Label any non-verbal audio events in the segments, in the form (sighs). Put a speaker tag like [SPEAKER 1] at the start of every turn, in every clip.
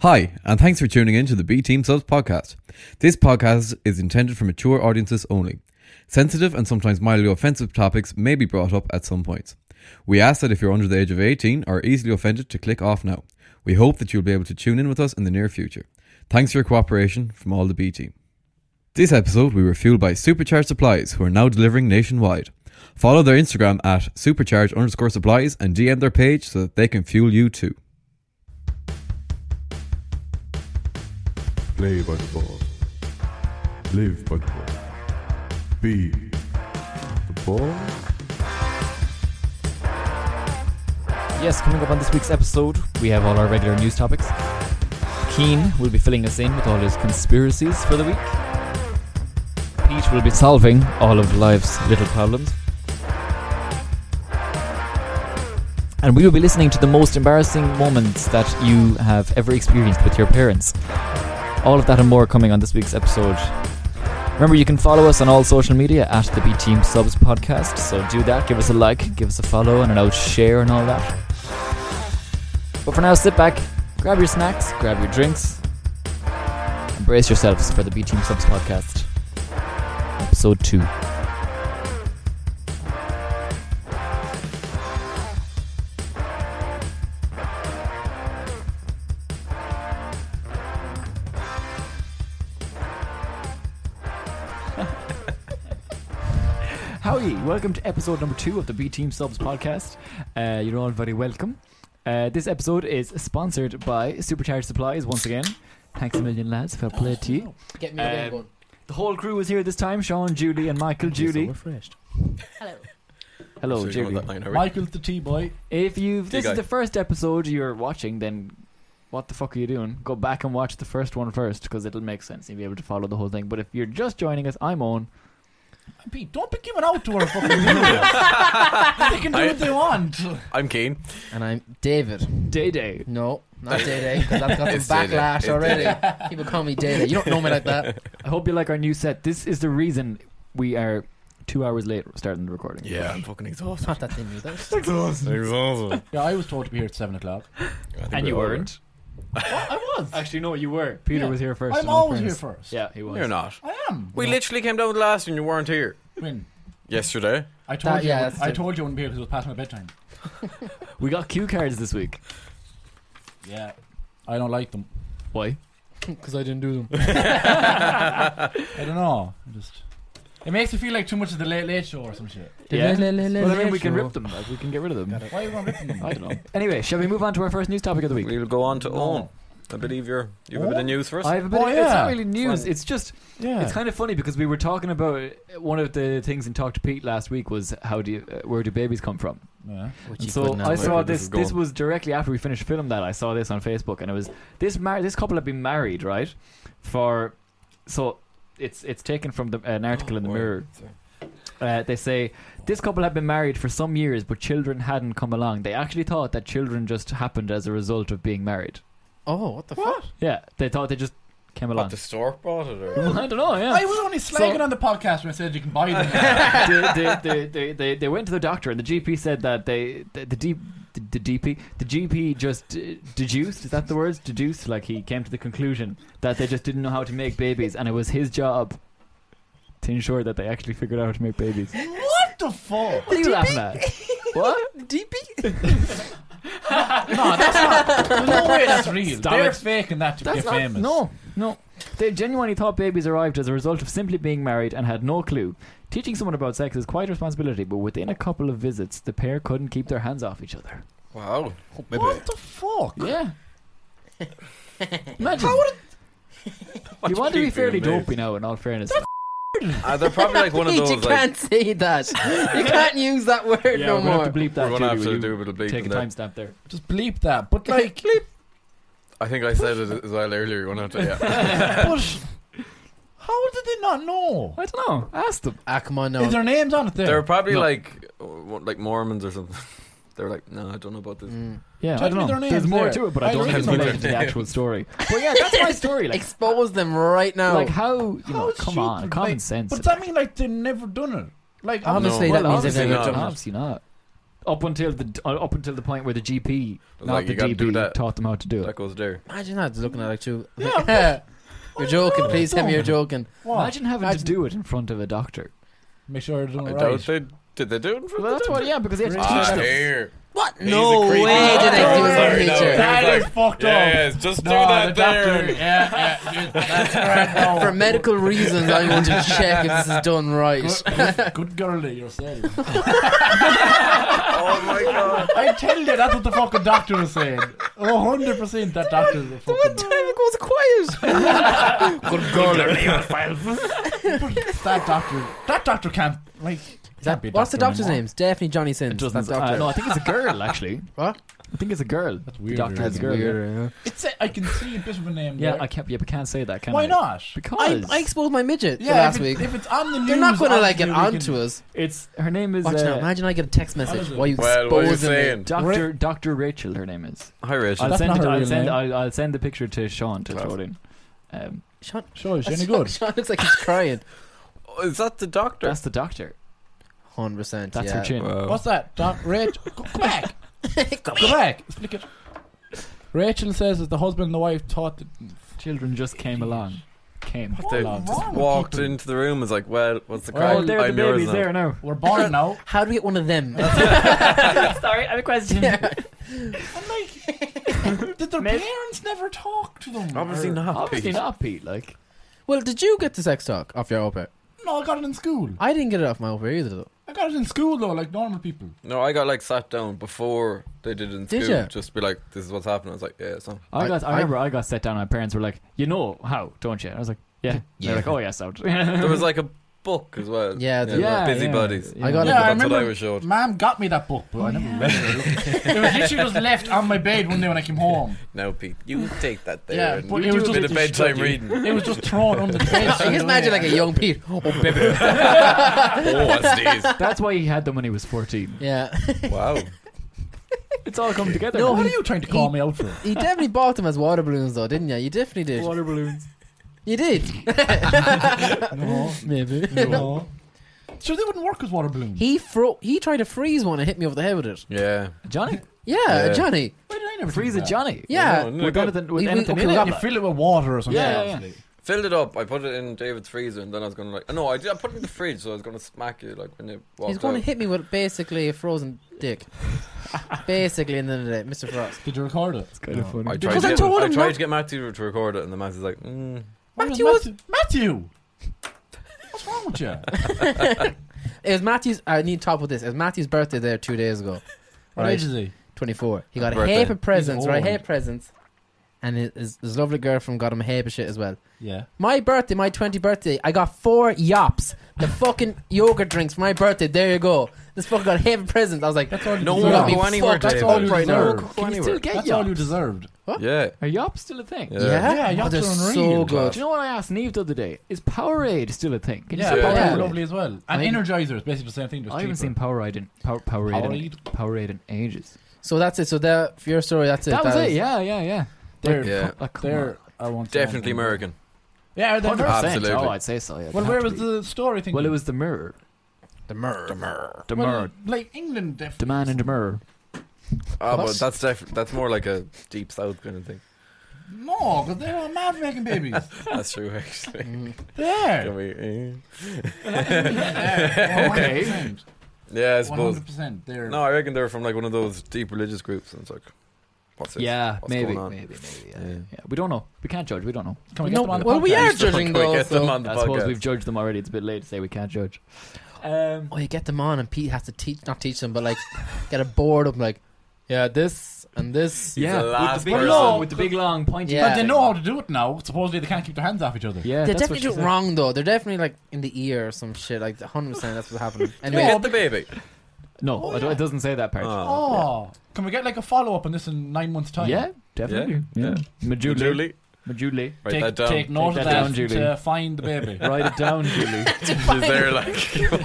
[SPEAKER 1] Hi, and thanks for tuning in to the B Team Subs podcast. This podcast is intended for mature audiences only. Sensitive and sometimes mildly offensive topics may be brought up at some points. We ask that if you're under the age of 18 or easily offended to click off now. We hope that you'll be able to tune in with us in the near future. Thanks for your cooperation from all the B Team. This episode, we were fueled by Supercharge Supplies, who are now delivering nationwide. Follow their Instagram at supercharge underscore supplies and DM their page so that they can fuel you too.
[SPEAKER 2] Play by the ball. Live by the ball. Be the ball.
[SPEAKER 3] Yes, coming up on this week's episode, we have all our regular news topics. Keen will be filling us in with all his conspiracies for the week. Pete will be solving all of life's little problems. And we will be listening to the most embarrassing moments that you have ever experienced with your parents. All of that and more coming on this week's episode. Remember, you can follow us on all social media at the B Team Subs Podcast. So do that. Give us a like, give us a follow, and an out share and all that. But for now, sit back, grab your snacks, grab your drinks, and brace yourselves for the B Team Subs Podcast, episode two. (laughs) Howdy, welcome to episode number two of the B Team Subs podcast. Uh, you're all very welcome. Uh, this episode is sponsored by Supercharged Supplies once again. Thanks a million, lads. Fair play to you.
[SPEAKER 4] Get me
[SPEAKER 3] Um,
[SPEAKER 4] again going.
[SPEAKER 3] The whole crew is here this time Sean, Julie, and Michael. Julie.
[SPEAKER 4] Hello.
[SPEAKER 3] Hello, Julie.
[SPEAKER 5] Michael's the tea boy.
[SPEAKER 3] If you've this
[SPEAKER 1] guy.
[SPEAKER 3] is the first episode you're watching, then what the fuck are you doing? Go back and watch the first one first because it'll make sense. You'll be able to follow the whole thing. But if you're just joining us, I'm on.
[SPEAKER 5] And Pete, don't be giving out to her fucking (laughs) videos. they can do what they want.
[SPEAKER 6] I'm keen.
[SPEAKER 4] And I'm David.
[SPEAKER 3] Day Day.
[SPEAKER 4] No, not Day Day, because I've got
[SPEAKER 6] It's
[SPEAKER 4] some
[SPEAKER 6] Day Day.
[SPEAKER 4] backlash
[SPEAKER 6] It's
[SPEAKER 4] already. People call me Day Day. You don't know me like that.
[SPEAKER 3] I hope you like our new set. This is the reason we are two hours late starting the recording.
[SPEAKER 6] Yeah, I'm fucking exhausted.
[SPEAKER 4] Not that thing you though. (laughs)
[SPEAKER 6] exhausted.
[SPEAKER 5] Yeah, I was told to be here at 7 o'clock.
[SPEAKER 3] And you weren't.
[SPEAKER 5] I was.
[SPEAKER 3] Actually, no, you were. Peter
[SPEAKER 5] Yeah.
[SPEAKER 3] was here first.
[SPEAKER 5] I'm
[SPEAKER 3] in
[SPEAKER 5] always here
[SPEAKER 3] fairness.
[SPEAKER 5] first.
[SPEAKER 3] Yeah, he was.
[SPEAKER 6] You're not.
[SPEAKER 5] I am.
[SPEAKER 6] We
[SPEAKER 5] No,
[SPEAKER 6] literally came down with the last and you weren't here.
[SPEAKER 5] I mean,
[SPEAKER 6] Yesterday.
[SPEAKER 5] I told
[SPEAKER 4] That-
[SPEAKER 5] you.
[SPEAKER 4] yeah,
[SPEAKER 5] I wouldn't-
[SPEAKER 4] that's
[SPEAKER 5] I
[SPEAKER 4] the-
[SPEAKER 5] told you I wouldn't be here because it was past my bedtime.
[SPEAKER 3] We got cue cards this week.
[SPEAKER 5] Yeah. I don't like them.
[SPEAKER 3] Why?
[SPEAKER 4] Because I didn't do them.
[SPEAKER 5] I don't know. I just. It makes me feel like too much of the late late show or some shit.
[SPEAKER 3] Yeah.
[SPEAKER 4] Le- le- le-
[SPEAKER 3] Well, I
[SPEAKER 4] le-
[SPEAKER 3] mean, we can
[SPEAKER 4] show.
[SPEAKER 3] rip them. Like, we can get rid of them.
[SPEAKER 5] Why are you going ripping them?
[SPEAKER 3] I don't know. (laughs) Anyway, shall we move on to our first news topic of the week?
[SPEAKER 6] We'll go on to
[SPEAKER 5] No.
[SPEAKER 6] Owen. I believe you're you have a bit of news for us.
[SPEAKER 3] I have a bit.
[SPEAKER 5] Oh,
[SPEAKER 3] of, It's not
[SPEAKER 5] yeah.
[SPEAKER 3] really news.
[SPEAKER 6] Fun.
[SPEAKER 3] It's just.
[SPEAKER 5] Yeah.
[SPEAKER 3] It's kind of funny because we were talking about one of the things in Talk to Pete last week was how do you, uh, where do babies come from?
[SPEAKER 5] yeah.
[SPEAKER 4] Which
[SPEAKER 3] And
[SPEAKER 4] you
[SPEAKER 3] so
[SPEAKER 4] couldn't
[SPEAKER 3] I
[SPEAKER 4] have.
[SPEAKER 3] saw
[SPEAKER 6] where
[SPEAKER 3] this.
[SPEAKER 6] this
[SPEAKER 3] This,
[SPEAKER 6] is going.
[SPEAKER 3] was directly after we finished film that I saw this on Facebook, and it was this mar- this couple had been married, right? For so it's it's taken from the, an article in the
[SPEAKER 6] Oh, Boy.
[SPEAKER 3] Mirror.
[SPEAKER 6] Sorry.
[SPEAKER 3] Uh, they say this couple had been married for some years, but children hadn't come along. They actually thought that children just happened as a result of being married.
[SPEAKER 4] Oh, what the fuck?
[SPEAKER 3] Yeah, they thought they just came
[SPEAKER 6] What
[SPEAKER 3] along.
[SPEAKER 6] the stork bought it or
[SPEAKER 3] (laughs) I don't know. Yeah,
[SPEAKER 5] I was only slagging
[SPEAKER 3] So-
[SPEAKER 5] on the podcast when I said you can buy them.
[SPEAKER 3] they, they, they, they, they, they went to the doctor and the GP said that they the, the, D, the, the DP the GP just d- deduced is that the word deduced like he came to the conclusion that they just didn't know how to make babies and it was his job to ensure that they actually figured out how to make babies. (laughs) What
[SPEAKER 5] what the fuck?
[SPEAKER 3] are you laughing at? What?
[SPEAKER 5] No, that's not. There's no way that's real.
[SPEAKER 3] Stop
[SPEAKER 5] They're
[SPEAKER 3] it.
[SPEAKER 5] faking that to
[SPEAKER 3] That's
[SPEAKER 5] get
[SPEAKER 3] not,
[SPEAKER 5] famous.
[SPEAKER 3] No, no. They genuinely thought babies arrived as a result of simply being married and had no clue. Teaching someone about sex is quite a responsibility, but within a couple of visits, the pair couldn't keep their hands off each other.
[SPEAKER 6] Wow. Maybe.
[SPEAKER 5] What the fuck?
[SPEAKER 3] Yeah. Imagine. you want to be fairly dopey now, in all fairness.
[SPEAKER 6] Uh, they're probably like one of
[SPEAKER 4] Pete,
[SPEAKER 6] those
[SPEAKER 4] (laughs) you
[SPEAKER 6] like
[SPEAKER 4] can't say that. You can't use that word
[SPEAKER 3] yeah,
[SPEAKER 4] no
[SPEAKER 3] we're gonna
[SPEAKER 4] more.
[SPEAKER 3] have to bleep
[SPEAKER 6] we're
[SPEAKER 3] that.
[SPEAKER 6] gonna have to
[SPEAKER 3] Julie, will
[SPEAKER 6] do a
[SPEAKER 3] you
[SPEAKER 6] bit of bleeping
[SPEAKER 3] take a
[SPEAKER 6] there.
[SPEAKER 3] timestamp there.
[SPEAKER 5] Just bleep that. But like,
[SPEAKER 6] I think I said it as well earlier, you wanna have to
[SPEAKER 4] (laughs)
[SPEAKER 6] yeah.
[SPEAKER 5] but how did they not know?
[SPEAKER 3] I don't know. Ask them.
[SPEAKER 4] Ah, come on
[SPEAKER 5] Is
[SPEAKER 4] now.
[SPEAKER 5] their names on it there?
[SPEAKER 6] They're probably
[SPEAKER 3] No.
[SPEAKER 6] like uh, what, like Mormons or something. (laughs) They're like, no, I don't know about this.
[SPEAKER 4] Mm.
[SPEAKER 3] Yeah,
[SPEAKER 5] Tell
[SPEAKER 3] I
[SPEAKER 5] me
[SPEAKER 3] don't know.
[SPEAKER 5] their names
[SPEAKER 3] There's more
[SPEAKER 5] there.
[SPEAKER 3] to it, but
[SPEAKER 5] I
[SPEAKER 3] I don't
[SPEAKER 5] don't
[SPEAKER 3] think it's
[SPEAKER 6] know
[SPEAKER 3] related to
[SPEAKER 6] their
[SPEAKER 3] the
[SPEAKER 6] name.
[SPEAKER 3] actual story. But yeah, that's my story. Like,
[SPEAKER 4] Expose them right now.
[SPEAKER 3] like how? You
[SPEAKER 5] How
[SPEAKER 3] know, come on,
[SPEAKER 5] stupid,
[SPEAKER 3] common
[SPEAKER 5] like-
[SPEAKER 3] sense.
[SPEAKER 5] But does that mean like they've never done it? Like,
[SPEAKER 4] Obviously,
[SPEAKER 6] No.
[SPEAKER 4] that
[SPEAKER 6] Well,
[SPEAKER 4] means they've
[SPEAKER 6] obviously
[SPEAKER 4] never
[SPEAKER 6] not.
[SPEAKER 4] done it.
[SPEAKER 3] obviously not. up until the uh, up until the point where the GP, not
[SPEAKER 6] like,
[SPEAKER 3] the
[SPEAKER 6] you gotta
[SPEAKER 3] DB,
[SPEAKER 6] do that.
[SPEAKER 3] taught them how to do it.
[SPEAKER 6] That goes there.
[SPEAKER 4] Imagine that looking at it too.
[SPEAKER 5] Yeah,
[SPEAKER 4] (laughs) you're joking, please tell me you're joking.
[SPEAKER 5] What?
[SPEAKER 3] Imagine having to
[SPEAKER 4] Imagine-
[SPEAKER 3] do it in front of a doctor.
[SPEAKER 5] Make sure it's done
[SPEAKER 6] I
[SPEAKER 5] it
[SPEAKER 6] doubt
[SPEAKER 5] right.
[SPEAKER 6] they did. They do it in front
[SPEAKER 3] Well, that's what, yeah, because they have to
[SPEAKER 5] Ah,
[SPEAKER 3] teach them.
[SPEAKER 6] here.
[SPEAKER 4] What?
[SPEAKER 6] He's
[SPEAKER 4] no
[SPEAKER 6] a
[SPEAKER 4] way
[SPEAKER 6] creepy
[SPEAKER 4] did
[SPEAKER 6] doctor.
[SPEAKER 4] I do it
[SPEAKER 6] Sorry,
[SPEAKER 4] in
[SPEAKER 6] no.
[SPEAKER 4] nature.
[SPEAKER 5] That
[SPEAKER 6] Like,
[SPEAKER 5] is fucked up.
[SPEAKER 6] just
[SPEAKER 5] No, the doctor. Yeah, yeah.
[SPEAKER 6] (laughs)
[SPEAKER 5] That's right.
[SPEAKER 4] For
[SPEAKER 5] No.
[SPEAKER 4] medical reasons, I want (laughs) to check if this is done right.
[SPEAKER 5] Good, good girl eh,
[SPEAKER 6] (laughs)
[SPEAKER 5] that (laughs) yourself.
[SPEAKER 6] Oh my god.
[SPEAKER 5] I tell you, that's what the fucking doctor was saying. 100% that doctor is a fucking
[SPEAKER 4] it goes quiet.
[SPEAKER 6] (laughs)
[SPEAKER 4] Good girl.
[SPEAKER 5] That doctor. That doctor can't. Like,
[SPEAKER 4] (laughs) Is
[SPEAKER 5] can't
[SPEAKER 4] that,
[SPEAKER 5] be a
[SPEAKER 4] what's the
[SPEAKER 5] doctor
[SPEAKER 4] doctor's
[SPEAKER 5] anymore.
[SPEAKER 4] name? It's definitely Johnny Sins.
[SPEAKER 3] It doesn't.
[SPEAKER 4] that doctor.
[SPEAKER 3] uh, no, I think it's a girl actually.
[SPEAKER 4] What?
[SPEAKER 3] I think it's a girl. That's
[SPEAKER 5] weird,
[SPEAKER 3] The doctor
[SPEAKER 5] really.
[SPEAKER 3] is a girl.
[SPEAKER 5] It's a, I can see a bit of a name
[SPEAKER 3] Yeah,
[SPEAKER 5] there.
[SPEAKER 3] I can't. Yeah, but can't say that. Can
[SPEAKER 5] Why
[SPEAKER 3] I?
[SPEAKER 5] not?
[SPEAKER 4] I,
[SPEAKER 3] Because
[SPEAKER 4] I exposed my midget
[SPEAKER 5] Yeah,
[SPEAKER 4] last
[SPEAKER 5] if,
[SPEAKER 4] week.
[SPEAKER 5] It, if it's on the news,
[SPEAKER 4] They're not going to like get
[SPEAKER 5] obviously we
[SPEAKER 4] onto
[SPEAKER 5] can-
[SPEAKER 4] us.
[SPEAKER 3] it's her name is
[SPEAKER 4] Watch now.
[SPEAKER 3] uh,
[SPEAKER 4] Imagine I get a text message.
[SPEAKER 5] Honestly.
[SPEAKER 4] Why you
[SPEAKER 6] Well, what are you
[SPEAKER 4] exposing me?
[SPEAKER 6] saying?
[SPEAKER 3] Doctor Doctor Rachel. Her name is.
[SPEAKER 6] Hi, Rachel.
[SPEAKER 3] I'll
[SPEAKER 5] That's
[SPEAKER 3] send
[SPEAKER 5] not
[SPEAKER 3] it.
[SPEAKER 5] her
[SPEAKER 3] I'll
[SPEAKER 5] real
[SPEAKER 3] send.
[SPEAKER 5] name.
[SPEAKER 3] I'll, I'll send the picture to Sean to throw it in. Um,
[SPEAKER 4] Sean,
[SPEAKER 5] Sure, is she any
[SPEAKER 4] (laughs)
[SPEAKER 5] good?
[SPEAKER 4] Sean looks like he's crying.
[SPEAKER 6] Oh, Is that the doctor?
[SPEAKER 3] that's the doctor.
[SPEAKER 4] 100%.
[SPEAKER 3] That's
[SPEAKER 4] yeah.
[SPEAKER 3] her
[SPEAKER 4] (laughs)
[SPEAKER 3] chin.
[SPEAKER 6] Wow.
[SPEAKER 5] What's (laughs) that? Doc, Rachel, go, go back. go back. Explic it. Rachel says that the husband and the wife thought that
[SPEAKER 3] Children just came along. Came.
[SPEAKER 6] They
[SPEAKER 5] wrong
[SPEAKER 6] just
[SPEAKER 5] with
[SPEAKER 6] walked
[SPEAKER 5] people?
[SPEAKER 6] into the room. Was like, well, what's the
[SPEAKER 5] Oh,
[SPEAKER 6] crack?
[SPEAKER 3] Oh, there
[SPEAKER 6] I
[SPEAKER 3] the
[SPEAKER 6] knew it was
[SPEAKER 3] baby's
[SPEAKER 6] not-
[SPEAKER 3] there now.
[SPEAKER 5] we're born (laughs) now.
[SPEAKER 4] How do we get one of them?
[SPEAKER 3] Sorry, I have a question.
[SPEAKER 5] Did their
[SPEAKER 3] Maybe-
[SPEAKER 5] parents never talk to them?
[SPEAKER 6] Obviously
[SPEAKER 5] Or-
[SPEAKER 6] not.
[SPEAKER 3] (laughs) Obviously
[SPEAKER 6] Pete.
[SPEAKER 3] not, Pete. Like,
[SPEAKER 4] well, did you get the sex talk off your opa?
[SPEAKER 5] No, I got it in school.
[SPEAKER 4] I didn't get it off my opa either, though.
[SPEAKER 5] I got it in school though, like normal people.
[SPEAKER 6] No, I got like sat down before they did it in
[SPEAKER 4] Did
[SPEAKER 6] school.
[SPEAKER 4] ya?
[SPEAKER 6] Just to be like, this is what's happening. I was like, yeah, so.
[SPEAKER 3] I
[SPEAKER 4] I-
[SPEAKER 3] got. I,
[SPEAKER 4] I-
[SPEAKER 3] remember I got set down. My parents were like, "You know how, don't you?" I was like, "Yeah."
[SPEAKER 4] Yeah.
[SPEAKER 3] They're like, "Oh yes, out."
[SPEAKER 6] There was like a book as well.
[SPEAKER 4] Yeah, there
[SPEAKER 3] yeah,
[SPEAKER 6] busybodies.
[SPEAKER 3] yeah.
[SPEAKER 4] I got
[SPEAKER 5] Yeah,
[SPEAKER 4] it.
[SPEAKER 5] I
[SPEAKER 6] That's what I
[SPEAKER 5] remember-
[SPEAKER 6] was showed.
[SPEAKER 5] Mom got me that book, but I never
[SPEAKER 6] (laughs)
[SPEAKER 5] read it. it was literally just left on my bed one day when I came home.
[SPEAKER 6] Now, Pete, you take that there.
[SPEAKER 5] Yeah,
[SPEAKER 6] and
[SPEAKER 5] but
[SPEAKER 6] you
[SPEAKER 5] it was
[SPEAKER 6] do a
[SPEAKER 5] just
[SPEAKER 6] bit of
[SPEAKER 5] a
[SPEAKER 6] bedtime
[SPEAKER 5] study.
[SPEAKER 6] reading.
[SPEAKER 5] It was just thrown under the bed.
[SPEAKER 4] (laughs) I
[SPEAKER 5] straight
[SPEAKER 4] just imagine
[SPEAKER 5] away.
[SPEAKER 4] like a young Pete. Oh, baby. (laughs)
[SPEAKER 6] oh, what's these?
[SPEAKER 3] (laughs) That's why he had them when he was fourteen.
[SPEAKER 4] yeah.
[SPEAKER 6] Wow.
[SPEAKER 3] It's all come together.
[SPEAKER 4] (laughs) No,
[SPEAKER 5] What
[SPEAKER 3] man.
[SPEAKER 5] are you trying to call me out for?
[SPEAKER 4] You definitely bought them as water balloons, though, didn't you? You definitely did.
[SPEAKER 3] water balloons.
[SPEAKER 4] You did.
[SPEAKER 5] No,
[SPEAKER 4] Maybe.
[SPEAKER 5] no. Sure, they wouldn't work as water balloons.
[SPEAKER 4] He fro- he tried to freeze one and hit me over the head with it.
[SPEAKER 6] Yeah.
[SPEAKER 3] Johnny,
[SPEAKER 4] Yeah,
[SPEAKER 6] Yeah. Oh,
[SPEAKER 4] Johnny.
[SPEAKER 5] Why did I never
[SPEAKER 3] freeze it,
[SPEAKER 5] think of that?
[SPEAKER 3] Johnny.
[SPEAKER 4] Yeah.
[SPEAKER 6] No, no,
[SPEAKER 3] With
[SPEAKER 6] good.
[SPEAKER 3] anything, with
[SPEAKER 4] We- we-
[SPEAKER 3] anything
[SPEAKER 4] okay,
[SPEAKER 3] in
[SPEAKER 4] we
[SPEAKER 3] it.
[SPEAKER 4] got-
[SPEAKER 5] You fill it with water or something.
[SPEAKER 3] Yeah, yeah, yeah.
[SPEAKER 5] obviously.
[SPEAKER 6] Filled it up. I put it in David's freezer, and then I was gonna like. No, I did. I put it in the fridge, so I was gonna smack you like when you walked
[SPEAKER 4] He's going to
[SPEAKER 6] out.
[SPEAKER 4] hit me with basically a frozen dick. basically, in the end of the day, Mr. Frost.
[SPEAKER 5] Did you record it? It's
[SPEAKER 3] Kind of funny.
[SPEAKER 6] I tried,
[SPEAKER 4] Because
[SPEAKER 6] to,
[SPEAKER 4] I
[SPEAKER 6] get-
[SPEAKER 4] told him
[SPEAKER 6] tried
[SPEAKER 4] not-
[SPEAKER 6] to get Matthew to record it, and the Matthew's like, mm.
[SPEAKER 5] Matthew,
[SPEAKER 4] Matthew was-
[SPEAKER 5] Matthew, Matthew. What's wrong with you?
[SPEAKER 4] It was Matthew's. I need to top with this. It was Matthew's birthday there two days ago.
[SPEAKER 5] What age is he?
[SPEAKER 4] 24. He got
[SPEAKER 6] Happy
[SPEAKER 4] a heap
[SPEAKER 6] birthday.
[SPEAKER 4] of presents,
[SPEAKER 5] He's
[SPEAKER 4] right?
[SPEAKER 5] old.
[SPEAKER 4] Heap presents. And his- his, his lovely girlfriend got him a heap of shit as well.
[SPEAKER 5] Yeah.
[SPEAKER 4] My birthday, my 20th birthday, I got four yops. The fucking yogurt drinks for my birthday. There you go. This fucking got a heap of presents. I was like,
[SPEAKER 5] That's all you
[SPEAKER 6] No one
[SPEAKER 5] deserved.
[SPEAKER 4] got
[SPEAKER 6] will go
[SPEAKER 4] me
[SPEAKER 6] anywhere.
[SPEAKER 4] fucked, that's
[SPEAKER 6] David.
[SPEAKER 5] all you deserve.
[SPEAKER 6] No one will go
[SPEAKER 3] Can you
[SPEAKER 6] anywhere.
[SPEAKER 3] still get
[SPEAKER 5] That's
[SPEAKER 3] yop?
[SPEAKER 5] all you deserved.
[SPEAKER 6] Yeah.
[SPEAKER 3] Are yop still a thing?
[SPEAKER 6] Yeah.
[SPEAKER 4] yeah,
[SPEAKER 5] Yeah, yops
[SPEAKER 4] Oh, they're
[SPEAKER 5] are unreal.
[SPEAKER 4] so
[SPEAKER 3] Do
[SPEAKER 4] good.
[SPEAKER 3] you know what I asked Neve the other day? Is Powerade still a thing? Can you
[SPEAKER 5] Yeah,
[SPEAKER 3] say
[SPEAKER 5] yeah.
[SPEAKER 4] yeah.
[SPEAKER 5] Powerade
[SPEAKER 3] Powerade?
[SPEAKER 5] lovely as well. And
[SPEAKER 4] I-
[SPEAKER 5] Energizer is basically the same thing. Just
[SPEAKER 3] I haven't
[SPEAKER 5] cheaper.
[SPEAKER 3] seen Powerade in Power, Powerade, In, Powerade in ages.
[SPEAKER 4] So that's it. So that for your story, that's it.
[SPEAKER 3] that was
[SPEAKER 4] That
[SPEAKER 3] it.
[SPEAKER 4] is-
[SPEAKER 3] Yeah, yeah, yeah.
[SPEAKER 5] They're,
[SPEAKER 6] Yeah.
[SPEAKER 3] Like, come
[SPEAKER 5] they're I won't say
[SPEAKER 6] Definitely
[SPEAKER 5] anything.
[SPEAKER 6] American.
[SPEAKER 5] Yeah,
[SPEAKER 3] on.
[SPEAKER 5] they're
[SPEAKER 3] 100%.
[SPEAKER 6] Absolutely.
[SPEAKER 3] Oh, I'd say so. Yeah.
[SPEAKER 5] Well,
[SPEAKER 3] It'd
[SPEAKER 5] where
[SPEAKER 3] have
[SPEAKER 5] was
[SPEAKER 3] to be.
[SPEAKER 5] the story thing?
[SPEAKER 3] Well, it was the mirror.
[SPEAKER 4] The myrrh.
[SPEAKER 3] The
[SPEAKER 5] Well,
[SPEAKER 3] mirror.
[SPEAKER 5] like England. Def-
[SPEAKER 3] The man in the mirror.
[SPEAKER 6] Ah, but
[SPEAKER 4] What?
[SPEAKER 6] that's def- that's more like a deep south kind
[SPEAKER 4] (laughs)
[SPEAKER 6] of thing.
[SPEAKER 5] no, because they're all mad for making babies.
[SPEAKER 6] That's true, actually.
[SPEAKER 4] Mm.
[SPEAKER 6] (laughs) Can
[SPEAKER 5] there.
[SPEAKER 6] we? eh?
[SPEAKER 5] okay.
[SPEAKER 6] Yeah, I suppose.
[SPEAKER 5] 100%. They're
[SPEAKER 6] No, I reckon they're from like one of those deep religious groups, and it's like, what's this?
[SPEAKER 3] Yeah,
[SPEAKER 6] What's
[SPEAKER 3] maybe,
[SPEAKER 6] going on?
[SPEAKER 3] maybe, maybe. Yeah.
[SPEAKER 6] Yeah.
[SPEAKER 3] yeah, we don't know. We can't judge. We don't know.
[SPEAKER 5] Can we get
[SPEAKER 4] No,
[SPEAKER 5] them on the
[SPEAKER 4] well, we
[SPEAKER 5] podcast?
[SPEAKER 4] are
[SPEAKER 6] Just
[SPEAKER 4] judging
[SPEAKER 6] don't
[SPEAKER 4] though.
[SPEAKER 6] get them
[SPEAKER 4] So.
[SPEAKER 6] on the
[SPEAKER 3] I suppose
[SPEAKER 6] podcast.
[SPEAKER 3] we've judged them already. It's a bit late to say we can't judge. Um,
[SPEAKER 4] Oh, you get them on, and Pete has to teach, not teach them, but like get a board of like, yeah, this and this.
[SPEAKER 6] Yeah, the last
[SPEAKER 3] with the, big
[SPEAKER 6] person.
[SPEAKER 3] long, with the big long pointy.
[SPEAKER 4] Yeah.
[SPEAKER 5] But they know how to do it now. Supposedly they can't keep their hands off each other.
[SPEAKER 3] Yeah,
[SPEAKER 4] They're
[SPEAKER 3] that's what
[SPEAKER 4] definitely
[SPEAKER 3] she
[SPEAKER 4] doing
[SPEAKER 3] said.
[SPEAKER 4] wrong though. They're definitely like in the ear or some shit. Like 100 percent that's
[SPEAKER 3] (laughs)
[SPEAKER 4] what's happening. And
[SPEAKER 6] Can we
[SPEAKER 4] yeah.
[SPEAKER 6] get the baby.
[SPEAKER 3] No,
[SPEAKER 5] Oh,
[SPEAKER 3] I don't-
[SPEAKER 5] yeah.
[SPEAKER 3] it doesn't say that part.
[SPEAKER 6] Oh.
[SPEAKER 5] Oh, can we get like a follow up on this in nine months' time?
[SPEAKER 3] yeah, definitely.
[SPEAKER 6] Yeah.
[SPEAKER 3] Majuli.
[SPEAKER 6] Julie,
[SPEAKER 3] (laughs) Majuli.
[SPEAKER 6] write
[SPEAKER 5] Take,
[SPEAKER 6] that down.
[SPEAKER 5] take note
[SPEAKER 3] Take
[SPEAKER 5] of
[SPEAKER 3] that
[SPEAKER 5] that,
[SPEAKER 3] down, Julie.
[SPEAKER 5] to find
[SPEAKER 3] (laughs)
[SPEAKER 5] the baby.
[SPEAKER 3] Write it down, Julie. (laughs)
[SPEAKER 6] She's there like,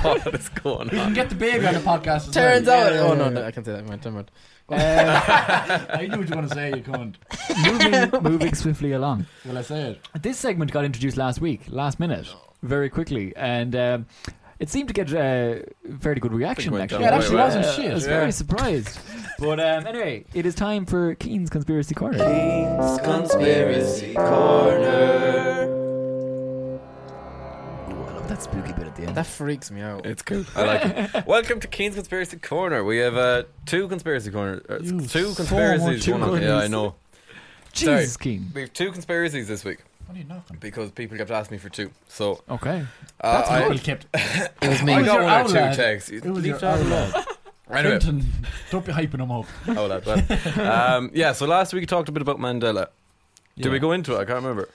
[SPEAKER 6] what is going
[SPEAKER 5] We
[SPEAKER 6] on?
[SPEAKER 5] can get the baby on the podcast. As
[SPEAKER 4] turns
[SPEAKER 5] well.
[SPEAKER 4] out,
[SPEAKER 5] Yeah,
[SPEAKER 4] oh
[SPEAKER 5] yeah,
[SPEAKER 4] no,
[SPEAKER 5] yeah.
[SPEAKER 4] no, I can't say that. Mind, never mind.
[SPEAKER 5] (laughs) I knew what you were going to say. You couldn't.
[SPEAKER 3] moving, moving swiftly along.
[SPEAKER 5] Will I say it?
[SPEAKER 3] This segment got introduced last week, last minute, very quickly, and um, It seemed to get a uh, fairly good reaction,
[SPEAKER 6] went
[SPEAKER 3] actually.
[SPEAKER 6] down Yeah, it
[SPEAKER 5] actually well. wasn't
[SPEAKER 3] Yeah,
[SPEAKER 5] shit.
[SPEAKER 3] I was
[SPEAKER 6] Yeah.
[SPEAKER 3] very surprised. But um, anyway, it is time for Keen's Conspiracy Corner.
[SPEAKER 4] Conspiracy Corner.
[SPEAKER 3] I love that spooky bit at the end.
[SPEAKER 4] That freaks me out.
[SPEAKER 6] It's cool. I like it. (laughs) Welcome to Keen's Conspiracy Corner. We have uh, two conspiracy corners. Uh,
[SPEAKER 5] You
[SPEAKER 6] two
[SPEAKER 5] so want
[SPEAKER 6] conspiracies.
[SPEAKER 5] two
[SPEAKER 6] one on- yeah,
[SPEAKER 5] corners.
[SPEAKER 6] I know.
[SPEAKER 3] Jesus,
[SPEAKER 6] sorry.
[SPEAKER 3] Keen.
[SPEAKER 6] We have two conspiracies this week
[SPEAKER 5] What are you knocking?
[SPEAKER 6] because people kept asking me for two. So
[SPEAKER 5] Okay.
[SPEAKER 6] uh,
[SPEAKER 5] That's
[SPEAKER 6] I,
[SPEAKER 5] how
[SPEAKER 6] (laughs)
[SPEAKER 5] it kept. It
[SPEAKER 4] It was me.
[SPEAKER 6] I
[SPEAKER 5] was
[SPEAKER 6] got
[SPEAKER 5] your
[SPEAKER 6] one or
[SPEAKER 5] owl
[SPEAKER 6] two
[SPEAKER 5] lad.
[SPEAKER 6] texts. You
[SPEAKER 5] was your
[SPEAKER 6] leave that alone.
[SPEAKER 5] Ireland.
[SPEAKER 6] Anyway,
[SPEAKER 5] Clinton, don't be hyping him up.
[SPEAKER 6] oh, lad, well. um, yeah. So last week we talked a bit about Mandela. Did we go into it? I can't remember.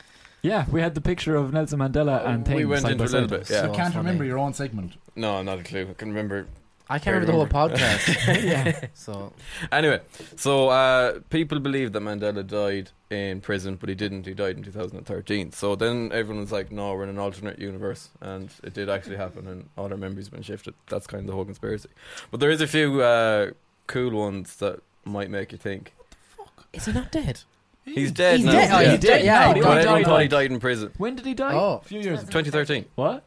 [SPEAKER 3] Yeah, we had the picture of Nelson Mandela and things
[SPEAKER 6] Oh, we went
[SPEAKER 3] side
[SPEAKER 6] into
[SPEAKER 3] by
[SPEAKER 6] a little
[SPEAKER 3] side.
[SPEAKER 6] bit. Yeah.
[SPEAKER 5] you
[SPEAKER 4] So
[SPEAKER 5] can't
[SPEAKER 4] funny.
[SPEAKER 5] remember your own segment.
[SPEAKER 6] No, not a clue. I can remember.
[SPEAKER 4] I can't remember the whole podcast. yeah. So
[SPEAKER 6] Anyway, so uh, people believe that Mandela died in prison, but he didn't. He died in 2013. So then everyone was like, "No, we're in an alternate universe," and it did actually happen, and all our memories have been shifted. That's kind of the whole conspiracy. But there is a few uh, cool ones that might make you think
[SPEAKER 4] is he not dead?
[SPEAKER 6] he's dead.
[SPEAKER 4] He's
[SPEAKER 6] now.
[SPEAKER 4] dead. Oh,
[SPEAKER 6] yeah.
[SPEAKER 4] he's dead.
[SPEAKER 3] Yeah,
[SPEAKER 4] Yeah.
[SPEAKER 3] he
[SPEAKER 4] he
[SPEAKER 6] But
[SPEAKER 3] died.
[SPEAKER 4] died.
[SPEAKER 6] everyone thought he died in prison.
[SPEAKER 3] When did he die?
[SPEAKER 4] Oh.
[SPEAKER 5] A few years ago.
[SPEAKER 6] 2013.
[SPEAKER 3] What?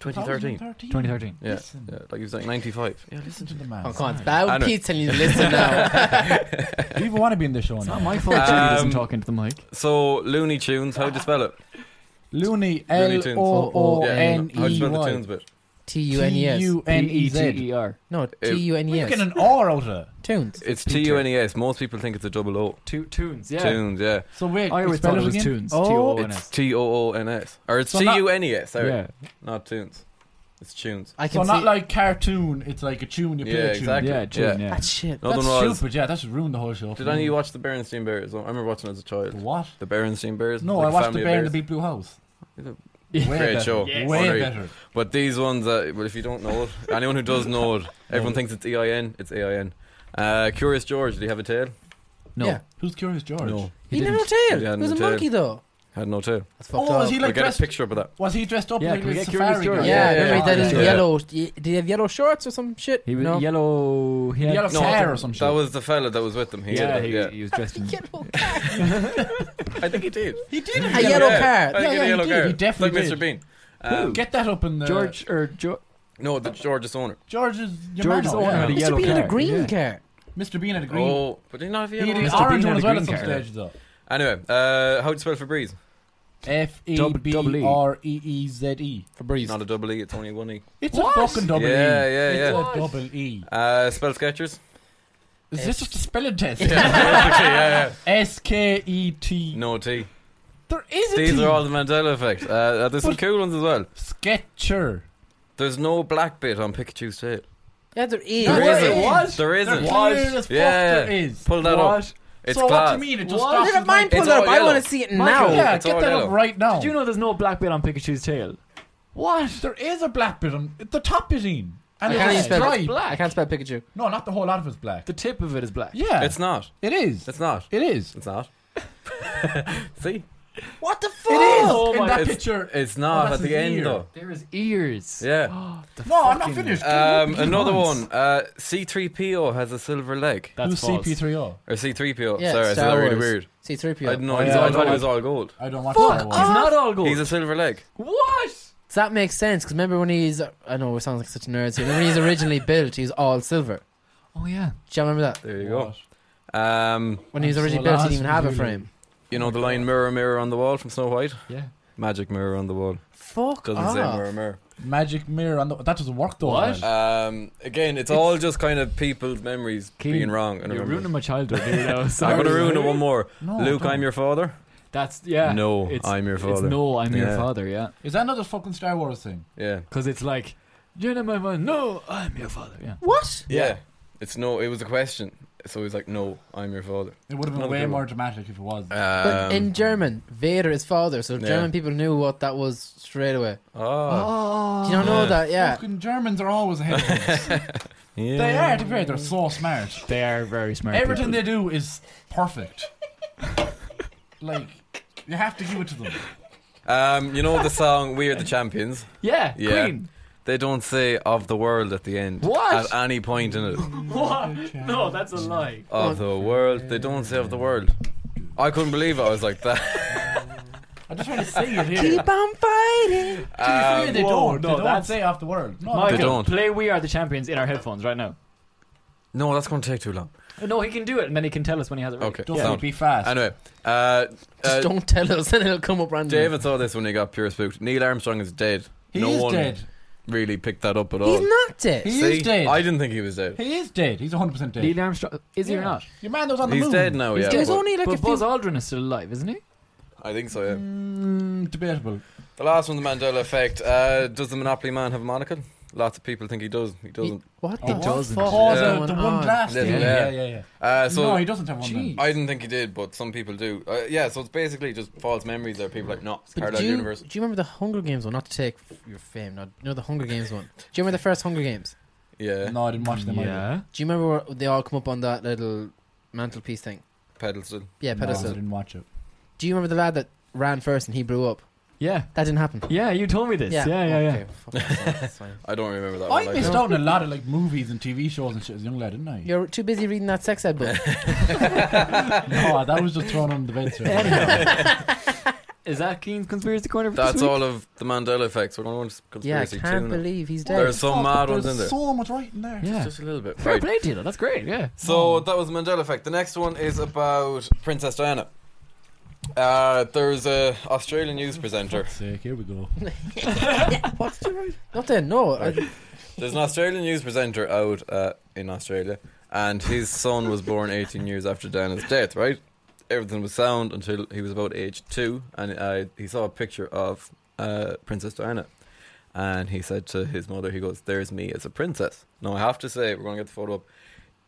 [SPEAKER 6] 2013.
[SPEAKER 3] 2013.
[SPEAKER 6] Yeah.
[SPEAKER 5] Listen.
[SPEAKER 6] yeah, like he was like 95. Yeah,
[SPEAKER 5] Listen to the man.
[SPEAKER 4] Oh, come on.
[SPEAKER 5] Sorry.
[SPEAKER 4] It's bad
[SPEAKER 6] Anyway.
[SPEAKER 4] with Pete telling you to listen now.
[SPEAKER 6] (laughs)
[SPEAKER 5] Do you even want to be in the show
[SPEAKER 3] It's
[SPEAKER 5] now?
[SPEAKER 3] not my fault Julie doesn't
[SPEAKER 6] Um,
[SPEAKER 3] talk into the mic.
[SPEAKER 6] So Looney Tunes, how do you spell it?
[SPEAKER 5] (laughs) Looney.
[SPEAKER 6] Looney
[SPEAKER 5] L
[SPEAKER 6] Tunes.
[SPEAKER 5] O O N
[SPEAKER 6] how do
[SPEAKER 5] E
[SPEAKER 6] you spell the
[SPEAKER 5] Y.
[SPEAKER 6] tunes bit?
[SPEAKER 4] T U N E S.
[SPEAKER 5] U N E Z.
[SPEAKER 3] P-E-T-E-R.
[SPEAKER 4] No, T U N E
[SPEAKER 5] You're
[SPEAKER 4] S.
[SPEAKER 5] getting an R out of it.
[SPEAKER 4] Tunes.
[SPEAKER 6] It's T U N E S. Most people think it's a double O.
[SPEAKER 3] Two tunes, yeah.
[SPEAKER 6] Tunes, yeah.
[SPEAKER 5] So wait,
[SPEAKER 3] I always
[SPEAKER 5] spell
[SPEAKER 3] thought it was
[SPEAKER 5] again?
[SPEAKER 3] tunes.
[SPEAKER 5] Oh.
[SPEAKER 3] T-O-O-N-S.
[SPEAKER 6] It's T O O N E S. Or it's
[SPEAKER 5] So
[SPEAKER 6] T
[SPEAKER 5] not-
[SPEAKER 6] U N E S, sorry.
[SPEAKER 3] Yeah.
[SPEAKER 6] Not tunes. It's tunes.
[SPEAKER 4] I can
[SPEAKER 5] So not
[SPEAKER 4] see
[SPEAKER 5] like cartoon. It's like a tune. You play
[SPEAKER 6] Yeah,
[SPEAKER 5] a tune.
[SPEAKER 6] exactly.
[SPEAKER 3] Yeah, tune, yeah.
[SPEAKER 4] that Ah, shit.
[SPEAKER 6] Another
[SPEAKER 5] That's
[SPEAKER 6] one was-
[SPEAKER 5] stupid. Yeah, that should ruin the whole show.
[SPEAKER 6] Did any of you watch the Berenstein Bears? I remember watching as a
[SPEAKER 5] The
[SPEAKER 6] child.
[SPEAKER 5] what?
[SPEAKER 6] The Berenstein Bears?
[SPEAKER 5] No,
[SPEAKER 6] like
[SPEAKER 5] I
[SPEAKER 6] a
[SPEAKER 5] watched the
[SPEAKER 6] family of
[SPEAKER 5] Bear in the
[SPEAKER 6] bears.
[SPEAKER 5] Big Blue House.
[SPEAKER 3] Yeah.
[SPEAKER 5] Way
[SPEAKER 6] Great
[SPEAKER 5] better.
[SPEAKER 6] show.
[SPEAKER 5] Way
[SPEAKER 6] Wondery.
[SPEAKER 5] better.
[SPEAKER 6] But these ones, uh, well, if you don't know it, anyone who does know
[SPEAKER 5] (laughs)
[SPEAKER 6] it, everyone thinks it's E I N. It's A I N. Uh, Curious George, did he have a tail?
[SPEAKER 3] No.
[SPEAKER 4] Yeah.
[SPEAKER 5] Who's Curious George?
[SPEAKER 4] He,
[SPEAKER 3] He
[SPEAKER 4] never
[SPEAKER 3] didn't.
[SPEAKER 4] tail.
[SPEAKER 6] He
[SPEAKER 4] He
[SPEAKER 6] hadn't
[SPEAKER 4] was a
[SPEAKER 6] a tail.
[SPEAKER 4] monkey though.
[SPEAKER 6] Had no tail.
[SPEAKER 4] That's fucked
[SPEAKER 5] Oh,
[SPEAKER 4] up.
[SPEAKER 5] was he
[SPEAKER 6] we
[SPEAKER 5] like
[SPEAKER 6] get
[SPEAKER 5] dressed?
[SPEAKER 6] a picture up of that.
[SPEAKER 5] Was he dressed up
[SPEAKER 3] Yeah,
[SPEAKER 5] like
[SPEAKER 3] can we
[SPEAKER 5] a
[SPEAKER 3] get Curious
[SPEAKER 5] safari
[SPEAKER 3] George?
[SPEAKER 5] guy?
[SPEAKER 4] yeah,
[SPEAKER 3] Yeah,
[SPEAKER 4] remember
[SPEAKER 3] yeah,
[SPEAKER 4] he did
[SPEAKER 6] yeah.
[SPEAKER 4] his
[SPEAKER 6] Yeah.
[SPEAKER 4] yellow. Did he have yellow shorts or some shit?
[SPEAKER 3] He was
[SPEAKER 4] no.
[SPEAKER 3] yellow. He had,
[SPEAKER 5] Yellow
[SPEAKER 6] No,
[SPEAKER 5] hair or some shit.
[SPEAKER 6] That was the fella that was with him. He
[SPEAKER 3] yeah,
[SPEAKER 6] did
[SPEAKER 3] he,
[SPEAKER 6] that,
[SPEAKER 3] he was dressed in.
[SPEAKER 4] Yellow.
[SPEAKER 6] yeah. I think he did.
[SPEAKER 5] he did
[SPEAKER 4] A yellow
[SPEAKER 6] I
[SPEAKER 4] car.
[SPEAKER 5] Yeah,
[SPEAKER 6] think
[SPEAKER 5] yeah,
[SPEAKER 6] a
[SPEAKER 5] he
[SPEAKER 6] yellow
[SPEAKER 5] did.
[SPEAKER 6] car.
[SPEAKER 5] He definitely
[SPEAKER 6] like Mr.
[SPEAKER 5] did.
[SPEAKER 6] Bean. Um,
[SPEAKER 5] Get that up in the
[SPEAKER 3] George or jo-
[SPEAKER 6] no, the George's owner.
[SPEAKER 5] George's your
[SPEAKER 3] George's
[SPEAKER 5] man,
[SPEAKER 3] owner
[SPEAKER 5] yeah.
[SPEAKER 3] had a
[SPEAKER 4] Mr.
[SPEAKER 3] yellow
[SPEAKER 4] Bean had
[SPEAKER 3] car,
[SPEAKER 4] a green
[SPEAKER 3] yeah.
[SPEAKER 4] car.
[SPEAKER 5] Mr. Bean had a green.
[SPEAKER 6] Oh, but did he not have a
[SPEAKER 5] he
[SPEAKER 6] yellow
[SPEAKER 5] had
[SPEAKER 6] owner?
[SPEAKER 5] an
[SPEAKER 3] Mr.
[SPEAKER 5] orange
[SPEAKER 3] Bean had
[SPEAKER 5] one
[SPEAKER 3] a
[SPEAKER 5] as well at some
[SPEAKER 3] green car.
[SPEAKER 5] stage though.
[SPEAKER 6] Anyway, uh, how do you spell Febreze?
[SPEAKER 5] F E
[SPEAKER 3] Double- double
[SPEAKER 5] B
[SPEAKER 3] E.
[SPEAKER 5] R E E Z E.
[SPEAKER 6] Febreze. Not a double E, it's only one E.
[SPEAKER 5] It's a fucking double E.
[SPEAKER 6] Yeah, yeah,
[SPEAKER 5] It's
[SPEAKER 6] yeah.
[SPEAKER 5] a double E.
[SPEAKER 6] Uh, spell Skechers? (laughs)
[SPEAKER 5] Is this just a spelling test?
[SPEAKER 6] Yeah, basically, yeah,
[SPEAKER 5] (laughs) S K E T.
[SPEAKER 6] yeah. No T.
[SPEAKER 5] There is a
[SPEAKER 6] These
[SPEAKER 5] T.
[SPEAKER 6] are all the Mandela effect. Uh, Uh, there's some
[SPEAKER 5] But-
[SPEAKER 6] cool ones as well.
[SPEAKER 5] Sketcher.
[SPEAKER 6] There's no black bit on Pikachu's tail.
[SPEAKER 4] Yeah, there is.
[SPEAKER 5] There
[SPEAKER 6] There
[SPEAKER 5] is.
[SPEAKER 6] isn't.
[SPEAKER 5] it was.
[SPEAKER 6] There
[SPEAKER 5] There
[SPEAKER 6] isn't.
[SPEAKER 5] clear as fuck
[SPEAKER 6] Yeah.
[SPEAKER 5] there is.
[SPEAKER 6] Pull that up. It's
[SPEAKER 5] so what
[SPEAKER 6] class.
[SPEAKER 5] do you mean? It just
[SPEAKER 3] What?
[SPEAKER 5] starts
[SPEAKER 4] Look at
[SPEAKER 5] with
[SPEAKER 4] mine
[SPEAKER 5] like-
[SPEAKER 6] It's
[SPEAKER 4] pulled
[SPEAKER 6] all
[SPEAKER 4] up. I
[SPEAKER 6] yellow.
[SPEAKER 4] want to see it now.
[SPEAKER 5] Yeah,
[SPEAKER 6] It's
[SPEAKER 5] get
[SPEAKER 6] all
[SPEAKER 5] that
[SPEAKER 6] yellow.
[SPEAKER 5] up right now.
[SPEAKER 3] Did you know there's no black bit on Pikachu's tail? What?
[SPEAKER 5] There is a black bit on the top is in. And
[SPEAKER 4] I can't
[SPEAKER 5] it's
[SPEAKER 4] even spell it.
[SPEAKER 5] striped.
[SPEAKER 4] I can't spell Pikachu.
[SPEAKER 5] No, not the whole lot of it's black.
[SPEAKER 3] The tip of it is black.
[SPEAKER 5] Yeah.
[SPEAKER 6] It's not.
[SPEAKER 5] it is.
[SPEAKER 6] It's not.
[SPEAKER 5] It is.
[SPEAKER 6] It's
[SPEAKER 5] (laughs)
[SPEAKER 6] not. See?
[SPEAKER 4] What the
[SPEAKER 5] It
[SPEAKER 4] fuck?
[SPEAKER 5] is
[SPEAKER 3] Oh
[SPEAKER 5] in
[SPEAKER 3] my-
[SPEAKER 5] that
[SPEAKER 6] It's-
[SPEAKER 5] picture.
[SPEAKER 6] It's not
[SPEAKER 5] Oh, that's
[SPEAKER 6] at the
[SPEAKER 5] his
[SPEAKER 6] end
[SPEAKER 5] ear.
[SPEAKER 6] though.
[SPEAKER 3] There is ears.
[SPEAKER 6] Yeah.
[SPEAKER 3] (gasps) The
[SPEAKER 5] No, I'm not
[SPEAKER 3] fucking-
[SPEAKER 5] finished.
[SPEAKER 6] Um,
[SPEAKER 5] Keep going.
[SPEAKER 6] another one. Uh, C3PO has a silver leg.
[SPEAKER 3] That's
[SPEAKER 5] Who's
[SPEAKER 3] false.
[SPEAKER 5] CP3O?
[SPEAKER 6] Or C3PO.
[SPEAKER 4] Yeah,
[SPEAKER 6] Sorry, I said
[SPEAKER 4] Star
[SPEAKER 6] that really
[SPEAKER 4] Wars.
[SPEAKER 6] weird. I
[SPEAKER 4] C3PO.
[SPEAKER 6] didn't know.
[SPEAKER 5] Oh,
[SPEAKER 6] I
[SPEAKER 5] yeah,
[SPEAKER 6] thought- I
[SPEAKER 5] I
[SPEAKER 6] thought
[SPEAKER 5] know.
[SPEAKER 6] it was all gold.
[SPEAKER 5] I don't watch
[SPEAKER 3] Fuck
[SPEAKER 5] that
[SPEAKER 3] He's
[SPEAKER 5] one.
[SPEAKER 3] not all gold.
[SPEAKER 6] He's a silver leg.
[SPEAKER 3] what?
[SPEAKER 4] Does that make sense? Because remember when he's. I know we sound like such nerds here. Remember when he's originally built, he's all silver.
[SPEAKER 3] Oh yeah.
[SPEAKER 4] Do you remember that?
[SPEAKER 6] There you go. Um,
[SPEAKER 4] When he was
[SPEAKER 5] I'm
[SPEAKER 4] originally built,
[SPEAKER 5] so
[SPEAKER 4] he
[SPEAKER 5] lost
[SPEAKER 4] didn't even have a
[SPEAKER 5] with you.
[SPEAKER 4] frame.
[SPEAKER 6] you know the line "Mirror, mirror on the wall" from Snow White.
[SPEAKER 3] Yeah.
[SPEAKER 6] Magic mirror on the wall
[SPEAKER 4] Fuck
[SPEAKER 6] doesn't say mirror,
[SPEAKER 4] off.
[SPEAKER 6] mirror.
[SPEAKER 5] Magic mirror. On the, that doesn't work though.
[SPEAKER 3] What?
[SPEAKER 5] man.
[SPEAKER 6] Um, again, it's, all just kind of people's memories
[SPEAKER 3] Keane,
[SPEAKER 6] being wrong. And
[SPEAKER 3] You're
[SPEAKER 6] remembering.
[SPEAKER 3] ruining Oh, my childhood.
[SPEAKER 6] (laughs)
[SPEAKER 3] Here now.
[SPEAKER 6] I'm
[SPEAKER 3] Sorry.
[SPEAKER 6] gonna ruin it one
[SPEAKER 3] (laughs)
[SPEAKER 6] more.
[SPEAKER 5] No,
[SPEAKER 6] Luke, I'm
[SPEAKER 5] don't.
[SPEAKER 6] your father.
[SPEAKER 3] That's yeah.
[SPEAKER 6] No,
[SPEAKER 3] it's,
[SPEAKER 6] I'm your
[SPEAKER 3] It's
[SPEAKER 6] father.
[SPEAKER 3] no, I'm your
[SPEAKER 6] Yeah.
[SPEAKER 3] father. Yeah.
[SPEAKER 5] Is that another fucking Star Wars thing?
[SPEAKER 6] Yeah.
[SPEAKER 3] Because it's like you're not my man. No, I'm your father. Yeah.
[SPEAKER 4] What?
[SPEAKER 6] yeah, It's no. It was a question, so he's like, "No, I'm your father."
[SPEAKER 5] It would have been
[SPEAKER 6] Another
[SPEAKER 5] way
[SPEAKER 6] good
[SPEAKER 5] more
[SPEAKER 6] one.
[SPEAKER 5] dramatic if it was.
[SPEAKER 4] But
[SPEAKER 6] Um,
[SPEAKER 4] in German, Vader is father, so
[SPEAKER 6] Yeah.
[SPEAKER 4] German people knew what that was straight away.
[SPEAKER 6] oh,
[SPEAKER 3] Oh.
[SPEAKER 4] Do you not know
[SPEAKER 6] Yeah.
[SPEAKER 4] that? Yeah.
[SPEAKER 5] Fucking Germans are always ahead
[SPEAKER 6] (laughs)
[SPEAKER 5] of us.
[SPEAKER 6] yeah.
[SPEAKER 5] They are, to be fair, they're so smart.
[SPEAKER 3] They are very smart.
[SPEAKER 5] Everything
[SPEAKER 3] people.
[SPEAKER 5] they do is perfect. like, you have to give it to them.
[SPEAKER 6] Um, you know the song "We Are the Champions."
[SPEAKER 3] Yeah.
[SPEAKER 6] Yeah.
[SPEAKER 3] Queen.
[SPEAKER 6] They don't say "of the world" at the end.
[SPEAKER 3] What?
[SPEAKER 6] At any point in it,
[SPEAKER 3] What? (laughs) No, that's a lie.
[SPEAKER 5] (laughs)
[SPEAKER 6] of the world. They don't say "of the world." I couldn't believe it. I was like that.
[SPEAKER 5] I just want to say it here.
[SPEAKER 4] Keep on fighting.
[SPEAKER 5] To be fair,
[SPEAKER 6] Um,
[SPEAKER 3] Whoa,
[SPEAKER 5] they don't. they
[SPEAKER 3] no,
[SPEAKER 5] don't
[SPEAKER 3] that's-
[SPEAKER 5] say off the word. No,
[SPEAKER 6] They
[SPEAKER 5] they
[SPEAKER 6] don't.
[SPEAKER 3] Michael, play We Are the Champions in our headphones right now.
[SPEAKER 6] (laughs) no, that's going to take too long.
[SPEAKER 3] Uh, No, he can do it, and then he can tell us when he has it ready.
[SPEAKER 6] Okay.
[SPEAKER 5] don't
[SPEAKER 6] sound.
[SPEAKER 5] be fast.
[SPEAKER 6] Anyway, uh,
[SPEAKER 4] Just
[SPEAKER 6] uh,
[SPEAKER 4] don't tell us, (laughs) and it'll come up randomly.
[SPEAKER 6] David saw this when he got pure spooked. Neil Armstrong is dead.
[SPEAKER 5] he
[SPEAKER 6] no
[SPEAKER 5] is
[SPEAKER 6] one
[SPEAKER 5] dead.
[SPEAKER 6] really picked that up at all.
[SPEAKER 4] he's not dead.
[SPEAKER 5] He
[SPEAKER 6] See?
[SPEAKER 5] is dead.
[SPEAKER 6] I didn't think he was dead.
[SPEAKER 5] He is dead. He's 100% dead.
[SPEAKER 3] Neil Armstrong, is he
[SPEAKER 5] Yeah.
[SPEAKER 3] or not?
[SPEAKER 5] Your man that was on the
[SPEAKER 6] He's
[SPEAKER 5] moon.
[SPEAKER 6] dead now,
[SPEAKER 3] He's
[SPEAKER 6] yeah.
[SPEAKER 3] dead.
[SPEAKER 4] There's
[SPEAKER 6] but-
[SPEAKER 4] only like a
[SPEAKER 3] but Buzz
[SPEAKER 4] few.
[SPEAKER 3] Aldrin is still alive, isn't he?
[SPEAKER 6] I think so, yeah.
[SPEAKER 5] Mm, debatable.
[SPEAKER 6] The last one, the Mandela effect. Uh, does the Monopoly man have a monocle? Lots of people think he does. He doesn't.
[SPEAKER 4] What
[SPEAKER 5] Oh,
[SPEAKER 4] the
[SPEAKER 5] what
[SPEAKER 4] fuck?
[SPEAKER 3] doesn't.
[SPEAKER 5] Oh,
[SPEAKER 4] is
[SPEAKER 5] the-
[SPEAKER 4] going
[SPEAKER 5] the
[SPEAKER 4] on?
[SPEAKER 5] one glass
[SPEAKER 6] Yeah,
[SPEAKER 5] thing.
[SPEAKER 6] yeah.
[SPEAKER 5] Yeah, yeah, yeah.
[SPEAKER 6] Uh, so
[SPEAKER 5] no, he doesn't have one. Then.
[SPEAKER 4] Gee.
[SPEAKER 6] I didn't think he did, but some people do. Uh, yeah, so it's basically just false memories. There, people like, no, it's
[SPEAKER 4] But
[SPEAKER 6] parallel
[SPEAKER 4] do, you,
[SPEAKER 6] universe.
[SPEAKER 4] do you remember the Hunger Games one? Not to take f- your fame, not, no, the Hunger Games one. Do you remember the first Hunger Games?
[SPEAKER 6] Yeah,
[SPEAKER 5] No, I didn't watch them. either.
[SPEAKER 3] yeah.
[SPEAKER 4] Do you remember where they all come up on that little mantelpiece thing?
[SPEAKER 6] pedestal.
[SPEAKER 4] Yeah,
[SPEAKER 5] No, I
[SPEAKER 4] pedestal.
[SPEAKER 5] didn't watch it.
[SPEAKER 4] Do you remember the lad that ran first and he blew up?
[SPEAKER 3] Yeah.
[SPEAKER 4] That didn't happen.
[SPEAKER 3] Yeah, you told me this. Yeah, yeah, yeah.
[SPEAKER 4] Okay, fuck, that's fine, that's fine.
[SPEAKER 6] I don't remember that. one
[SPEAKER 5] I missed
[SPEAKER 6] either.
[SPEAKER 5] out on a lot of like movies and TV shows and shit as a young lad, didn't I?
[SPEAKER 4] You're too busy reading that sex ed
[SPEAKER 6] (laughs)
[SPEAKER 4] book.
[SPEAKER 5] No, that was just thrown on the bed. sir.
[SPEAKER 3] Anyhow. is that Keen's conspiracy corner for
[SPEAKER 6] That's
[SPEAKER 3] this week?
[SPEAKER 6] all of the Mandela effects. We're on
[SPEAKER 4] yeah, I
[SPEAKER 6] conspiracy
[SPEAKER 4] can't
[SPEAKER 6] tuna.
[SPEAKER 4] believe he's dead. (laughs)
[SPEAKER 6] There's some
[SPEAKER 5] Fuck,
[SPEAKER 6] mad
[SPEAKER 5] there's
[SPEAKER 6] ones in there.
[SPEAKER 5] so much right in there.
[SPEAKER 3] Yeah.
[SPEAKER 6] Just a little bit.
[SPEAKER 3] Fair
[SPEAKER 6] Right.
[SPEAKER 3] play, Tino. That's great. Yeah.
[SPEAKER 6] So that was the Mandela effect. The next one is about Princess Diana. Uh, there's a Australian news presenter.
[SPEAKER 5] Fuck's sake, here we go.
[SPEAKER 4] What's the right? Not then, no. Uh, I-
[SPEAKER 6] There's an Australian news presenter out uh, in Australia, and his son was born 18 years after Diana's death. Right, everything was sound until he was about age two, and uh, he saw a picture of uh, Princess Diana, and he said to his mother, "He goes, there's me as a princess." Now I have to say, we're going to get the photo up.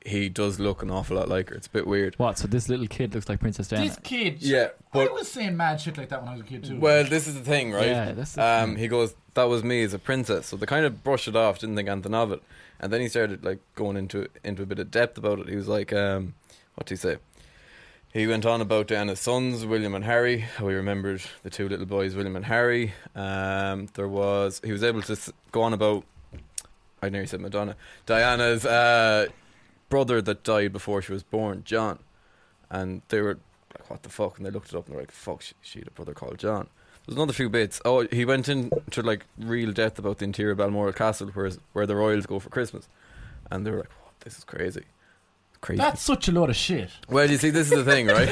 [SPEAKER 6] He does look an awful lot like her. It's a bit weird.
[SPEAKER 3] What? So this little kid looks like Princess Diana.
[SPEAKER 5] This kid.
[SPEAKER 6] Yeah,
[SPEAKER 5] I
[SPEAKER 6] but
[SPEAKER 5] was saying mad shit like that when I was a kid too.
[SPEAKER 6] well, this is the thing, right?
[SPEAKER 3] Yeah, that's the
[SPEAKER 6] Um, he goes, "That was me as a princess." So they kind of brushed it off, didn't think anything of it. And then he started like going into into a bit of depth about it. He was like, um, "What do you say?" He went on about Diana's sons, William and Harry. How he remembered the two little boys, William and Harry. Um, there was he was able to s- go on about. I nearly said Madonna. Diana's uh, brother that died before she was born, John, and they were like, "What the fuck?" And they looked it up and they're like, "Fuck, she, she had a brother called John." There's another few bits. Oh, he went into like real depth about the interior of Balmoral Castle, where where the royals go for Christmas, and they were like, "Whoa, "This is crazy, crazy."
[SPEAKER 5] That's such a load of shit.
[SPEAKER 6] well, you see, this is the thing, right?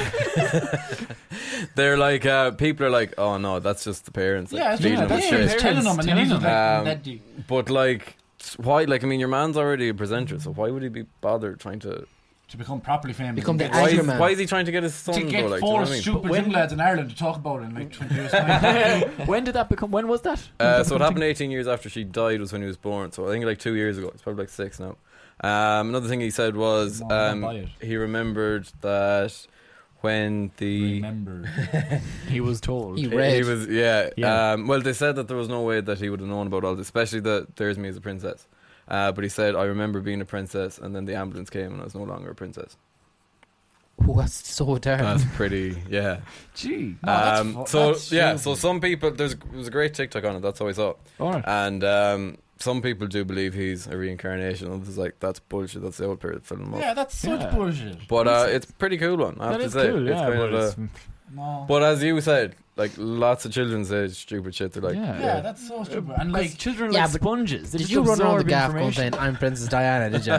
[SPEAKER 6] (laughs) They're like, uh, people are like, "Oh no, that's just the parents." Like,
[SPEAKER 5] yeah, it's
[SPEAKER 6] feeding
[SPEAKER 5] yeah,
[SPEAKER 6] them with
[SPEAKER 5] that's
[SPEAKER 6] shit." Um,
[SPEAKER 5] parents telling them, and then
[SPEAKER 3] Telling
[SPEAKER 5] he's just like,
[SPEAKER 6] them.
[SPEAKER 5] that deep.
[SPEAKER 6] But like, why? Like, I mean, your man's already a presenter, so why would he be bothered trying to?
[SPEAKER 5] to become properly famous.
[SPEAKER 4] Become the
[SPEAKER 6] Why
[SPEAKER 4] As your
[SPEAKER 6] is,
[SPEAKER 4] man.
[SPEAKER 6] why is he trying to get his son?
[SPEAKER 5] to
[SPEAKER 6] though,
[SPEAKER 5] get
[SPEAKER 6] like, do you know
[SPEAKER 5] four
[SPEAKER 6] what I mean?
[SPEAKER 5] stupid young lads in Ireland to talk about it in like 20
[SPEAKER 6] (laughs)
[SPEAKER 5] years time.
[SPEAKER 3] (laughs) when did that become? When was that?
[SPEAKER 6] Uh, so it happened 18 years after she died was when he was born. So I think like two years ago. It's probably like six now. Um, another thing he said was
[SPEAKER 5] No, I don't buy
[SPEAKER 6] um,
[SPEAKER 5] it.
[SPEAKER 6] he remembered that when the
[SPEAKER 5] Remember.
[SPEAKER 3] He was told.
[SPEAKER 4] He-
[SPEAKER 6] he-
[SPEAKER 4] Red.
[SPEAKER 6] he was yeah.
[SPEAKER 3] Yeah.
[SPEAKER 6] Um, well, they said that there was no way that he would have known about all this, especially that there's me as a princess. Uh, but he said, "I remember being a princess, and then the ambulance came, and I was no longer a
[SPEAKER 5] (laughs)
[SPEAKER 6] princess."
[SPEAKER 4] oh, that's so dark.
[SPEAKER 6] That's pretty, yeah.
[SPEAKER 3] Gee.
[SPEAKER 5] No, that's
[SPEAKER 6] um,
[SPEAKER 5] fu-
[SPEAKER 6] so
[SPEAKER 5] that's
[SPEAKER 6] yeah,
[SPEAKER 5] stupid.
[SPEAKER 6] so some people there's it was a great TikTok on it. That's how I saw it.
[SPEAKER 3] All right.
[SPEAKER 6] And um, some people do believe he's a reincarnation. Others like that's bullshit. That's the old period film.
[SPEAKER 5] yeah, that's such
[SPEAKER 3] Yeah.
[SPEAKER 5] bullshit.
[SPEAKER 6] but uh, it's a pretty cool one. I have
[SPEAKER 3] that
[SPEAKER 6] to
[SPEAKER 3] is
[SPEAKER 6] say.
[SPEAKER 3] cool.
[SPEAKER 6] it's
[SPEAKER 3] Yeah.
[SPEAKER 6] kind
[SPEAKER 3] But,
[SPEAKER 6] of
[SPEAKER 3] it's,
[SPEAKER 6] a,
[SPEAKER 5] No.
[SPEAKER 6] but as you said, like lots of children say stupid shit. They're like,
[SPEAKER 3] yeah.
[SPEAKER 5] yeah, that's so stupid. And
[SPEAKER 6] (laughs)
[SPEAKER 3] Like
[SPEAKER 5] like,
[SPEAKER 3] children are
[SPEAKER 4] Yeah,
[SPEAKER 3] like
[SPEAKER 4] but
[SPEAKER 3] sponges. They
[SPEAKER 4] did
[SPEAKER 3] just
[SPEAKER 4] you run around the
[SPEAKER 3] absorb
[SPEAKER 4] gaff going
[SPEAKER 3] information.
[SPEAKER 4] saying, I'm Princess Diana, did you?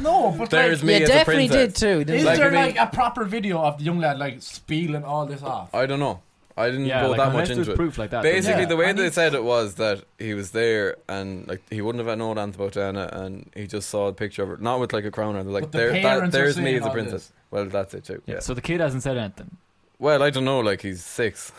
[SPEAKER 5] no, but
[SPEAKER 6] There's (laughs)
[SPEAKER 5] like,
[SPEAKER 6] me
[SPEAKER 4] you
[SPEAKER 6] as a
[SPEAKER 4] definitely
[SPEAKER 6] princess.
[SPEAKER 4] did too. Didn't
[SPEAKER 5] is
[SPEAKER 4] you?
[SPEAKER 6] Like, I
[SPEAKER 5] there
[SPEAKER 6] mean-
[SPEAKER 5] like a proper video of the young lad like spieling all this off?
[SPEAKER 6] I don't know. I didn't
[SPEAKER 3] Yeah,
[SPEAKER 6] go
[SPEAKER 3] like,
[SPEAKER 6] that
[SPEAKER 3] unless
[SPEAKER 6] much
[SPEAKER 3] there's
[SPEAKER 6] into it.
[SPEAKER 3] proof like that. then
[SPEAKER 6] Basically,
[SPEAKER 5] Yeah,
[SPEAKER 6] the way
[SPEAKER 5] and
[SPEAKER 6] they
[SPEAKER 5] he-
[SPEAKER 6] said it was that he was there and like he wouldn't have known anything about Diana, and he just saw a picture of her, not with like a crown on. They're like,
[SPEAKER 5] But the
[SPEAKER 6] there, that,
[SPEAKER 5] parents are
[SPEAKER 6] there's me
[SPEAKER 5] saying
[SPEAKER 6] as a
[SPEAKER 5] all
[SPEAKER 6] princess.
[SPEAKER 5] this.
[SPEAKER 6] Well, that's it too.
[SPEAKER 3] Yeah,
[SPEAKER 6] Yeah.
[SPEAKER 3] So the kid hasn't said
[SPEAKER 6] (laughs)
[SPEAKER 3] anything.
[SPEAKER 6] Well, I don't know. Like he's six.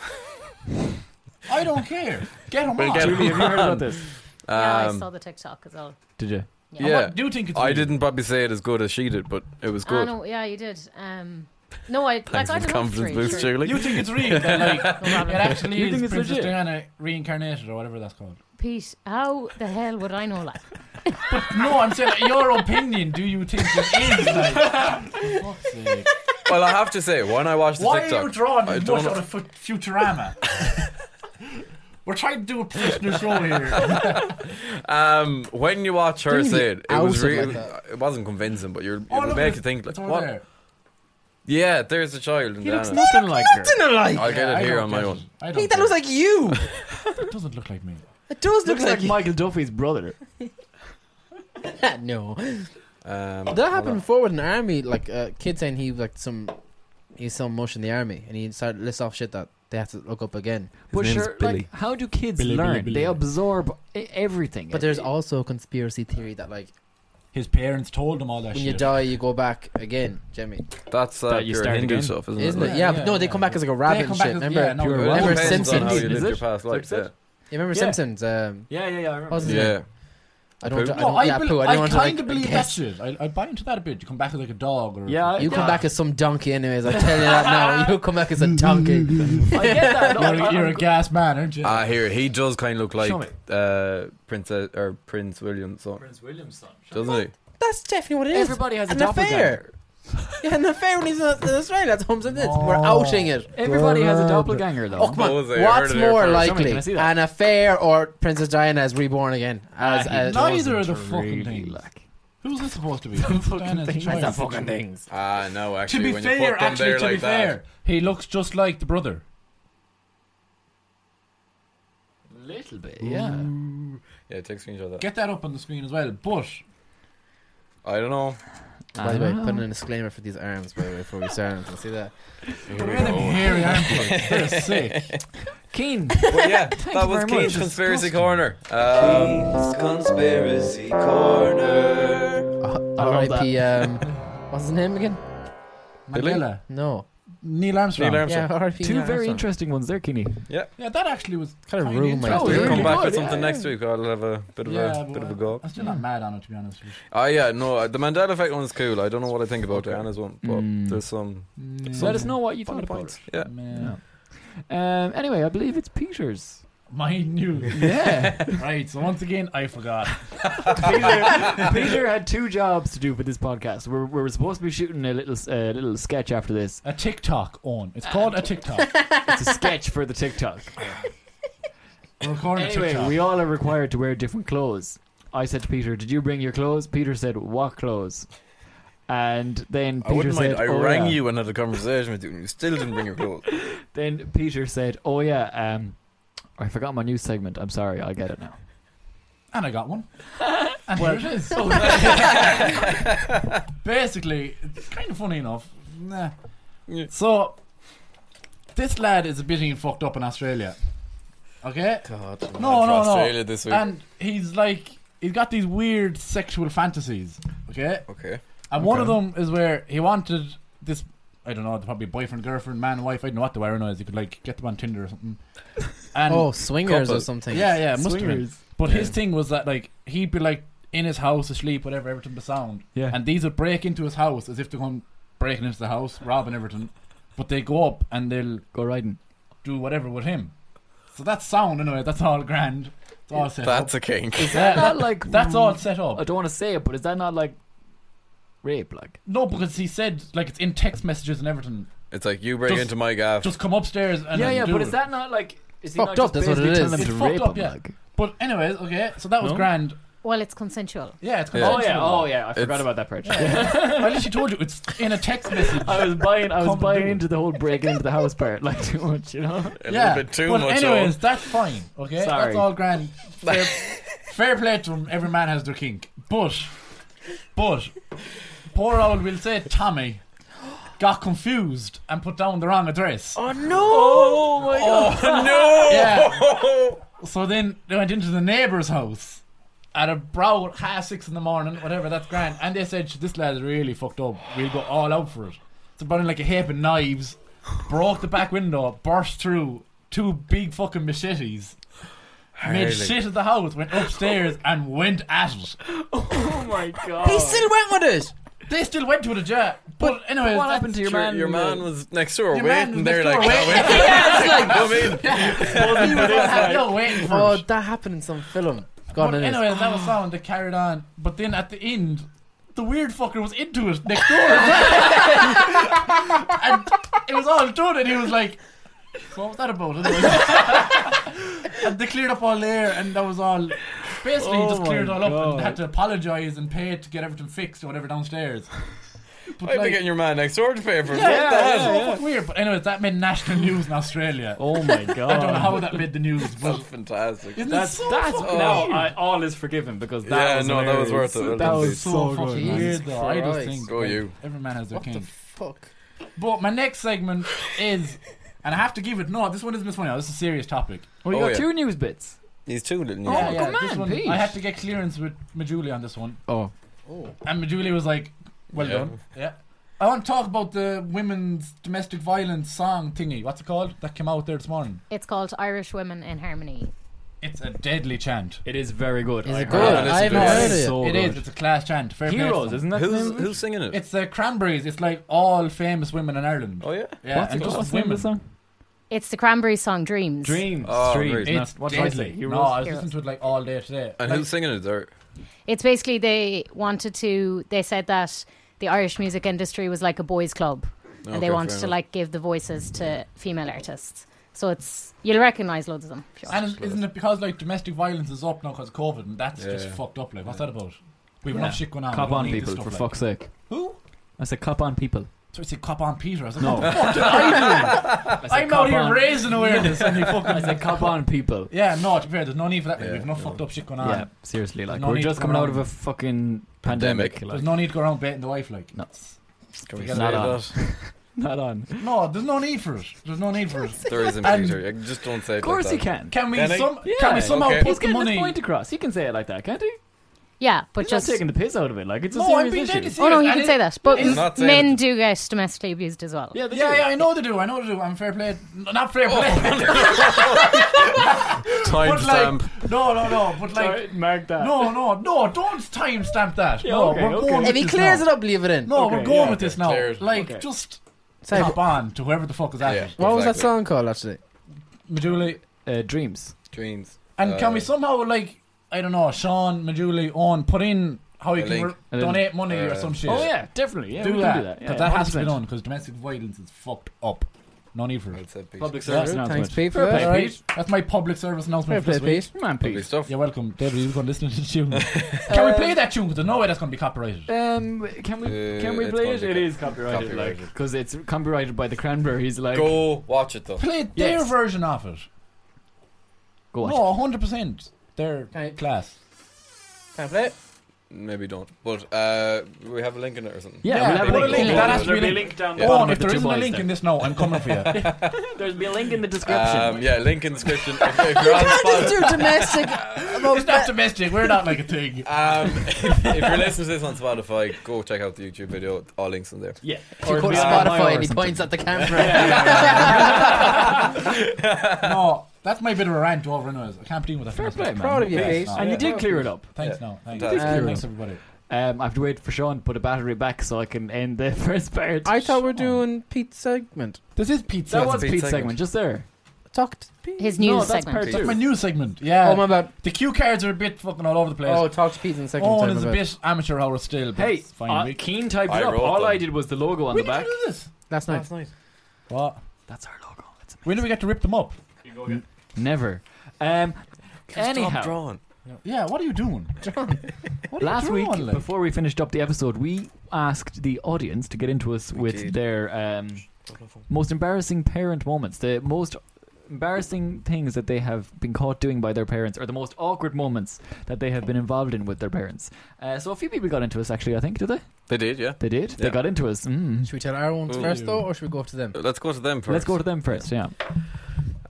[SPEAKER 5] I don't care. Get him
[SPEAKER 6] We'll
[SPEAKER 5] on.
[SPEAKER 6] get him.
[SPEAKER 3] Julie, have you heard about this?
[SPEAKER 7] yeah, I
[SPEAKER 6] Um,
[SPEAKER 7] saw the TikTok as well.
[SPEAKER 3] Did you?
[SPEAKER 7] Yeah.
[SPEAKER 5] What
[SPEAKER 6] yeah.
[SPEAKER 5] do you think it's
[SPEAKER 6] I
[SPEAKER 5] real?
[SPEAKER 6] didn't probably say it as good as she did, but it was
[SPEAKER 7] I
[SPEAKER 6] good.
[SPEAKER 7] know, yeah, you did. Um, no, I like
[SPEAKER 6] Thanks for
[SPEAKER 7] I don't
[SPEAKER 6] the
[SPEAKER 7] know.
[SPEAKER 6] confidence boost,
[SPEAKER 7] sure.
[SPEAKER 6] Julie.
[SPEAKER 5] You think it's real? that,
[SPEAKER 6] (laughs)
[SPEAKER 5] like,
[SPEAKER 7] No
[SPEAKER 5] (laughs)
[SPEAKER 7] problem.
[SPEAKER 5] it actually
[SPEAKER 3] You
[SPEAKER 5] is
[SPEAKER 3] think it's
[SPEAKER 5] Princess
[SPEAKER 3] legit?
[SPEAKER 5] Diana reincarnated or whatever that's called.
[SPEAKER 7] Pete, how the hell would I know that?
[SPEAKER 5] No, I'm saying like, your opinion. Do you think it is? Like, for fuck's sake.
[SPEAKER 6] well, I have to say, when I watched the
[SPEAKER 5] Why
[SPEAKER 6] TikTok,
[SPEAKER 5] are you drawing
[SPEAKER 6] I
[SPEAKER 5] much
[SPEAKER 6] don't
[SPEAKER 5] out of fu-
[SPEAKER 6] (laughs)
[SPEAKER 5] Futurama? We're trying to do a personal
[SPEAKER 6] (laughs)
[SPEAKER 5] show here.
[SPEAKER 6] um, when you watch her
[SPEAKER 4] Didn't
[SPEAKER 6] say
[SPEAKER 4] you
[SPEAKER 6] it, it was
[SPEAKER 4] out it
[SPEAKER 6] real.
[SPEAKER 4] like that?
[SPEAKER 6] it wasn't convincing, but you're, it
[SPEAKER 5] Oh,
[SPEAKER 6] would
[SPEAKER 5] look
[SPEAKER 6] make
[SPEAKER 5] at
[SPEAKER 6] you think. Like,
[SPEAKER 5] It's over
[SPEAKER 6] what?
[SPEAKER 5] there.
[SPEAKER 6] Yeah, there's a child in
[SPEAKER 5] He looks
[SPEAKER 6] Dana.
[SPEAKER 5] nothing like
[SPEAKER 6] (laughs)
[SPEAKER 5] her.
[SPEAKER 4] Nothing alike.
[SPEAKER 6] I'll get
[SPEAKER 5] Yeah,
[SPEAKER 6] it here
[SPEAKER 5] don't
[SPEAKER 6] on my
[SPEAKER 5] get
[SPEAKER 6] own.
[SPEAKER 5] it. I
[SPEAKER 4] Hey,
[SPEAKER 5] don't
[SPEAKER 4] that looks
[SPEAKER 5] get
[SPEAKER 4] like you.
[SPEAKER 6] (laughs)
[SPEAKER 5] it. It doesn't look like me.
[SPEAKER 4] It does look
[SPEAKER 8] Looks like
[SPEAKER 4] like,
[SPEAKER 8] Michael Duffy's brother.
[SPEAKER 4] you. (laughs) no,
[SPEAKER 6] Um, hold
[SPEAKER 4] that happened
[SPEAKER 6] on.
[SPEAKER 4] before with an army. Like a kid saying he was like some, he's some mush in the army, and he started lists off shit that they have to look up again.
[SPEAKER 1] His
[SPEAKER 3] But
[SPEAKER 1] name's
[SPEAKER 3] sure,
[SPEAKER 1] Billy.
[SPEAKER 3] like, how do kids
[SPEAKER 5] Billy, Billy,
[SPEAKER 3] learn?
[SPEAKER 5] Billy.
[SPEAKER 3] They absorb e- everything.
[SPEAKER 4] But there's also a conspiracy theory that like
[SPEAKER 5] His parents told him all that
[SPEAKER 4] when you
[SPEAKER 5] shit.
[SPEAKER 4] die you go back again, Jimmy.
[SPEAKER 6] That's uh,
[SPEAKER 3] That you
[SPEAKER 6] pure
[SPEAKER 3] start
[SPEAKER 6] Hindu
[SPEAKER 3] again.
[SPEAKER 6] stuff, isn't,
[SPEAKER 4] Isn't
[SPEAKER 6] it?
[SPEAKER 4] it?
[SPEAKER 6] Like,
[SPEAKER 4] Yeah,
[SPEAKER 5] Yeah,
[SPEAKER 4] but no,
[SPEAKER 5] yeah,
[SPEAKER 4] they come back
[SPEAKER 5] yeah.
[SPEAKER 4] as like a
[SPEAKER 5] They
[SPEAKER 4] rabbit
[SPEAKER 5] come
[SPEAKER 4] and
[SPEAKER 5] back
[SPEAKER 4] shit.
[SPEAKER 5] as-
[SPEAKER 4] Remember,
[SPEAKER 5] yeah, no,
[SPEAKER 4] you
[SPEAKER 5] it
[SPEAKER 6] it
[SPEAKER 4] remember
[SPEAKER 6] depends on how
[SPEAKER 4] Simpsons?
[SPEAKER 6] you
[SPEAKER 3] Is
[SPEAKER 6] lived your
[SPEAKER 3] it?
[SPEAKER 6] past life.
[SPEAKER 3] Simpsons?
[SPEAKER 4] You remember
[SPEAKER 3] Yeah.
[SPEAKER 4] Simpsons? Um,
[SPEAKER 8] Yeah, yeah, yeah. I
[SPEAKER 4] Wasn't
[SPEAKER 6] Yeah.
[SPEAKER 4] it?
[SPEAKER 6] yeah.
[SPEAKER 4] I don't.
[SPEAKER 6] poo?
[SPEAKER 4] I don't.
[SPEAKER 5] No, I,
[SPEAKER 4] yeah,
[SPEAKER 5] bel-
[SPEAKER 4] poo. I
[SPEAKER 5] I,
[SPEAKER 4] don't want to.
[SPEAKER 5] kind
[SPEAKER 4] Like,
[SPEAKER 5] of believe that
[SPEAKER 4] guess.
[SPEAKER 5] shit. I, I buy into that a bit. You come back as like a dog or
[SPEAKER 3] Yeah,
[SPEAKER 5] something.
[SPEAKER 4] You come
[SPEAKER 3] Yeah.
[SPEAKER 4] back as some donkey, anyways. I tell you that now.
[SPEAKER 5] (laughs)
[SPEAKER 4] You come back as a donkey.
[SPEAKER 3] I get that. No,
[SPEAKER 5] You're,
[SPEAKER 3] I-
[SPEAKER 5] a- (laughs) you're
[SPEAKER 3] I'm
[SPEAKER 5] a gas man, aren't you?
[SPEAKER 6] Ah, here he does kind of look
[SPEAKER 3] Show
[SPEAKER 6] like uh, Princess or Prince William's son,
[SPEAKER 3] Prince William's son.
[SPEAKER 6] doesn't he?
[SPEAKER 4] That's definitely what it
[SPEAKER 3] (laughs)
[SPEAKER 4] is.
[SPEAKER 3] Everybody has a
[SPEAKER 4] An affair.
[SPEAKER 3] doppelganger.
[SPEAKER 4] Yeah, an affair when he's in in Australia. That's Holmes and this. We're
[SPEAKER 5] Oh.
[SPEAKER 4] outing it.
[SPEAKER 3] Everybody has a doppelganger, though.
[SPEAKER 4] Oh, come on.
[SPEAKER 6] Those, I heard
[SPEAKER 4] What's
[SPEAKER 6] it here
[SPEAKER 4] more
[SPEAKER 6] first.
[SPEAKER 3] Show me,
[SPEAKER 4] likely?
[SPEAKER 3] can I see that?
[SPEAKER 4] An affair or Princess Diana is reborn again? As,
[SPEAKER 3] Ah,
[SPEAKER 4] as,
[SPEAKER 5] he-
[SPEAKER 4] as,
[SPEAKER 5] Neither of the
[SPEAKER 3] Doesn't
[SPEAKER 5] fucking
[SPEAKER 3] really
[SPEAKER 5] things.
[SPEAKER 3] like-
[SPEAKER 5] Who's
[SPEAKER 6] (laughs)
[SPEAKER 5] this supposed to be?
[SPEAKER 3] fucking thing.
[SPEAKER 5] That's
[SPEAKER 4] as fucking things.
[SPEAKER 6] Ah, no,
[SPEAKER 5] To
[SPEAKER 6] actually,
[SPEAKER 5] be
[SPEAKER 6] when you
[SPEAKER 5] fair,
[SPEAKER 6] put them
[SPEAKER 5] actually,
[SPEAKER 6] there
[SPEAKER 5] to
[SPEAKER 6] like
[SPEAKER 5] be
[SPEAKER 6] that,
[SPEAKER 5] fair, he looks just like the brother.
[SPEAKER 3] Little bit, yeah.
[SPEAKER 6] yeah, take a screenshot of that.
[SPEAKER 5] Get that up on the screen as well. But
[SPEAKER 6] I don't
[SPEAKER 5] (laughs)
[SPEAKER 6] know.
[SPEAKER 4] By the way,
[SPEAKER 3] Uh-huh.
[SPEAKER 4] putting in a disclaimer for these arms, by the way, before we start. I see that.
[SPEAKER 5] the way them hairy arm plugs,
[SPEAKER 6] (laughs)
[SPEAKER 5] they're sick.
[SPEAKER 3] Keen.
[SPEAKER 6] But yeah, that
[SPEAKER 3] you
[SPEAKER 6] was
[SPEAKER 3] very much.
[SPEAKER 6] Keen's conspiracy corner. Um, conspiracy corner.
[SPEAKER 4] R.I.P. Um, what's his name again?
[SPEAKER 6] Billy?
[SPEAKER 5] Mandela,
[SPEAKER 4] No.
[SPEAKER 5] Neil Armstrong.
[SPEAKER 6] Neil Armstrong.
[SPEAKER 4] Yeah, R.I.P.
[SPEAKER 3] Two
[SPEAKER 4] Neil
[SPEAKER 3] very
[SPEAKER 4] Armstrong.
[SPEAKER 3] interesting ones there, Keeney.
[SPEAKER 5] Yeah, that actually was
[SPEAKER 4] Kind of
[SPEAKER 5] kinda
[SPEAKER 4] ruined my
[SPEAKER 5] interesting.
[SPEAKER 3] Oh,
[SPEAKER 6] We'll
[SPEAKER 3] yeah,
[SPEAKER 6] come
[SPEAKER 3] you
[SPEAKER 6] back
[SPEAKER 3] could,
[SPEAKER 6] with
[SPEAKER 3] yeah,
[SPEAKER 6] something
[SPEAKER 3] yeah.
[SPEAKER 6] next week. I'll have a bit of
[SPEAKER 5] Yeah,
[SPEAKER 6] a Mm.
[SPEAKER 5] but
[SPEAKER 6] bit of a go.
[SPEAKER 5] I'm still not mad on it to be honest. With
[SPEAKER 6] Ah, yeah, no, uh, the Mandela effect one's cool. I don't know what I think about Diana's one, but
[SPEAKER 3] Mm.
[SPEAKER 6] there's some
[SPEAKER 5] you.
[SPEAKER 6] So
[SPEAKER 3] Let us know what you thought
[SPEAKER 6] funny
[SPEAKER 3] about
[SPEAKER 6] points. Yeah.
[SPEAKER 5] Yeah. Man.
[SPEAKER 3] it. Um, anyway, I believe it's Peter's.
[SPEAKER 5] Mine knew.
[SPEAKER 3] Yeah.
[SPEAKER 5] right. So once again, I forgot.
[SPEAKER 3] Peter, Peter had two jobs to do for this podcast. We're, we were supposed to be shooting a little uh, little sketch after this.
[SPEAKER 5] A TikTok on. It's called a TikTok.
[SPEAKER 3] It's a sketch for the TikTok.
[SPEAKER 5] We're recording a
[SPEAKER 3] Anyway,
[SPEAKER 5] TikTok.
[SPEAKER 3] we all are required to wear different clothes. I said to Peter, "Did you bring your clothes?" Peter said, "What clothes?" And then
[SPEAKER 6] I
[SPEAKER 3] Peter
[SPEAKER 6] wouldn't
[SPEAKER 3] said,
[SPEAKER 6] mind. I
[SPEAKER 3] "Oh,
[SPEAKER 6] rang
[SPEAKER 3] yeah."
[SPEAKER 6] you and had a conversation with you, and you still didn't bring your
[SPEAKER 5] (laughs)
[SPEAKER 6] clothes.
[SPEAKER 3] Then Peter said, "Oh yeah, um, I forgot my new segment. I'm sorry. I'll get it now."
[SPEAKER 5] and I got
[SPEAKER 6] (laughs)
[SPEAKER 5] one. And here it
[SPEAKER 6] oh.
[SPEAKER 5] is. (laughs) Basically, it's kind of funny enough. Nah.
[SPEAKER 6] Yeah.
[SPEAKER 5] So, this lad is a bit in fucked up in Australia. Okay?
[SPEAKER 6] God, I'm mad for
[SPEAKER 5] No, no, no.
[SPEAKER 6] Australia this week.
[SPEAKER 5] And he's like, he's got these weird sexual fantasies. Okay?
[SPEAKER 6] okay.
[SPEAKER 5] And one of them is where he wanted this. I don't know, probably boyfriend, girlfriend, man, wife. I don't know what they were. Is he could like get them on Tinder or something. And
[SPEAKER 4] Oh, swingers
[SPEAKER 6] Couple.
[SPEAKER 4] or something.
[SPEAKER 5] yeah, yeah, must have been.
[SPEAKER 3] Swingers.
[SPEAKER 5] But
[SPEAKER 6] Yeah.
[SPEAKER 5] his thing was that like he'd be like in his house asleep, whatever, everything the sound,
[SPEAKER 3] Yeah.
[SPEAKER 5] and these would break into his house as if to come breaking into the house, robbing everything. But they go up and they'll
[SPEAKER 3] Go riding.
[SPEAKER 5] do whatever with him. So that's sound anyway. That's all grand. It's all set
[SPEAKER 6] That's
[SPEAKER 5] up.
[SPEAKER 6] a kink.
[SPEAKER 5] Is that-
[SPEAKER 3] Not like
[SPEAKER 5] that's all set up.
[SPEAKER 3] I don't want to say it, but is that not like rape? Like
[SPEAKER 5] No, because he said like it's in text messages and everything.
[SPEAKER 6] It's like you break
[SPEAKER 5] Just-
[SPEAKER 6] into my gaff.
[SPEAKER 5] Just come upstairs and
[SPEAKER 3] yeah,
[SPEAKER 5] and
[SPEAKER 3] yeah.
[SPEAKER 5] do
[SPEAKER 3] But
[SPEAKER 5] it.
[SPEAKER 3] is that not like is he
[SPEAKER 4] Fucked
[SPEAKER 3] not
[SPEAKER 4] up,
[SPEAKER 3] Just
[SPEAKER 4] that's what it
[SPEAKER 3] basically
[SPEAKER 4] is.
[SPEAKER 3] Telling them
[SPEAKER 5] It's
[SPEAKER 3] to
[SPEAKER 5] fucked
[SPEAKER 3] rape
[SPEAKER 5] up,
[SPEAKER 3] him,
[SPEAKER 5] yeah.
[SPEAKER 3] like?
[SPEAKER 5] But anyways, okay. So that was
[SPEAKER 3] No?
[SPEAKER 5] grand.
[SPEAKER 7] Well, it's consensual.
[SPEAKER 5] Yeah, it's
[SPEAKER 6] Yeah.
[SPEAKER 3] Oh
[SPEAKER 5] consensual.
[SPEAKER 3] yeah, oh yeah. I forgot
[SPEAKER 6] It's-
[SPEAKER 3] about that part.
[SPEAKER 5] I literally told you it's in
[SPEAKER 6] (laughs)
[SPEAKER 5] a text message.
[SPEAKER 3] (laughs) I was buying, I was
[SPEAKER 5] Come
[SPEAKER 3] buying
[SPEAKER 5] do it.
[SPEAKER 3] into the whole breaking into the house part (laughs) like too much, you know.
[SPEAKER 6] a little bit too
[SPEAKER 5] but
[SPEAKER 6] much.
[SPEAKER 5] Anyways,
[SPEAKER 6] oh.
[SPEAKER 5] that's fine. Okay,
[SPEAKER 3] Sorry.
[SPEAKER 5] that's all grand.
[SPEAKER 6] (laughs)
[SPEAKER 5] Fair, fair play to him. Every man has their kink. But, but, poor old will say Tommy got confused and put down the wrong address.
[SPEAKER 4] Oh no! Oh my god!
[SPEAKER 6] no.
[SPEAKER 5] Yeah. So then they went into the neighbour's house at about half six in the morning, whatever, that's grand. And they said, "Shit, this lad's really fucked up. We'll go all out for it. So brought in like a heap of knives, broke the back window, burst through two big fucking machetes. Made
[SPEAKER 6] Harley.
[SPEAKER 5] shit of the house, went upstairs and went at it.
[SPEAKER 3] Oh my god!
[SPEAKER 4] He still went with it.
[SPEAKER 5] They still went to the jet, but, anyway,
[SPEAKER 3] what happened to your
[SPEAKER 6] Sure,
[SPEAKER 3] man?
[SPEAKER 6] your man was next door
[SPEAKER 5] Your man
[SPEAKER 6] waiting
[SPEAKER 5] was
[SPEAKER 6] there,
[SPEAKER 5] next
[SPEAKER 6] like,
[SPEAKER 5] door
[SPEAKER 6] "Oh,
[SPEAKER 5] (laughs)
[SPEAKER 6] wait, (laughs) come in."
[SPEAKER 5] you? No, waiting for
[SPEAKER 4] Oh,
[SPEAKER 5] it.
[SPEAKER 4] that happened in some film. God,
[SPEAKER 5] But
[SPEAKER 4] it is.
[SPEAKER 5] anyway, that was sound that carried on. But then at the end, the weird fucker was into it next door. (laughs) and it was all done, and he was like, "What was that about?" Anyway. (laughs) and they cleared up all there, and that was all. Basically, he
[SPEAKER 3] Oh
[SPEAKER 5] just cleared it
[SPEAKER 3] my
[SPEAKER 5] all up
[SPEAKER 3] God.
[SPEAKER 5] and had to apologise and pay to get everything fixed or whatever downstairs.
[SPEAKER 6] I'd
[SPEAKER 5] But
[SPEAKER 6] be
[SPEAKER 5] like-
[SPEAKER 6] getting your man next door to pay for it.
[SPEAKER 5] yeah,
[SPEAKER 6] what the
[SPEAKER 5] yeah,
[SPEAKER 6] hell?
[SPEAKER 5] so fucking weird. But anyway, that made national news in Australia.
[SPEAKER 3] Oh my
[SPEAKER 5] (laughs) I don't know
[SPEAKER 3] god.
[SPEAKER 5] how that made the news,
[SPEAKER 6] That's
[SPEAKER 5] but
[SPEAKER 6] fantastic.
[SPEAKER 5] isn't
[SPEAKER 3] That's
[SPEAKER 5] it so
[SPEAKER 3] that's
[SPEAKER 5] fucking
[SPEAKER 3] now
[SPEAKER 5] weird?
[SPEAKER 3] I, all is forgiven because that
[SPEAKER 6] Yeah,
[SPEAKER 3] was
[SPEAKER 6] no, that was
[SPEAKER 3] hilarious.
[SPEAKER 6] worth it.
[SPEAKER 5] that was
[SPEAKER 6] Indeed.
[SPEAKER 5] so
[SPEAKER 4] So
[SPEAKER 5] fucking
[SPEAKER 4] fucking
[SPEAKER 5] weird, though. I just
[SPEAKER 4] Christ.
[SPEAKER 5] think
[SPEAKER 6] Go
[SPEAKER 5] like,
[SPEAKER 6] you.
[SPEAKER 5] every man has their
[SPEAKER 4] What the
[SPEAKER 5] king.
[SPEAKER 4] fuck?
[SPEAKER 5] But my next segment is, and I have to give it. No, this one isn't as funny. This is a serious topic.
[SPEAKER 3] Well, you
[SPEAKER 6] Oh,
[SPEAKER 3] got
[SPEAKER 6] yeah.
[SPEAKER 3] two news bits.
[SPEAKER 6] He's too little.
[SPEAKER 4] Oh,
[SPEAKER 6] Yeah.
[SPEAKER 4] come
[SPEAKER 5] this
[SPEAKER 4] on,
[SPEAKER 5] one,
[SPEAKER 4] Pete.
[SPEAKER 5] I had to get clearance with Majuli on this one,
[SPEAKER 3] Oh,
[SPEAKER 4] Oh,
[SPEAKER 5] and Majuli was like, "Well
[SPEAKER 6] Yeah.
[SPEAKER 5] done." Yeah. I want to talk about the women's domestic violence song thingy. What's it called? That came out there this morning.
[SPEAKER 7] It's called Irish Women in Harmony.
[SPEAKER 5] It's a deadly chant.
[SPEAKER 3] it is very good.
[SPEAKER 4] is
[SPEAKER 3] I
[SPEAKER 4] it
[SPEAKER 3] agree.
[SPEAKER 4] good?
[SPEAKER 6] listen
[SPEAKER 4] I haven't
[SPEAKER 6] to
[SPEAKER 4] heard
[SPEAKER 3] It's
[SPEAKER 4] it.
[SPEAKER 3] so
[SPEAKER 5] It
[SPEAKER 3] good.
[SPEAKER 5] is. It's a class chant. Fair play to
[SPEAKER 3] Heroes,
[SPEAKER 5] them.
[SPEAKER 3] isn't that the
[SPEAKER 6] Who's
[SPEAKER 3] name of it?
[SPEAKER 6] who's singing it?
[SPEAKER 5] It's the Cranberries. It's like all famous women in Ireland.
[SPEAKER 6] oh yeah.
[SPEAKER 5] Yeah,
[SPEAKER 3] What's, it,
[SPEAKER 5] and
[SPEAKER 3] called?
[SPEAKER 5] just
[SPEAKER 3] what's the name
[SPEAKER 5] women.
[SPEAKER 3] of the song?
[SPEAKER 7] It's the Cranberries song Dreams.
[SPEAKER 3] Dreams.
[SPEAKER 6] Oh,
[SPEAKER 3] Dreams.
[SPEAKER 6] great.
[SPEAKER 3] not-
[SPEAKER 5] It's
[SPEAKER 3] what did I say?
[SPEAKER 5] deadly.
[SPEAKER 3] Heroes?
[SPEAKER 5] No, I was
[SPEAKER 7] Heroes.
[SPEAKER 5] listening to it like all day today.
[SPEAKER 6] And
[SPEAKER 5] Like,
[SPEAKER 6] who's singing it? Or
[SPEAKER 7] It's basically they wanted to. They said that the Irish music industry was like a boys' club, and they wanted to like give the voices to female artists. So it's you'll recognize loads of them. Sure.
[SPEAKER 5] And is- isn't it because like domestic violence is up now because of COVID and that's just
[SPEAKER 6] Yeah.
[SPEAKER 5] fucked up? Like, what's that about? We've
[SPEAKER 3] Yeah.
[SPEAKER 5] enough shit going on.
[SPEAKER 3] Cop
[SPEAKER 5] we don't
[SPEAKER 3] on
[SPEAKER 5] need this
[SPEAKER 3] people,
[SPEAKER 5] stuff,
[SPEAKER 3] for
[SPEAKER 5] like.
[SPEAKER 3] fuck's sake.
[SPEAKER 5] Who?
[SPEAKER 3] I said cop on people.
[SPEAKER 5] So I said cop on Peter. I was
[SPEAKER 3] (laughs)
[SPEAKER 5] like, (laughs)
[SPEAKER 3] No.
[SPEAKER 5] no. what did I do?
[SPEAKER 3] I said
[SPEAKER 5] I'm out
[SPEAKER 3] cop
[SPEAKER 5] here
[SPEAKER 3] on-
[SPEAKER 5] raising awareness
[SPEAKER 3] (laughs)
[SPEAKER 5] and you fucking.
[SPEAKER 3] I said cop on people.
[SPEAKER 5] Yeah, no, to be fair, there's no need for that. Like,
[SPEAKER 6] Yeah,
[SPEAKER 5] We've enough
[SPEAKER 6] yeah.
[SPEAKER 5] fucked up shit going on.
[SPEAKER 3] Yeah, seriously, like
[SPEAKER 5] no
[SPEAKER 3] we're
[SPEAKER 5] need
[SPEAKER 3] just
[SPEAKER 5] to
[SPEAKER 3] coming
[SPEAKER 5] go
[SPEAKER 3] out of
[SPEAKER 5] around.
[SPEAKER 3] a fucking pandemic.
[SPEAKER 5] There's
[SPEAKER 3] like,
[SPEAKER 5] no need to go around baiting the wife like.
[SPEAKER 3] No.
[SPEAKER 6] Can
[SPEAKER 3] we
[SPEAKER 6] we
[SPEAKER 3] get
[SPEAKER 6] get
[SPEAKER 3] Not on.
[SPEAKER 6] that?
[SPEAKER 3] not on.
[SPEAKER 5] No, there's no need for it. There's no need for it.
[SPEAKER 6] There isn't
[SPEAKER 5] (laughs) And-
[SPEAKER 6] Peter. You Just don't say it.
[SPEAKER 3] Of course
[SPEAKER 6] like
[SPEAKER 3] he
[SPEAKER 6] that.
[SPEAKER 3] can.
[SPEAKER 5] Can we
[SPEAKER 6] Can I-
[SPEAKER 5] some?
[SPEAKER 3] Yeah.
[SPEAKER 5] Can we somehow
[SPEAKER 6] Okay.
[SPEAKER 5] put
[SPEAKER 3] He's
[SPEAKER 5] the
[SPEAKER 3] getting
[SPEAKER 5] money?
[SPEAKER 3] his point across. He can say it like that, can't he?
[SPEAKER 7] yeah, but
[SPEAKER 3] He's
[SPEAKER 7] just
[SPEAKER 3] not taking the piss out of it. Like it's a
[SPEAKER 5] No, I'm
[SPEAKER 3] serious
[SPEAKER 5] being
[SPEAKER 3] issue.
[SPEAKER 5] deadly
[SPEAKER 7] oh
[SPEAKER 5] serious,
[SPEAKER 7] no, you
[SPEAKER 5] and
[SPEAKER 7] can
[SPEAKER 5] it-
[SPEAKER 7] say that. But
[SPEAKER 6] He's not saying
[SPEAKER 7] men
[SPEAKER 6] it.
[SPEAKER 7] do get domestically abused as well.
[SPEAKER 3] Yeah, they
[SPEAKER 5] Yeah,
[SPEAKER 3] do.
[SPEAKER 5] yeah, I know they do. I know they do. I'm fair play. n- Not
[SPEAKER 6] Oh,
[SPEAKER 5] fair play.
[SPEAKER 6] (laughs)
[SPEAKER 5] (laughs)
[SPEAKER 6] Time
[SPEAKER 5] but like,
[SPEAKER 6] stamp.
[SPEAKER 5] no, no, no. But like,
[SPEAKER 3] Sorry, mark that.
[SPEAKER 5] no, no, no. Don't timestamp that.
[SPEAKER 3] Yeah,
[SPEAKER 5] no,
[SPEAKER 3] okay,
[SPEAKER 5] we're
[SPEAKER 3] okay.
[SPEAKER 5] going.
[SPEAKER 4] if
[SPEAKER 5] with
[SPEAKER 4] he
[SPEAKER 5] this
[SPEAKER 4] clears
[SPEAKER 5] now.
[SPEAKER 4] it up, leave it in.
[SPEAKER 5] no,
[SPEAKER 3] Okay,
[SPEAKER 5] we're going
[SPEAKER 3] yeah,
[SPEAKER 5] with this
[SPEAKER 6] okay,
[SPEAKER 5] now.
[SPEAKER 6] clear it.
[SPEAKER 5] Like,
[SPEAKER 3] Okay.
[SPEAKER 5] just
[SPEAKER 4] Sorry,
[SPEAKER 5] hop on to whoever the fuck is at
[SPEAKER 6] Yeah,
[SPEAKER 5] it.
[SPEAKER 4] What was that
[SPEAKER 6] exactly.
[SPEAKER 4] song called actually?
[SPEAKER 5] Majuli,
[SPEAKER 3] Uh, dreams.
[SPEAKER 6] Dreams.
[SPEAKER 5] and can
[SPEAKER 6] Uh,
[SPEAKER 5] we somehow like, I don't know, Sean, Majuli, on put in how you
[SPEAKER 6] A
[SPEAKER 5] can
[SPEAKER 6] link.
[SPEAKER 3] A
[SPEAKER 5] re-
[SPEAKER 3] little-
[SPEAKER 5] donate money or
[SPEAKER 6] Uh,
[SPEAKER 5] some shit.
[SPEAKER 3] Oh yeah, definitely. Yeah,
[SPEAKER 5] do
[SPEAKER 3] we
[SPEAKER 5] that.
[SPEAKER 3] can do that. Yeah,
[SPEAKER 5] Cause that has to be
[SPEAKER 3] 100%.
[SPEAKER 5] done because domestic violence is fucked up. No need for
[SPEAKER 6] Well
[SPEAKER 5] it.
[SPEAKER 6] said, Peter.
[SPEAKER 3] Public
[SPEAKER 5] That's-
[SPEAKER 3] service announcement.
[SPEAKER 4] Thanks, Pete, for
[SPEAKER 3] Fair
[SPEAKER 4] that.
[SPEAKER 3] play,
[SPEAKER 4] All
[SPEAKER 3] Pete.
[SPEAKER 4] right.
[SPEAKER 5] That's my public service
[SPEAKER 4] Fair
[SPEAKER 5] announcement for
[SPEAKER 4] play,
[SPEAKER 5] this week.
[SPEAKER 4] Pete.
[SPEAKER 3] Come on,
[SPEAKER 6] Lovely
[SPEAKER 3] Pete. Uh,
[SPEAKER 6] stuff.
[SPEAKER 5] You're welcome, David. You've been listening to
[SPEAKER 3] (laughs)
[SPEAKER 5] the tune. Can we play that tune? 'Cause There's no way that's going to be copyrighted.
[SPEAKER 3] Um, can we
[SPEAKER 6] Uh,
[SPEAKER 3] can we
[SPEAKER 6] it's
[SPEAKER 3] play
[SPEAKER 6] gonna
[SPEAKER 3] it?
[SPEAKER 6] be
[SPEAKER 3] It
[SPEAKER 6] co-
[SPEAKER 3] is copyrighted,
[SPEAKER 6] copyrighted.
[SPEAKER 3] like because it's copyrighted by the Cranberries. Like
[SPEAKER 6] Go watch it though.
[SPEAKER 5] Play their
[SPEAKER 3] Yes.
[SPEAKER 5] version of it.
[SPEAKER 3] Go
[SPEAKER 5] No,
[SPEAKER 3] watch.
[SPEAKER 5] No, hundred percent. Their
[SPEAKER 4] Can I-
[SPEAKER 5] class.
[SPEAKER 4] Can I play it?
[SPEAKER 6] Maybe don't. But uh, we have a link in it or something.
[SPEAKER 3] Yeah,
[SPEAKER 5] Yeah,
[SPEAKER 3] we'll have a
[SPEAKER 5] put
[SPEAKER 3] link.
[SPEAKER 5] a link. That has to
[SPEAKER 3] There'll
[SPEAKER 5] be
[SPEAKER 3] be a
[SPEAKER 5] linked.
[SPEAKER 3] link down the
[SPEAKER 5] Go
[SPEAKER 3] bottom
[SPEAKER 5] on, if
[SPEAKER 3] of the
[SPEAKER 5] there
[SPEAKER 3] two
[SPEAKER 5] isn't a
[SPEAKER 3] boys
[SPEAKER 5] link in
[SPEAKER 3] then.
[SPEAKER 5] this now, I'm coming for you.
[SPEAKER 3] (laughs) There'll be a link in the description.
[SPEAKER 6] Um, yeah, link in description. if
[SPEAKER 5] (laughs)
[SPEAKER 6] you're on
[SPEAKER 4] Just
[SPEAKER 6] Spotify,
[SPEAKER 4] do domestic.
[SPEAKER 5] it's not domestic. We're not like a thing.
[SPEAKER 6] (laughs) um, if, if you're listening to this on Spotify, go check out the YouTube video. All links in there.
[SPEAKER 3] yeah.
[SPEAKER 4] If you
[SPEAKER 3] Or
[SPEAKER 4] go to
[SPEAKER 3] it'll be on my
[SPEAKER 4] Spotify
[SPEAKER 3] or
[SPEAKER 4] and he
[SPEAKER 3] something.
[SPEAKER 4] points at the camera. (laughs)
[SPEAKER 5] No, that's my bit of a rant over. Anyways, I can't deal with that.
[SPEAKER 3] Fair play, man.
[SPEAKER 4] Proud of you,
[SPEAKER 5] Yeah,
[SPEAKER 4] Pete.
[SPEAKER 5] no.
[SPEAKER 3] And you did clear it up.
[SPEAKER 5] Thanks, no. Thanks,
[SPEAKER 6] Fantastic.
[SPEAKER 5] Um,
[SPEAKER 4] Clear
[SPEAKER 5] thanks everybody.
[SPEAKER 3] Um, I have to wait for Sean to put a battery back so I can end the (laughs) first part.
[SPEAKER 4] I thought we were
[SPEAKER 5] Sean.
[SPEAKER 4] doing Pete's segment.
[SPEAKER 5] This is pizza.
[SPEAKER 3] that was
[SPEAKER 6] Pete's
[SPEAKER 3] Pete's segment.
[SPEAKER 6] segment.
[SPEAKER 3] just there.
[SPEAKER 4] Talk to Pete.
[SPEAKER 7] His
[SPEAKER 3] No,
[SPEAKER 7] news
[SPEAKER 3] that's
[SPEAKER 7] segment.
[SPEAKER 3] part two.
[SPEAKER 5] my new segment. Yeah.
[SPEAKER 4] Oh my bad.
[SPEAKER 5] the cue cards are a bit fucking all over the place.
[SPEAKER 4] Oh, talk to Pete in a second.
[SPEAKER 5] Owen
[SPEAKER 4] time,
[SPEAKER 5] is
[SPEAKER 4] my
[SPEAKER 5] a
[SPEAKER 4] bad.
[SPEAKER 5] bit amateur hour still. But
[SPEAKER 3] Hey,
[SPEAKER 5] it's fine.
[SPEAKER 3] uh,
[SPEAKER 5] we-
[SPEAKER 3] Keen typed it
[SPEAKER 6] I
[SPEAKER 3] up.
[SPEAKER 6] wrote
[SPEAKER 3] All
[SPEAKER 6] them.
[SPEAKER 3] I did was the logo on
[SPEAKER 5] when
[SPEAKER 3] the
[SPEAKER 5] did
[SPEAKER 3] back.
[SPEAKER 5] you do this?
[SPEAKER 4] Last night.
[SPEAKER 5] What?
[SPEAKER 3] That's our logo. It's
[SPEAKER 5] When do we get to rip them up?
[SPEAKER 3] Never. Um,
[SPEAKER 6] Stop
[SPEAKER 3] anyhow,
[SPEAKER 6] drawing.
[SPEAKER 5] Yeah, what are
[SPEAKER 3] (laughs)
[SPEAKER 5] you doing? What are you
[SPEAKER 3] last
[SPEAKER 5] doing,
[SPEAKER 3] week
[SPEAKER 5] like?
[SPEAKER 3] before we finished up the episode, we asked the audience to get into us
[SPEAKER 6] We
[SPEAKER 3] with
[SPEAKER 6] did.
[SPEAKER 3] their um, most embarrassing parent moments, the most embarrassing things that they have been caught doing by their parents, or the most awkward moments that they have been involved in with their parents. Uh, so a few people got into us actually. I think did they?
[SPEAKER 6] They did, yeah.
[SPEAKER 3] They did. They
[SPEAKER 6] Yeah.
[SPEAKER 3] got into us. Mm.
[SPEAKER 4] Should we tell our ones
[SPEAKER 6] Ooh.
[SPEAKER 4] first though, or should we go to them?
[SPEAKER 6] Let's go to them 1st
[SPEAKER 3] Let's go to them first. Yeah.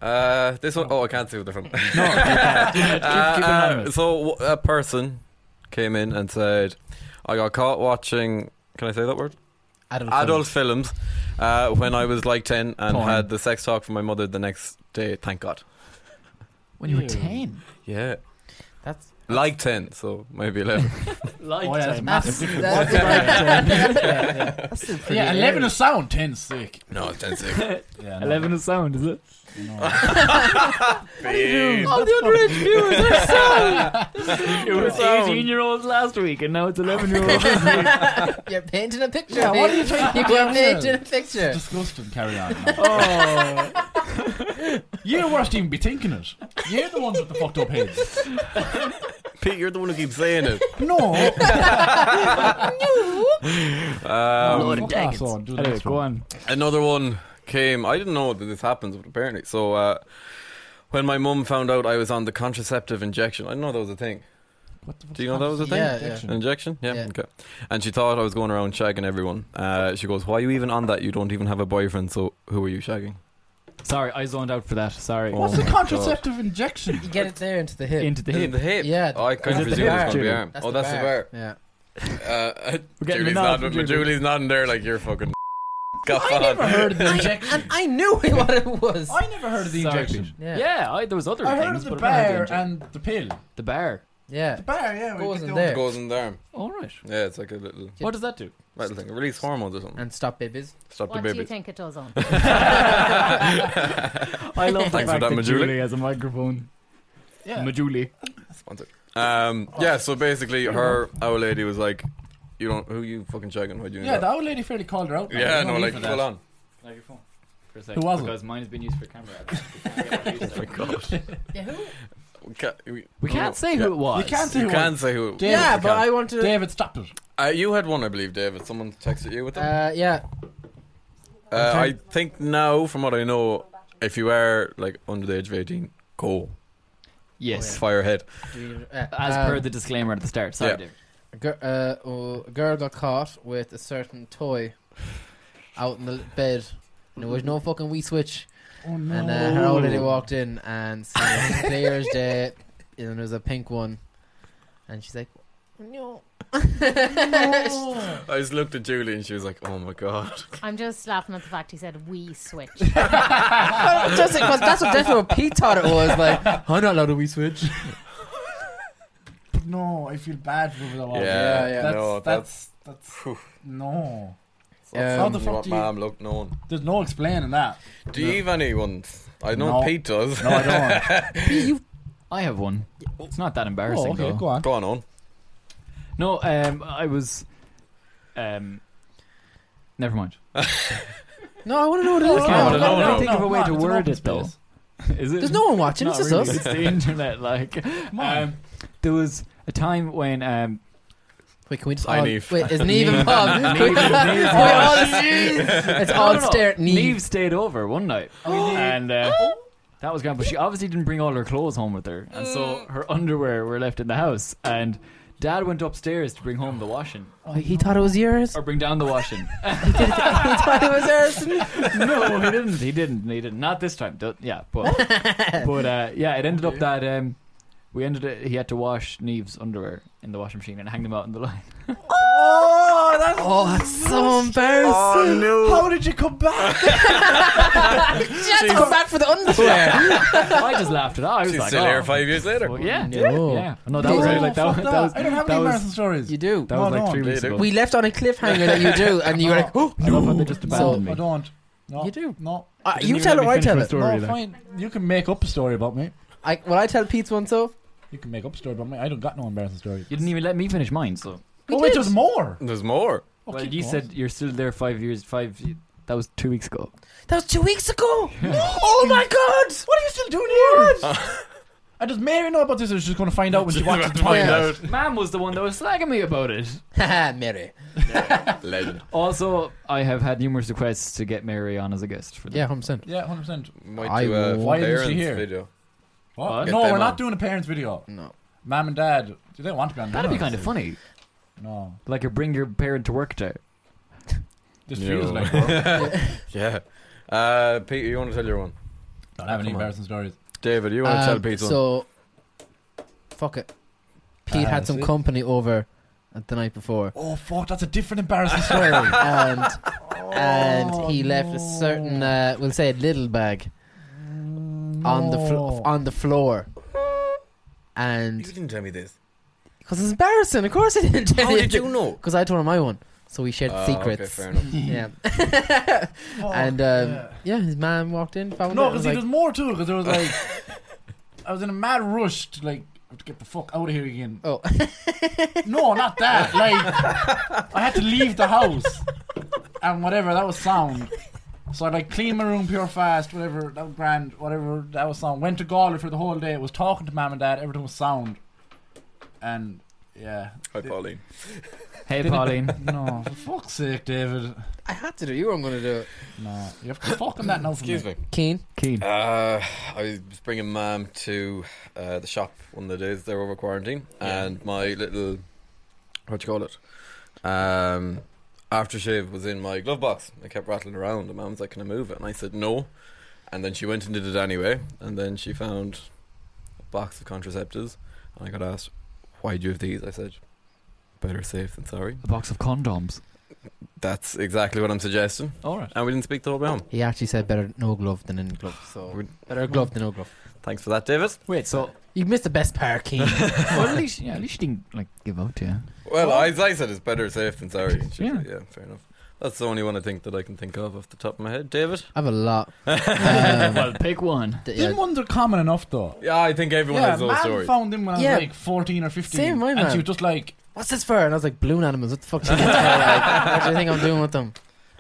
[SPEAKER 6] Uh, this one oh I can't see what they're (laughs) from.
[SPEAKER 3] No.
[SPEAKER 6] (laughs) Uh,
[SPEAKER 3] keep, keep
[SPEAKER 6] uh,
[SPEAKER 3] anonymous.
[SPEAKER 6] so w- a person came in and said, "I got caught watching." Can I say that word?
[SPEAKER 4] Adult.
[SPEAKER 6] Adult films. Uh, when I was like ten and
[SPEAKER 3] Porn.
[SPEAKER 6] had the sex talk from my mother the next day. Thank God.
[SPEAKER 3] when you were
[SPEAKER 5] Ew.
[SPEAKER 3] ten,
[SPEAKER 6] Yeah,
[SPEAKER 4] That's
[SPEAKER 6] like ten, so maybe eleven.
[SPEAKER 3] like
[SPEAKER 5] Oh, yeah, that's massive
[SPEAKER 4] that's,
[SPEAKER 5] difference.
[SPEAKER 4] that's,
[SPEAKER 5] Yeah,
[SPEAKER 3] (laughs)
[SPEAKER 4] that's still pretty
[SPEAKER 5] yeah, eleven
[SPEAKER 4] early.
[SPEAKER 5] is sound, ten sick.
[SPEAKER 6] (laughs) no, it's ten six.
[SPEAKER 5] Yeah, no,
[SPEAKER 3] Eleven is sound, is it?
[SPEAKER 6] (laughs)
[SPEAKER 5] no.
[SPEAKER 6] Babe.
[SPEAKER 3] Oh, the underage viewers are sound. it was eighteen-year-olds last week, and now it's (laughs)
[SPEAKER 4] (laughs)
[SPEAKER 3] eleven-year-olds.
[SPEAKER 4] You're painting a picture.
[SPEAKER 5] Yeah, what are
[SPEAKER 4] Pete.
[SPEAKER 5] you trying to
[SPEAKER 4] You
[SPEAKER 5] put
[SPEAKER 4] can
[SPEAKER 5] down
[SPEAKER 4] paint
[SPEAKER 5] there?
[SPEAKER 4] in a picture.
[SPEAKER 5] Disgusting. Carry on.
[SPEAKER 6] (laughs)
[SPEAKER 5] no.
[SPEAKER 3] oh,
[SPEAKER 5] You're worse to even be thinking it. You're the ones with the fucked up heads.
[SPEAKER 6] (laughs) Pete, you're the one who keeps saying it.
[SPEAKER 5] No.
[SPEAKER 6] Um,
[SPEAKER 5] Fuck off, so do the
[SPEAKER 3] Anyway,
[SPEAKER 5] next
[SPEAKER 3] go
[SPEAKER 5] one.
[SPEAKER 3] on.
[SPEAKER 6] Another one came. I didn't know that this happens, but apparently. So uh, when my mum found out I was on the contraceptive injection, I didn't know that was a thing.
[SPEAKER 5] What the fuck
[SPEAKER 6] Do you know that was a thing?
[SPEAKER 4] Yeah, yeah.
[SPEAKER 5] Injection.
[SPEAKER 6] An injection? Yeah,
[SPEAKER 4] Yeah.
[SPEAKER 6] Okay. And she thought I was going around shagging everyone. Uh, she goes, "Why are you even on that? You don't even have a boyfriend. So who are you shagging?"
[SPEAKER 3] Sorry, I zoned out for that. Sorry.
[SPEAKER 6] Oh.
[SPEAKER 5] What's
[SPEAKER 6] my
[SPEAKER 5] a contraceptive injection?
[SPEAKER 4] You get it there into the hip.
[SPEAKER 3] Into the
[SPEAKER 6] In
[SPEAKER 3] hip.
[SPEAKER 6] the hip.
[SPEAKER 4] Yeah.
[SPEAKER 6] Oh, I kind of
[SPEAKER 3] Is it the
[SPEAKER 6] presume it's
[SPEAKER 3] bar?
[SPEAKER 6] going to be arm. oh, that's
[SPEAKER 3] (laughs)
[SPEAKER 4] Yeah.
[SPEAKER 6] the bar. Uh,
[SPEAKER 3] We're getting
[SPEAKER 6] Julie's
[SPEAKER 3] it now
[SPEAKER 6] nodding.
[SPEAKER 3] from Julie.
[SPEAKER 6] Julie's nodding there like you're fucking. Got
[SPEAKER 5] I never
[SPEAKER 6] on.
[SPEAKER 5] heard of the
[SPEAKER 4] I,
[SPEAKER 5] injection.
[SPEAKER 4] and I knew (laughs) what it was.
[SPEAKER 5] I never heard of the
[SPEAKER 3] Sorry.
[SPEAKER 5] injection.
[SPEAKER 4] Yeah.
[SPEAKER 3] Yeah, I, there was other
[SPEAKER 5] I
[SPEAKER 3] things.
[SPEAKER 5] heard of the
[SPEAKER 3] but I
[SPEAKER 5] bar
[SPEAKER 3] never heard the, inje-
[SPEAKER 5] and the pill.
[SPEAKER 3] the bar.
[SPEAKER 4] Yeah.
[SPEAKER 5] The bar, yeah. we
[SPEAKER 4] Goes in
[SPEAKER 5] get the-
[SPEAKER 4] there.
[SPEAKER 6] Goes in the arm.
[SPEAKER 3] All right.
[SPEAKER 6] Yeah, it's like a little,
[SPEAKER 3] What does that do? (laughs)
[SPEAKER 6] little thing. Release hormones or something.
[SPEAKER 4] And stop babies.
[SPEAKER 6] Stop
[SPEAKER 7] What
[SPEAKER 6] the
[SPEAKER 7] do you
[SPEAKER 6] baby.
[SPEAKER 7] think it does on?
[SPEAKER 3] I love
[SPEAKER 6] Thanks for
[SPEAKER 3] the fact
[SPEAKER 6] that,
[SPEAKER 3] that
[SPEAKER 6] Majuli.
[SPEAKER 3] Julie has a microphone.
[SPEAKER 5] Yeah.
[SPEAKER 3] Majuli.
[SPEAKER 6] Sponsored. (laughs) Um, yeah, so basically, her owl lady was like, "You don't, who you fucking shagging? Why do you?"
[SPEAKER 5] Yeah,
[SPEAKER 6] know
[SPEAKER 5] that old lady fairly called her out.
[SPEAKER 6] that? yeah, no, like full
[SPEAKER 5] full
[SPEAKER 6] on.
[SPEAKER 3] Microphone. For a
[SPEAKER 5] Who
[SPEAKER 3] second,
[SPEAKER 5] was it?
[SPEAKER 3] because mine has been used for camera.
[SPEAKER 5] (laughs)
[SPEAKER 3] oh my god.
[SPEAKER 4] Yeah, who?
[SPEAKER 6] We can't, we,
[SPEAKER 3] We can't say
[SPEAKER 6] Yeah.
[SPEAKER 3] who it was.
[SPEAKER 5] You can't say
[SPEAKER 6] You
[SPEAKER 5] who.
[SPEAKER 6] can say who.
[SPEAKER 5] David.
[SPEAKER 4] yeah,
[SPEAKER 6] you
[SPEAKER 4] but I want to.
[SPEAKER 5] David, stop it.
[SPEAKER 6] can. uh, you had one, I believe, David. Someone texted you with them.
[SPEAKER 4] Uh, yeah.
[SPEAKER 6] Uh, I think now, from what I know, if you are like under the age of eighteen, go
[SPEAKER 3] Yes.
[SPEAKER 6] fire ahead.
[SPEAKER 4] Do you- uh,
[SPEAKER 5] Oh,
[SPEAKER 3] As
[SPEAKER 4] um,
[SPEAKER 3] per the disclaimer at the start. Sorry,
[SPEAKER 6] Yeah.
[SPEAKER 3] David.
[SPEAKER 4] A gir- uh, oh, a girl got caught with a certain toy out in the bed. And there was no fucking Wii Switch.
[SPEAKER 5] Oh no.
[SPEAKER 4] And uh, her old lady walked in and said, "It's Player's Day. And there was a pink one. And she's like, (laughs) No.
[SPEAKER 6] I just looked at Julie and she was like, "Oh my god." (laughs)
[SPEAKER 7] I'm just laughing at the fact he said we switch.
[SPEAKER 4] Well, Just because that's what definitely what Pete thought it was. Like, I'm not allowed a Wii Switch.
[SPEAKER 5] No, I feel bad for the one.
[SPEAKER 6] Yeah, yeah.
[SPEAKER 5] That's,
[SPEAKER 6] No,
[SPEAKER 5] that's that's
[SPEAKER 6] Phew.
[SPEAKER 5] no.
[SPEAKER 4] Um,
[SPEAKER 5] How the fuck
[SPEAKER 6] what
[SPEAKER 5] do you-
[SPEAKER 6] mom look no one.
[SPEAKER 5] There's no explaining that.
[SPEAKER 6] Do you have any ones? I know
[SPEAKER 5] No.
[SPEAKER 6] Pete does.
[SPEAKER 5] No, I (laughs) don't.
[SPEAKER 3] I have one. It's not that embarrassing,
[SPEAKER 5] oh, okay,
[SPEAKER 3] though.
[SPEAKER 5] go on.
[SPEAKER 6] Go on, on.
[SPEAKER 3] No, um, I was. Um, never mind. (laughs)
[SPEAKER 4] No, I want to know what it is.
[SPEAKER 6] I
[SPEAKER 4] now.
[SPEAKER 6] wanna know
[SPEAKER 3] I
[SPEAKER 6] now.
[SPEAKER 3] think of a
[SPEAKER 5] come
[SPEAKER 3] way
[SPEAKER 5] on,
[SPEAKER 3] to
[SPEAKER 5] it's an
[SPEAKER 3] word
[SPEAKER 5] open
[SPEAKER 3] it, though.
[SPEAKER 5] space.
[SPEAKER 3] Is it?
[SPEAKER 4] There's no one watching.
[SPEAKER 3] Not
[SPEAKER 4] It's just
[SPEAKER 3] really.
[SPEAKER 4] us.
[SPEAKER 3] It's the internet. Like,
[SPEAKER 5] Come on.
[SPEAKER 3] um, there was a time when um,
[SPEAKER 4] Wait, can we just
[SPEAKER 6] Hi,
[SPEAKER 4] all,
[SPEAKER 6] Niamh.
[SPEAKER 4] wait? Is Neve involved?
[SPEAKER 3] Niamh-
[SPEAKER 4] Wait, (laughs)
[SPEAKER 3] Niamh's
[SPEAKER 4] all
[SPEAKER 3] involved.
[SPEAKER 4] it's
[SPEAKER 3] No,
[SPEAKER 4] all
[SPEAKER 3] no, no.
[SPEAKER 4] stare at Neve. Oh,
[SPEAKER 3] Neve stayed over one night, and uh, that was grand. But she obviously didn't bring all her clothes home with her, and so
[SPEAKER 4] Uh.
[SPEAKER 3] her underwear were left in the house. And Dad went upstairs to bring home the washing
[SPEAKER 4] Wait, Oh, he thought it was yours. (laughs)
[SPEAKER 3] or bring down the washing.
[SPEAKER 4] he thought it was yours.
[SPEAKER 3] no, he didn't. He didn't. He didn't. Not this time. Don't- yeah,
[SPEAKER 4] (laughs)
[SPEAKER 3] but but uh, yeah, it ended up that um, we ended. It, he had to wash Neve's underwear in the washing machine and hang them out in the
[SPEAKER 4] (laughs)
[SPEAKER 3] line.
[SPEAKER 5] Oh, that's
[SPEAKER 4] Oh, that's so
[SPEAKER 6] Oh,
[SPEAKER 4] embarrassing.
[SPEAKER 5] How did you come back?
[SPEAKER 4] She had to come back for the underwear.
[SPEAKER 6] (laughs)
[SPEAKER 3] I just laughed it off. I was
[SPEAKER 6] She's
[SPEAKER 3] like,
[SPEAKER 6] still
[SPEAKER 3] oh.
[SPEAKER 6] here five years later.
[SPEAKER 3] Well, yeah, yeah,
[SPEAKER 4] No.
[SPEAKER 3] No, that was
[SPEAKER 4] Oh,
[SPEAKER 3] really like that.
[SPEAKER 5] fuck
[SPEAKER 3] was- that was
[SPEAKER 5] I don't have
[SPEAKER 3] that
[SPEAKER 5] any
[SPEAKER 3] was-
[SPEAKER 5] embarrassing stories.
[SPEAKER 4] You do.
[SPEAKER 3] That was
[SPEAKER 5] No,
[SPEAKER 3] like
[SPEAKER 5] no.
[SPEAKER 3] three weeks
[SPEAKER 6] They do.
[SPEAKER 3] ago.
[SPEAKER 4] We left on a cliffhanger that you
[SPEAKER 3] (laughs)
[SPEAKER 4] do, and you were like, oh,
[SPEAKER 3] I love how they just
[SPEAKER 5] no,
[SPEAKER 3] abandoned
[SPEAKER 5] I
[SPEAKER 3] me.
[SPEAKER 5] don't. No,
[SPEAKER 4] You do.
[SPEAKER 5] No,
[SPEAKER 4] uh,
[SPEAKER 3] Didn't
[SPEAKER 4] you
[SPEAKER 3] even
[SPEAKER 4] tell
[SPEAKER 3] let
[SPEAKER 4] it
[SPEAKER 3] me
[SPEAKER 4] or I
[SPEAKER 3] finish
[SPEAKER 4] tell
[SPEAKER 3] my
[SPEAKER 4] it.
[SPEAKER 3] story
[SPEAKER 5] no,
[SPEAKER 3] then.
[SPEAKER 5] fine. You can make up a story about me.
[SPEAKER 4] I, will I tell Pete's one so?
[SPEAKER 5] You can make up a story about me. I don't got no embarrassing story.
[SPEAKER 3] You didn't even let me finish mine, so.
[SPEAKER 4] We
[SPEAKER 5] oh wait,
[SPEAKER 4] did.
[SPEAKER 5] there's more.
[SPEAKER 6] There's more.
[SPEAKER 5] Oh,
[SPEAKER 3] well,
[SPEAKER 5] keep
[SPEAKER 3] you
[SPEAKER 5] going.
[SPEAKER 3] said you're still there five years, five. That was two weeks ago.
[SPEAKER 4] That was two weeks ago. (gasps) Oh my god!
[SPEAKER 5] What are you still doing here? and does Mary know about this or is she just going to find out (laughs) when she watches the
[SPEAKER 6] Find
[SPEAKER 5] podcast?
[SPEAKER 6] out.
[SPEAKER 3] Mam was the one that was slagging me about it.
[SPEAKER 4] Haha, (laughs) Mary.
[SPEAKER 6] Legend.
[SPEAKER 3] Also, I have had numerous requests to get Mary on as a guest for the
[SPEAKER 4] Yeah, 100%.
[SPEAKER 5] Yeah, 100%.
[SPEAKER 6] Might
[SPEAKER 4] I
[SPEAKER 6] do a
[SPEAKER 4] will-
[SPEAKER 5] Why isn't she
[SPEAKER 6] parents
[SPEAKER 5] here?
[SPEAKER 6] video.
[SPEAKER 5] What?
[SPEAKER 3] What?
[SPEAKER 5] No,
[SPEAKER 6] Get them
[SPEAKER 5] we're not
[SPEAKER 6] on.
[SPEAKER 5] doing a parents video.
[SPEAKER 4] No.
[SPEAKER 5] Mom and Dad, they don't want to be on
[SPEAKER 3] That'd be
[SPEAKER 5] videos.
[SPEAKER 3] kind of funny.
[SPEAKER 5] No,
[SPEAKER 3] Like a bring your parent to work day.
[SPEAKER 5] this
[SPEAKER 6] No.
[SPEAKER 5] feels like work.
[SPEAKER 6] Yeah. Uh, Pete, you want to tell your one?
[SPEAKER 5] don't have any
[SPEAKER 6] Come on.
[SPEAKER 5] embarrassing stories.
[SPEAKER 6] David, you want to tell
[SPEAKER 4] Um,
[SPEAKER 6] Pete one?
[SPEAKER 4] So, fuck it. Pete
[SPEAKER 5] Uh,
[SPEAKER 4] had some
[SPEAKER 5] see?
[SPEAKER 4] company over at the
[SPEAKER 3] (laughs)
[SPEAKER 4] night before,
[SPEAKER 5] Oh fuck, that's a different embarrassing story.
[SPEAKER 4] and
[SPEAKER 5] Oh,
[SPEAKER 4] and he left
[SPEAKER 5] no.
[SPEAKER 4] a
[SPEAKER 3] Oh.
[SPEAKER 4] certain, uh, we'll say, a little bag (laughs) on the
[SPEAKER 5] No.
[SPEAKER 4] flo- on the floor,
[SPEAKER 6] you
[SPEAKER 4] and
[SPEAKER 6] didn't tell me this.
[SPEAKER 4] because it's embarrassing. Of course, I didn't tell
[SPEAKER 6] How did
[SPEAKER 4] (laughs)
[SPEAKER 6] you know?
[SPEAKER 4] Because I told him my one, so we shared
[SPEAKER 6] Uh, Okay,
[SPEAKER 4] secrets.
[SPEAKER 6] fair (laughs) enough.
[SPEAKER 4] yeah,
[SPEAKER 5] Fuck,
[SPEAKER 4] (laughs) and um, yeah.
[SPEAKER 5] yeah.
[SPEAKER 4] his man walked in, found
[SPEAKER 5] no,
[SPEAKER 4] it, and
[SPEAKER 5] because
[SPEAKER 4] was
[SPEAKER 5] he
[SPEAKER 4] like,
[SPEAKER 5] does more too. Because there
[SPEAKER 4] (laughs)
[SPEAKER 5] was like, I was in a mad rush to like to get the fuck out of here again.
[SPEAKER 4] Oh.
[SPEAKER 5] (laughs) no, not that. Like, I had to leave the house, and whatever that was sound. So I like cleaned my room pure fast, whatever that was grand, whatever that was sound. Went to Galway for the whole day. Was talking to mom and dad. Everything was sound. and yeah.
[SPEAKER 6] Hi, Pauline.
[SPEAKER 3] Hey,
[SPEAKER 5] Did it-
[SPEAKER 3] Pauline.
[SPEAKER 5] No, for fuck's sake, David.
[SPEAKER 4] I had to do. You weren't going to do it.
[SPEAKER 5] No, you have to fucking that now. for
[SPEAKER 6] Excuse me.
[SPEAKER 4] Keen.
[SPEAKER 3] Keen.
[SPEAKER 6] Uh, I was bringing mum to uh, the shop one of the days they were over quarantine, and my little what do you call it, um, aftershave was in my glove box. I kept rattling around, and mum was like, "Can I move it?" And I said no, and then she went and did it anyway, and then she found a box of contraceptives, and I got asked, "Why do you have these?" I said, "Better safe than sorry."
[SPEAKER 3] A box of condoms.
[SPEAKER 6] That's exactly what I'm suggesting,
[SPEAKER 5] All right.
[SPEAKER 6] and we didn't speak the whole way home.
[SPEAKER 4] He actually said better no glove than any glove. So
[SPEAKER 6] Would-
[SPEAKER 4] better glove than no glove.
[SPEAKER 6] Thanks for that, David.
[SPEAKER 3] Wait, so
[SPEAKER 4] You missed the best part, Keen.
[SPEAKER 3] well, at least yeah, at least she didn't like give out (laughs) to you.
[SPEAKER 6] Well, I, I said it's better safe than sorry.
[SPEAKER 3] Yeah.
[SPEAKER 6] yeah. yeah, fair enough. That's the only one I think that I can think of off the top of my head. David?
[SPEAKER 4] I have a lot. Um, (laughs)
[SPEAKER 3] well, pick one.
[SPEAKER 4] d- yeah.
[SPEAKER 5] Them ones are common enough though.
[SPEAKER 6] Yeah, I think everyone
[SPEAKER 5] yeah,
[SPEAKER 6] has those
[SPEAKER 5] man
[SPEAKER 6] stories.
[SPEAKER 5] found him when I was
[SPEAKER 4] Yeah.
[SPEAKER 5] like 14 or 15.
[SPEAKER 4] Same, my
[SPEAKER 5] and
[SPEAKER 4] man.
[SPEAKER 5] she was just like,
[SPEAKER 4] What's this for? And I was like, balloon animals. What the fuck? Do you, think it's for? Like, what do you think I'm doing with them?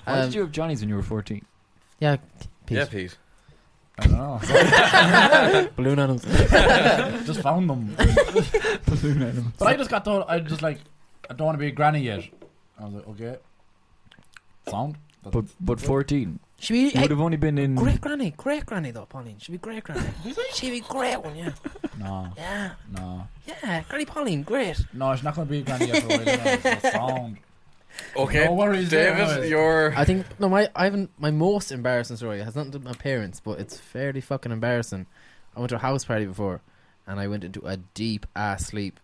[SPEAKER 3] Why
[SPEAKER 4] Um,
[SPEAKER 3] did you have Johnny's when you were fourteen?
[SPEAKER 4] yeah, Pete.
[SPEAKER 6] Yeah, Pete.
[SPEAKER 5] I don't know. (laughs)
[SPEAKER 4] balloon animals.
[SPEAKER 5] just
[SPEAKER 4] (laughs)
[SPEAKER 5] found them. But I just got told, I just like, I don't want to be a granny yet. I was like, okay. Sound? That's-
[SPEAKER 3] But but fourteen
[SPEAKER 4] Should we? (laughs)
[SPEAKER 3] you
[SPEAKER 4] Hey,
[SPEAKER 3] would have only been in.
[SPEAKER 4] great granny, great granny though, Pauline. Should be great (laughs) granny. She'd be great one, yeah,
[SPEAKER 5] no,
[SPEAKER 4] yeah,
[SPEAKER 5] no.
[SPEAKER 4] yeah. Granny Pauline, great.
[SPEAKER 5] No, she's not going to be a granny yet for a while. no, it's just sound.
[SPEAKER 6] Okay.
[SPEAKER 5] No worries there,
[SPEAKER 6] David,
[SPEAKER 5] no.
[SPEAKER 6] you're.
[SPEAKER 4] I think no, my I haven't my most embarrassing story has nothing to do with my parents, but it's fairly fucking embarrassing. I went to a house party before, and I went into a deep ass sleep,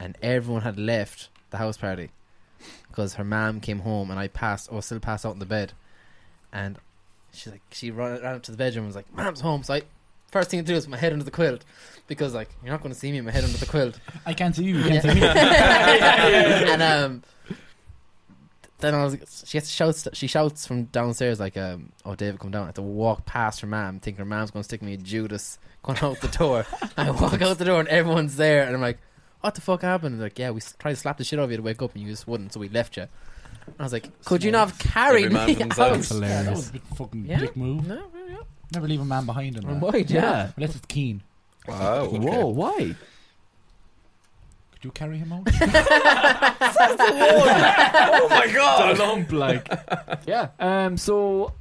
[SPEAKER 4] and everyone had left the house party because her mom came home, and I passed or still passed out in the bed, and she's like she ran, ran up to the bedroom and was like, "Mom's home," so I. First thing to do is put my head under the quilt because, like, you're not going to see me with my head under the quilt.
[SPEAKER 5] I can't see you. You can't
[SPEAKER 4] (laughs)
[SPEAKER 5] see me.
[SPEAKER 4] and um, then I was, she gets shouts. She shouts from downstairs like, um, "Oh, David, come down!" I have to walk past her mom, thinking her mom's going to stick me a Judas going out the door. I walk out the door and everyone's there, and I'm like, "What the fuck happened?" And they're like, "Yeah, we s- tried to slap the shit out of you to wake up, and you just wouldn't, so we left you." And I was like, "Could you not have carried
[SPEAKER 6] Every man
[SPEAKER 4] me
[SPEAKER 6] for
[SPEAKER 4] out?"
[SPEAKER 6] themselves.
[SPEAKER 5] Yeah, that
[SPEAKER 3] Hilarious.
[SPEAKER 5] was a bit fucking
[SPEAKER 4] Yeah.
[SPEAKER 5] dick move.
[SPEAKER 4] No, yeah, yeah.
[SPEAKER 5] Never leave a man behind in that.
[SPEAKER 4] Why, yeah.
[SPEAKER 3] Yeah.
[SPEAKER 5] Unless it's Keen.
[SPEAKER 6] Wow. okay.
[SPEAKER 3] Whoa. Why?
[SPEAKER 5] Could you
[SPEAKER 4] (laughs)
[SPEAKER 5] carry him out?
[SPEAKER 6] Oh my god!
[SPEAKER 3] lump, like. yeah. Um. So,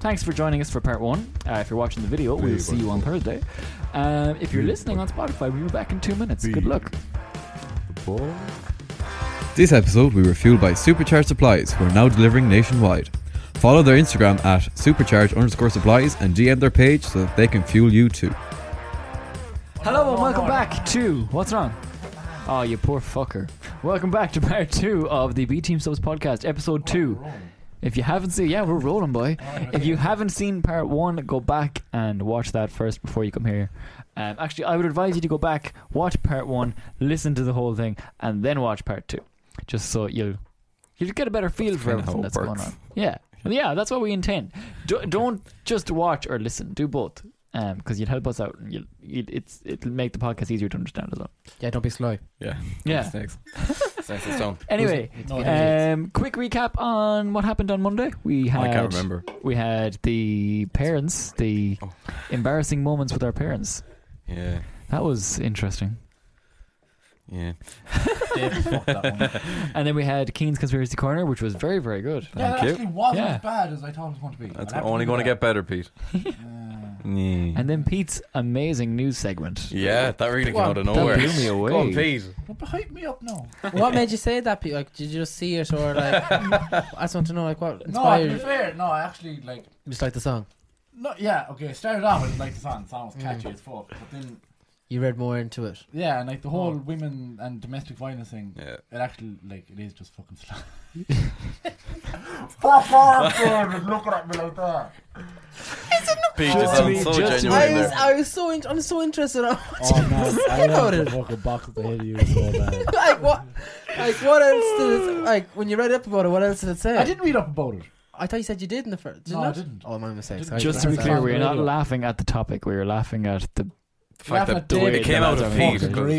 [SPEAKER 3] thanks for joining us for part one. Uh, if you're watching the video, we'll
[SPEAKER 2] Really
[SPEAKER 3] see you on Thursday. Um. If you're listening on Spotify, we'll be back in two minutes. Good luck.
[SPEAKER 2] The ball.
[SPEAKER 1] This episode, we were fueled by Supercharge Supplies, who are now delivering nationwide. Follow their Instagram at supercharge underscore supplies and DM their page so that they can fuel you too.
[SPEAKER 3] Hello and welcome back to what's wrong? Oh, you poor fucker! Welcome back to (laughs) part two of the B Team Subs podcast, episode two. If you haven't seen, yeah, we're rolling, boy.
[SPEAKER 6] Oh,
[SPEAKER 3] If you haven't seen part one, go back and watch that first before you come here. Um, actually, I would advise you to go back, watch part one, listen to the whole thing, and then watch part two, just so you'll you'll get a better feel for
[SPEAKER 6] kinda how
[SPEAKER 3] everything
[SPEAKER 6] it
[SPEAKER 3] that's going
[SPEAKER 6] works.
[SPEAKER 3] on. Yeah, Well, yeah, that's what we intend. Do, don't just watch or listen. Do both, because you'll help us out, and you'll, you'll it's it'll make the podcast easier to understand as well.
[SPEAKER 4] Yeah, don't be slow.
[SPEAKER 6] Yeah.
[SPEAKER 3] Yeah.
[SPEAKER 6] Snakes. Snakes and stone.
[SPEAKER 3] Anyway,
[SPEAKER 4] uh,
[SPEAKER 6] Oh,
[SPEAKER 5] No,
[SPEAKER 3] um, quick recap on what happened on Monday. We had
[SPEAKER 6] I can't remember.
[SPEAKER 3] we had the parents, the
[SPEAKER 6] Oh.
[SPEAKER 3] embarrassing moments with our parents.
[SPEAKER 6] Yeah.
[SPEAKER 3] That was interesting.
[SPEAKER 6] Yeah.
[SPEAKER 5] David, fuck that one.
[SPEAKER 3] And then we had Keen's Conspiracy Corner, which was very, very good.
[SPEAKER 5] Yeah, that
[SPEAKER 6] Thank you.
[SPEAKER 5] actually wasn't
[SPEAKER 3] Yeah.
[SPEAKER 5] as bad as I thought it was going to be.
[SPEAKER 6] That's
[SPEAKER 5] I'll have
[SPEAKER 6] only
[SPEAKER 5] do
[SPEAKER 6] going to
[SPEAKER 5] that.
[SPEAKER 6] get better, Pete.
[SPEAKER 5] Yeah.
[SPEAKER 6] Yeah.
[SPEAKER 3] And then Pete's amazing news segment.
[SPEAKER 6] Yeah, that really came
[SPEAKER 4] Well,
[SPEAKER 6] out of
[SPEAKER 3] that
[SPEAKER 6] nowhere.
[SPEAKER 3] blew me away.
[SPEAKER 6] Go on, Pete.
[SPEAKER 5] But hype me up now.
[SPEAKER 4] (laughs) what made you say that? Pete? Like, did you just see it, or like, (laughs) I just want to know, like, what
[SPEAKER 5] No, to
[SPEAKER 4] inspired?
[SPEAKER 5] be
[SPEAKER 4] you?
[SPEAKER 5] fair, no, I actually like.
[SPEAKER 4] Just like the song.
[SPEAKER 5] No, yeah, okay. Started off with like the song. The song was catchy as fuck. But then,
[SPEAKER 4] You read more into it.
[SPEAKER 5] yeah, and like the whole women and domestic violence thing.
[SPEAKER 6] Yeah.
[SPEAKER 5] It actually like it is just
[SPEAKER 6] (laughs)
[SPEAKER 5] fucking slow. Fuck off, David! Looking at me like that.
[SPEAKER 6] Pete
[SPEAKER 3] Just
[SPEAKER 6] just
[SPEAKER 3] to be-
[SPEAKER 6] sounds so
[SPEAKER 3] just to
[SPEAKER 6] genuine
[SPEAKER 4] I
[SPEAKER 6] there.
[SPEAKER 4] was, I was so in, I'm so interested. In
[SPEAKER 5] Oh
[SPEAKER 6] (laughs)
[SPEAKER 4] (laughs)
[SPEAKER 5] man, I
[SPEAKER 4] about
[SPEAKER 5] love
[SPEAKER 4] it.
[SPEAKER 5] the fucking box at the head of you so bad.
[SPEAKER 4] like what? Like what else did (sighs) it? Like when you read up about it, what else did it say?
[SPEAKER 5] I didn't read up about it.
[SPEAKER 4] I thought you said you did in the first.
[SPEAKER 5] No, I didn't.
[SPEAKER 4] Oh, my mistake.
[SPEAKER 5] Didn't.
[SPEAKER 4] Sorry.
[SPEAKER 3] Just to be
[SPEAKER 4] Sorry.
[SPEAKER 3] clear, we're not
[SPEAKER 5] Radio.
[SPEAKER 3] laughing at the topic. We were laughing at the
[SPEAKER 6] The fact
[SPEAKER 5] Laugh
[SPEAKER 6] that
[SPEAKER 5] at
[SPEAKER 6] the way
[SPEAKER 5] David,
[SPEAKER 6] it came
[SPEAKER 3] the
[SPEAKER 6] out
[SPEAKER 3] lads
[SPEAKER 6] of
[SPEAKER 3] are
[SPEAKER 6] Pete.
[SPEAKER 5] Fucking
[SPEAKER 6] was-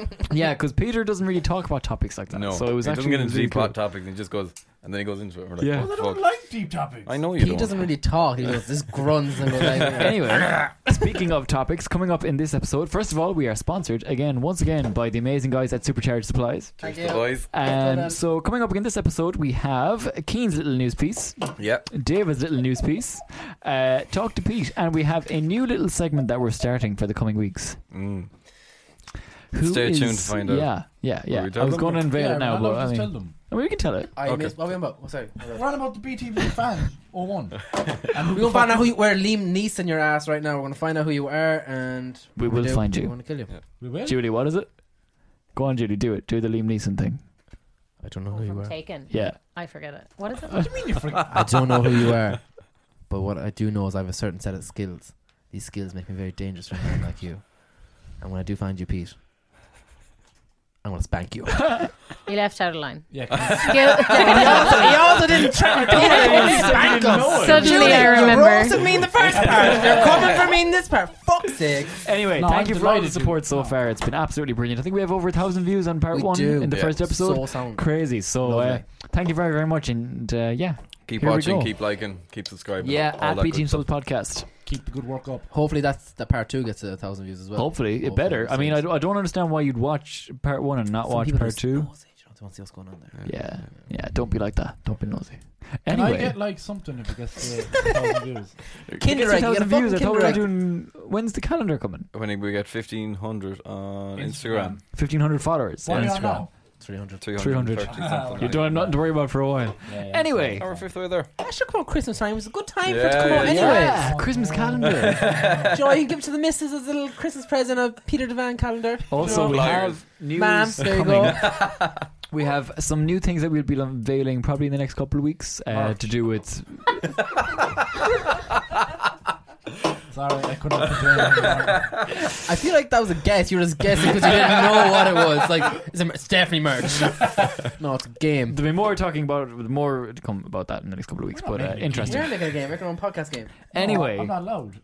[SPEAKER 5] retard.
[SPEAKER 6] (laughs)
[SPEAKER 3] yeah, because Peter doesn't really talk about topics like that.
[SPEAKER 6] No,
[SPEAKER 3] so it was
[SPEAKER 6] he
[SPEAKER 3] actually
[SPEAKER 6] doesn't get into
[SPEAKER 3] really
[SPEAKER 6] deep
[SPEAKER 3] cool.
[SPEAKER 6] hot topics. He just goes, And then he goes into it. And we're like,
[SPEAKER 5] Well,
[SPEAKER 6] yeah.
[SPEAKER 5] I
[SPEAKER 6] fuck?
[SPEAKER 5] don't like deep topics.
[SPEAKER 6] I know you
[SPEAKER 4] He
[SPEAKER 6] don't.
[SPEAKER 4] doesn't really talk. He goes, just grunts and goes (laughs) like,
[SPEAKER 3] Anyway, speaking of topics coming up in this episode, first of all, we are sponsored again, once again, by the amazing guys at Supercharged Supplies.
[SPEAKER 6] Cheers
[SPEAKER 4] Thank
[SPEAKER 6] to
[SPEAKER 4] you.
[SPEAKER 6] boys.
[SPEAKER 3] And so, coming up in this episode, we have Keen's little news piece,
[SPEAKER 6] Yeah.
[SPEAKER 3] David's little news piece, uh, Talk to Pete, and we have a new little segment that we're starting for the coming weeks.
[SPEAKER 6] Mm.
[SPEAKER 3] Who
[SPEAKER 6] Stay
[SPEAKER 3] is-
[SPEAKER 6] tuned to find out.
[SPEAKER 3] Yeah, yeah,
[SPEAKER 6] Will
[SPEAKER 3] yeah.
[SPEAKER 6] we tell
[SPEAKER 3] I was
[SPEAKER 6] them?
[SPEAKER 3] going to unveil
[SPEAKER 5] yeah,
[SPEAKER 3] it now, but
[SPEAKER 5] I'd love to
[SPEAKER 3] I
[SPEAKER 5] just
[SPEAKER 3] mean,
[SPEAKER 5] tell them.
[SPEAKER 3] I mean, we can tell it.
[SPEAKER 4] I
[SPEAKER 6] Okay.
[SPEAKER 4] missed. What were we on about? Oh, sorry.
[SPEAKER 5] We're on about the BTV fan
[SPEAKER 6] (laughs)
[SPEAKER 5] 01. And
[SPEAKER 4] We're gonna find out who you, where Liam Neeson your ass right now. We're gonna find out who you are, and
[SPEAKER 3] We
[SPEAKER 4] if
[SPEAKER 3] will
[SPEAKER 4] do,
[SPEAKER 3] find
[SPEAKER 4] we
[SPEAKER 3] you.
[SPEAKER 4] want to kill you.
[SPEAKER 5] We will.
[SPEAKER 3] Julie, what is it? Go on, Julie, do it. Do the Liam Neeson thing.
[SPEAKER 4] I don't know
[SPEAKER 7] Oh,
[SPEAKER 4] who you
[SPEAKER 7] from
[SPEAKER 4] are.
[SPEAKER 7] Taken.
[SPEAKER 3] Yeah.
[SPEAKER 7] I forget it. What is it?
[SPEAKER 5] What do you mean you forget?
[SPEAKER 4] I don't know who you are, but what I do know is I have a certain set of skills. These skills make me very dangerous for a man like you. And when I do find you, Pete, I'm gonna spank
[SPEAKER 7] (laughs)
[SPEAKER 4] you.
[SPEAKER 7] He left out a line. (laughs)
[SPEAKER 5] Yeah, 'cause
[SPEAKER 7] Skill- Yeah.
[SPEAKER 4] didn't try to
[SPEAKER 5] I didn't know it.
[SPEAKER 7] Suddenly I
[SPEAKER 4] You
[SPEAKER 7] remember.
[SPEAKER 4] roasted me in the
[SPEAKER 7] (laughs)
[SPEAKER 4] first part. You're coming for me in this part. Fuck's sake.
[SPEAKER 3] Anyway,
[SPEAKER 5] No,
[SPEAKER 3] thank
[SPEAKER 5] I'm
[SPEAKER 3] you for all the
[SPEAKER 5] delighted you-
[SPEAKER 3] support so
[SPEAKER 5] no.
[SPEAKER 3] far. It's been absolutely brilliant. I think we have over a thousand views on part
[SPEAKER 4] We
[SPEAKER 3] one
[SPEAKER 4] do.
[SPEAKER 3] in the
[SPEAKER 6] Yeah.
[SPEAKER 3] first episode.
[SPEAKER 4] So sound.
[SPEAKER 3] Crazy. So uh,
[SPEAKER 4] Lovely.
[SPEAKER 3] thank you very, very much. And uh, yeah,
[SPEAKER 6] Keep
[SPEAKER 3] Here we
[SPEAKER 6] watching,
[SPEAKER 3] go.
[SPEAKER 6] keep liking, keep subscribing.
[SPEAKER 3] yeah,
[SPEAKER 6] all
[SPEAKER 3] at
[SPEAKER 6] that
[SPEAKER 3] B
[SPEAKER 6] good
[SPEAKER 3] Team
[SPEAKER 6] stuff.
[SPEAKER 3] Souls podcast.
[SPEAKER 5] keep the good work up.
[SPEAKER 4] Hopefully that's the part two gets to a thousand views as well.
[SPEAKER 3] Hopefully, it
[SPEAKER 4] Hopefully
[SPEAKER 3] better.
[SPEAKER 4] it's
[SPEAKER 3] I mean, I,
[SPEAKER 4] nice.
[SPEAKER 3] d- I don't understand why you'd watch part one and not
[SPEAKER 4] Some
[SPEAKER 3] watch
[SPEAKER 4] people
[SPEAKER 3] part
[SPEAKER 4] just-
[SPEAKER 3] two.
[SPEAKER 4] Oh, see, you don't want to see what's going on there.
[SPEAKER 3] Yeah, yeah. Don't be like that. Don't be nosy.
[SPEAKER 5] Can I
[SPEAKER 3] Anyway,
[SPEAKER 5] get like something if
[SPEAKER 6] (laughs)
[SPEAKER 5] it gets uh, 1,000 views?
[SPEAKER 4] Kinder
[SPEAKER 3] It's
[SPEAKER 4] egg, you
[SPEAKER 3] 2,000
[SPEAKER 4] get
[SPEAKER 3] views. I
[SPEAKER 4] a fucking
[SPEAKER 3] thought we
[SPEAKER 4] Kinder
[SPEAKER 3] were
[SPEAKER 4] egg.
[SPEAKER 3] doing. When's the calendar coming?
[SPEAKER 6] When we get 1,500 on
[SPEAKER 5] Um,
[SPEAKER 6] Instagram,
[SPEAKER 3] Fifteen hundred followers.
[SPEAKER 5] Why
[SPEAKER 3] Yeah.
[SPEAKER 5] not now?
[SPEAKER 4] 300.
[SPEAKER 6] 330 something.
[SPEAKER 3] You don't have nothing to worry about for a while.
[SPEAKER 5] Yeah, yeah.
[SPEAKER 3] Anyway.
[SPEAKER 6] Our fifth way there.
[SPEAKER 4] That should come on Christmas time. It was a good time for it to
[SPEAKER 6] Yeah,
[SPEAKER 4] come out
[SPEAKER 6] yeah.
[SPEAKER 4] anyway.
[SPEAKER 3] Yeah, Oh, Christmas calendar.
[SPEAKER 4] (laughs) Joy, you give it to the missus as a little Christmas present a Peter Devan calendar.
[SPEAKER 3] (laughs) Also, we
[SPEAKER 6] Liars.
[SPEAKER 3] have news
[SPEAKER 4] Ma'am, there you
[SPEAKER 3] coming.
[SPEAKER 4] go.
[SPEAKER 3] we have some new things that we'll be unveiling probably in the next couple of weeks uh,
[SPEAKER 5] March.
[SPEAKER 3] to do with.
[SPEAKER 5] Sorry, I couldn't. pretend.
[SPEAKER 4] I feel like that was a guess. You were just guessing because you didn't know what it was. Like, it's, a, it's definitely
[SPEAKER 5] (laughs)
[SPEAKER 4] merch. no, it's a game.
[SPEAKER 3] There'll be more talking about more to come about that in the next couple of weeks.
[SPEAKER 5] We're not
[SPEAKER 3] But uh,
[SPEAKER 5] making a
[SPEAKER 3] interesting.
[SPEAKER 4] We're making a game. We're making our own podcast game.
[SPEAKER 3] Anyway,
[SPEAKER 5] I'm
[SPEAKER 6] (laughs)
[SPEAKER 5] not allowed.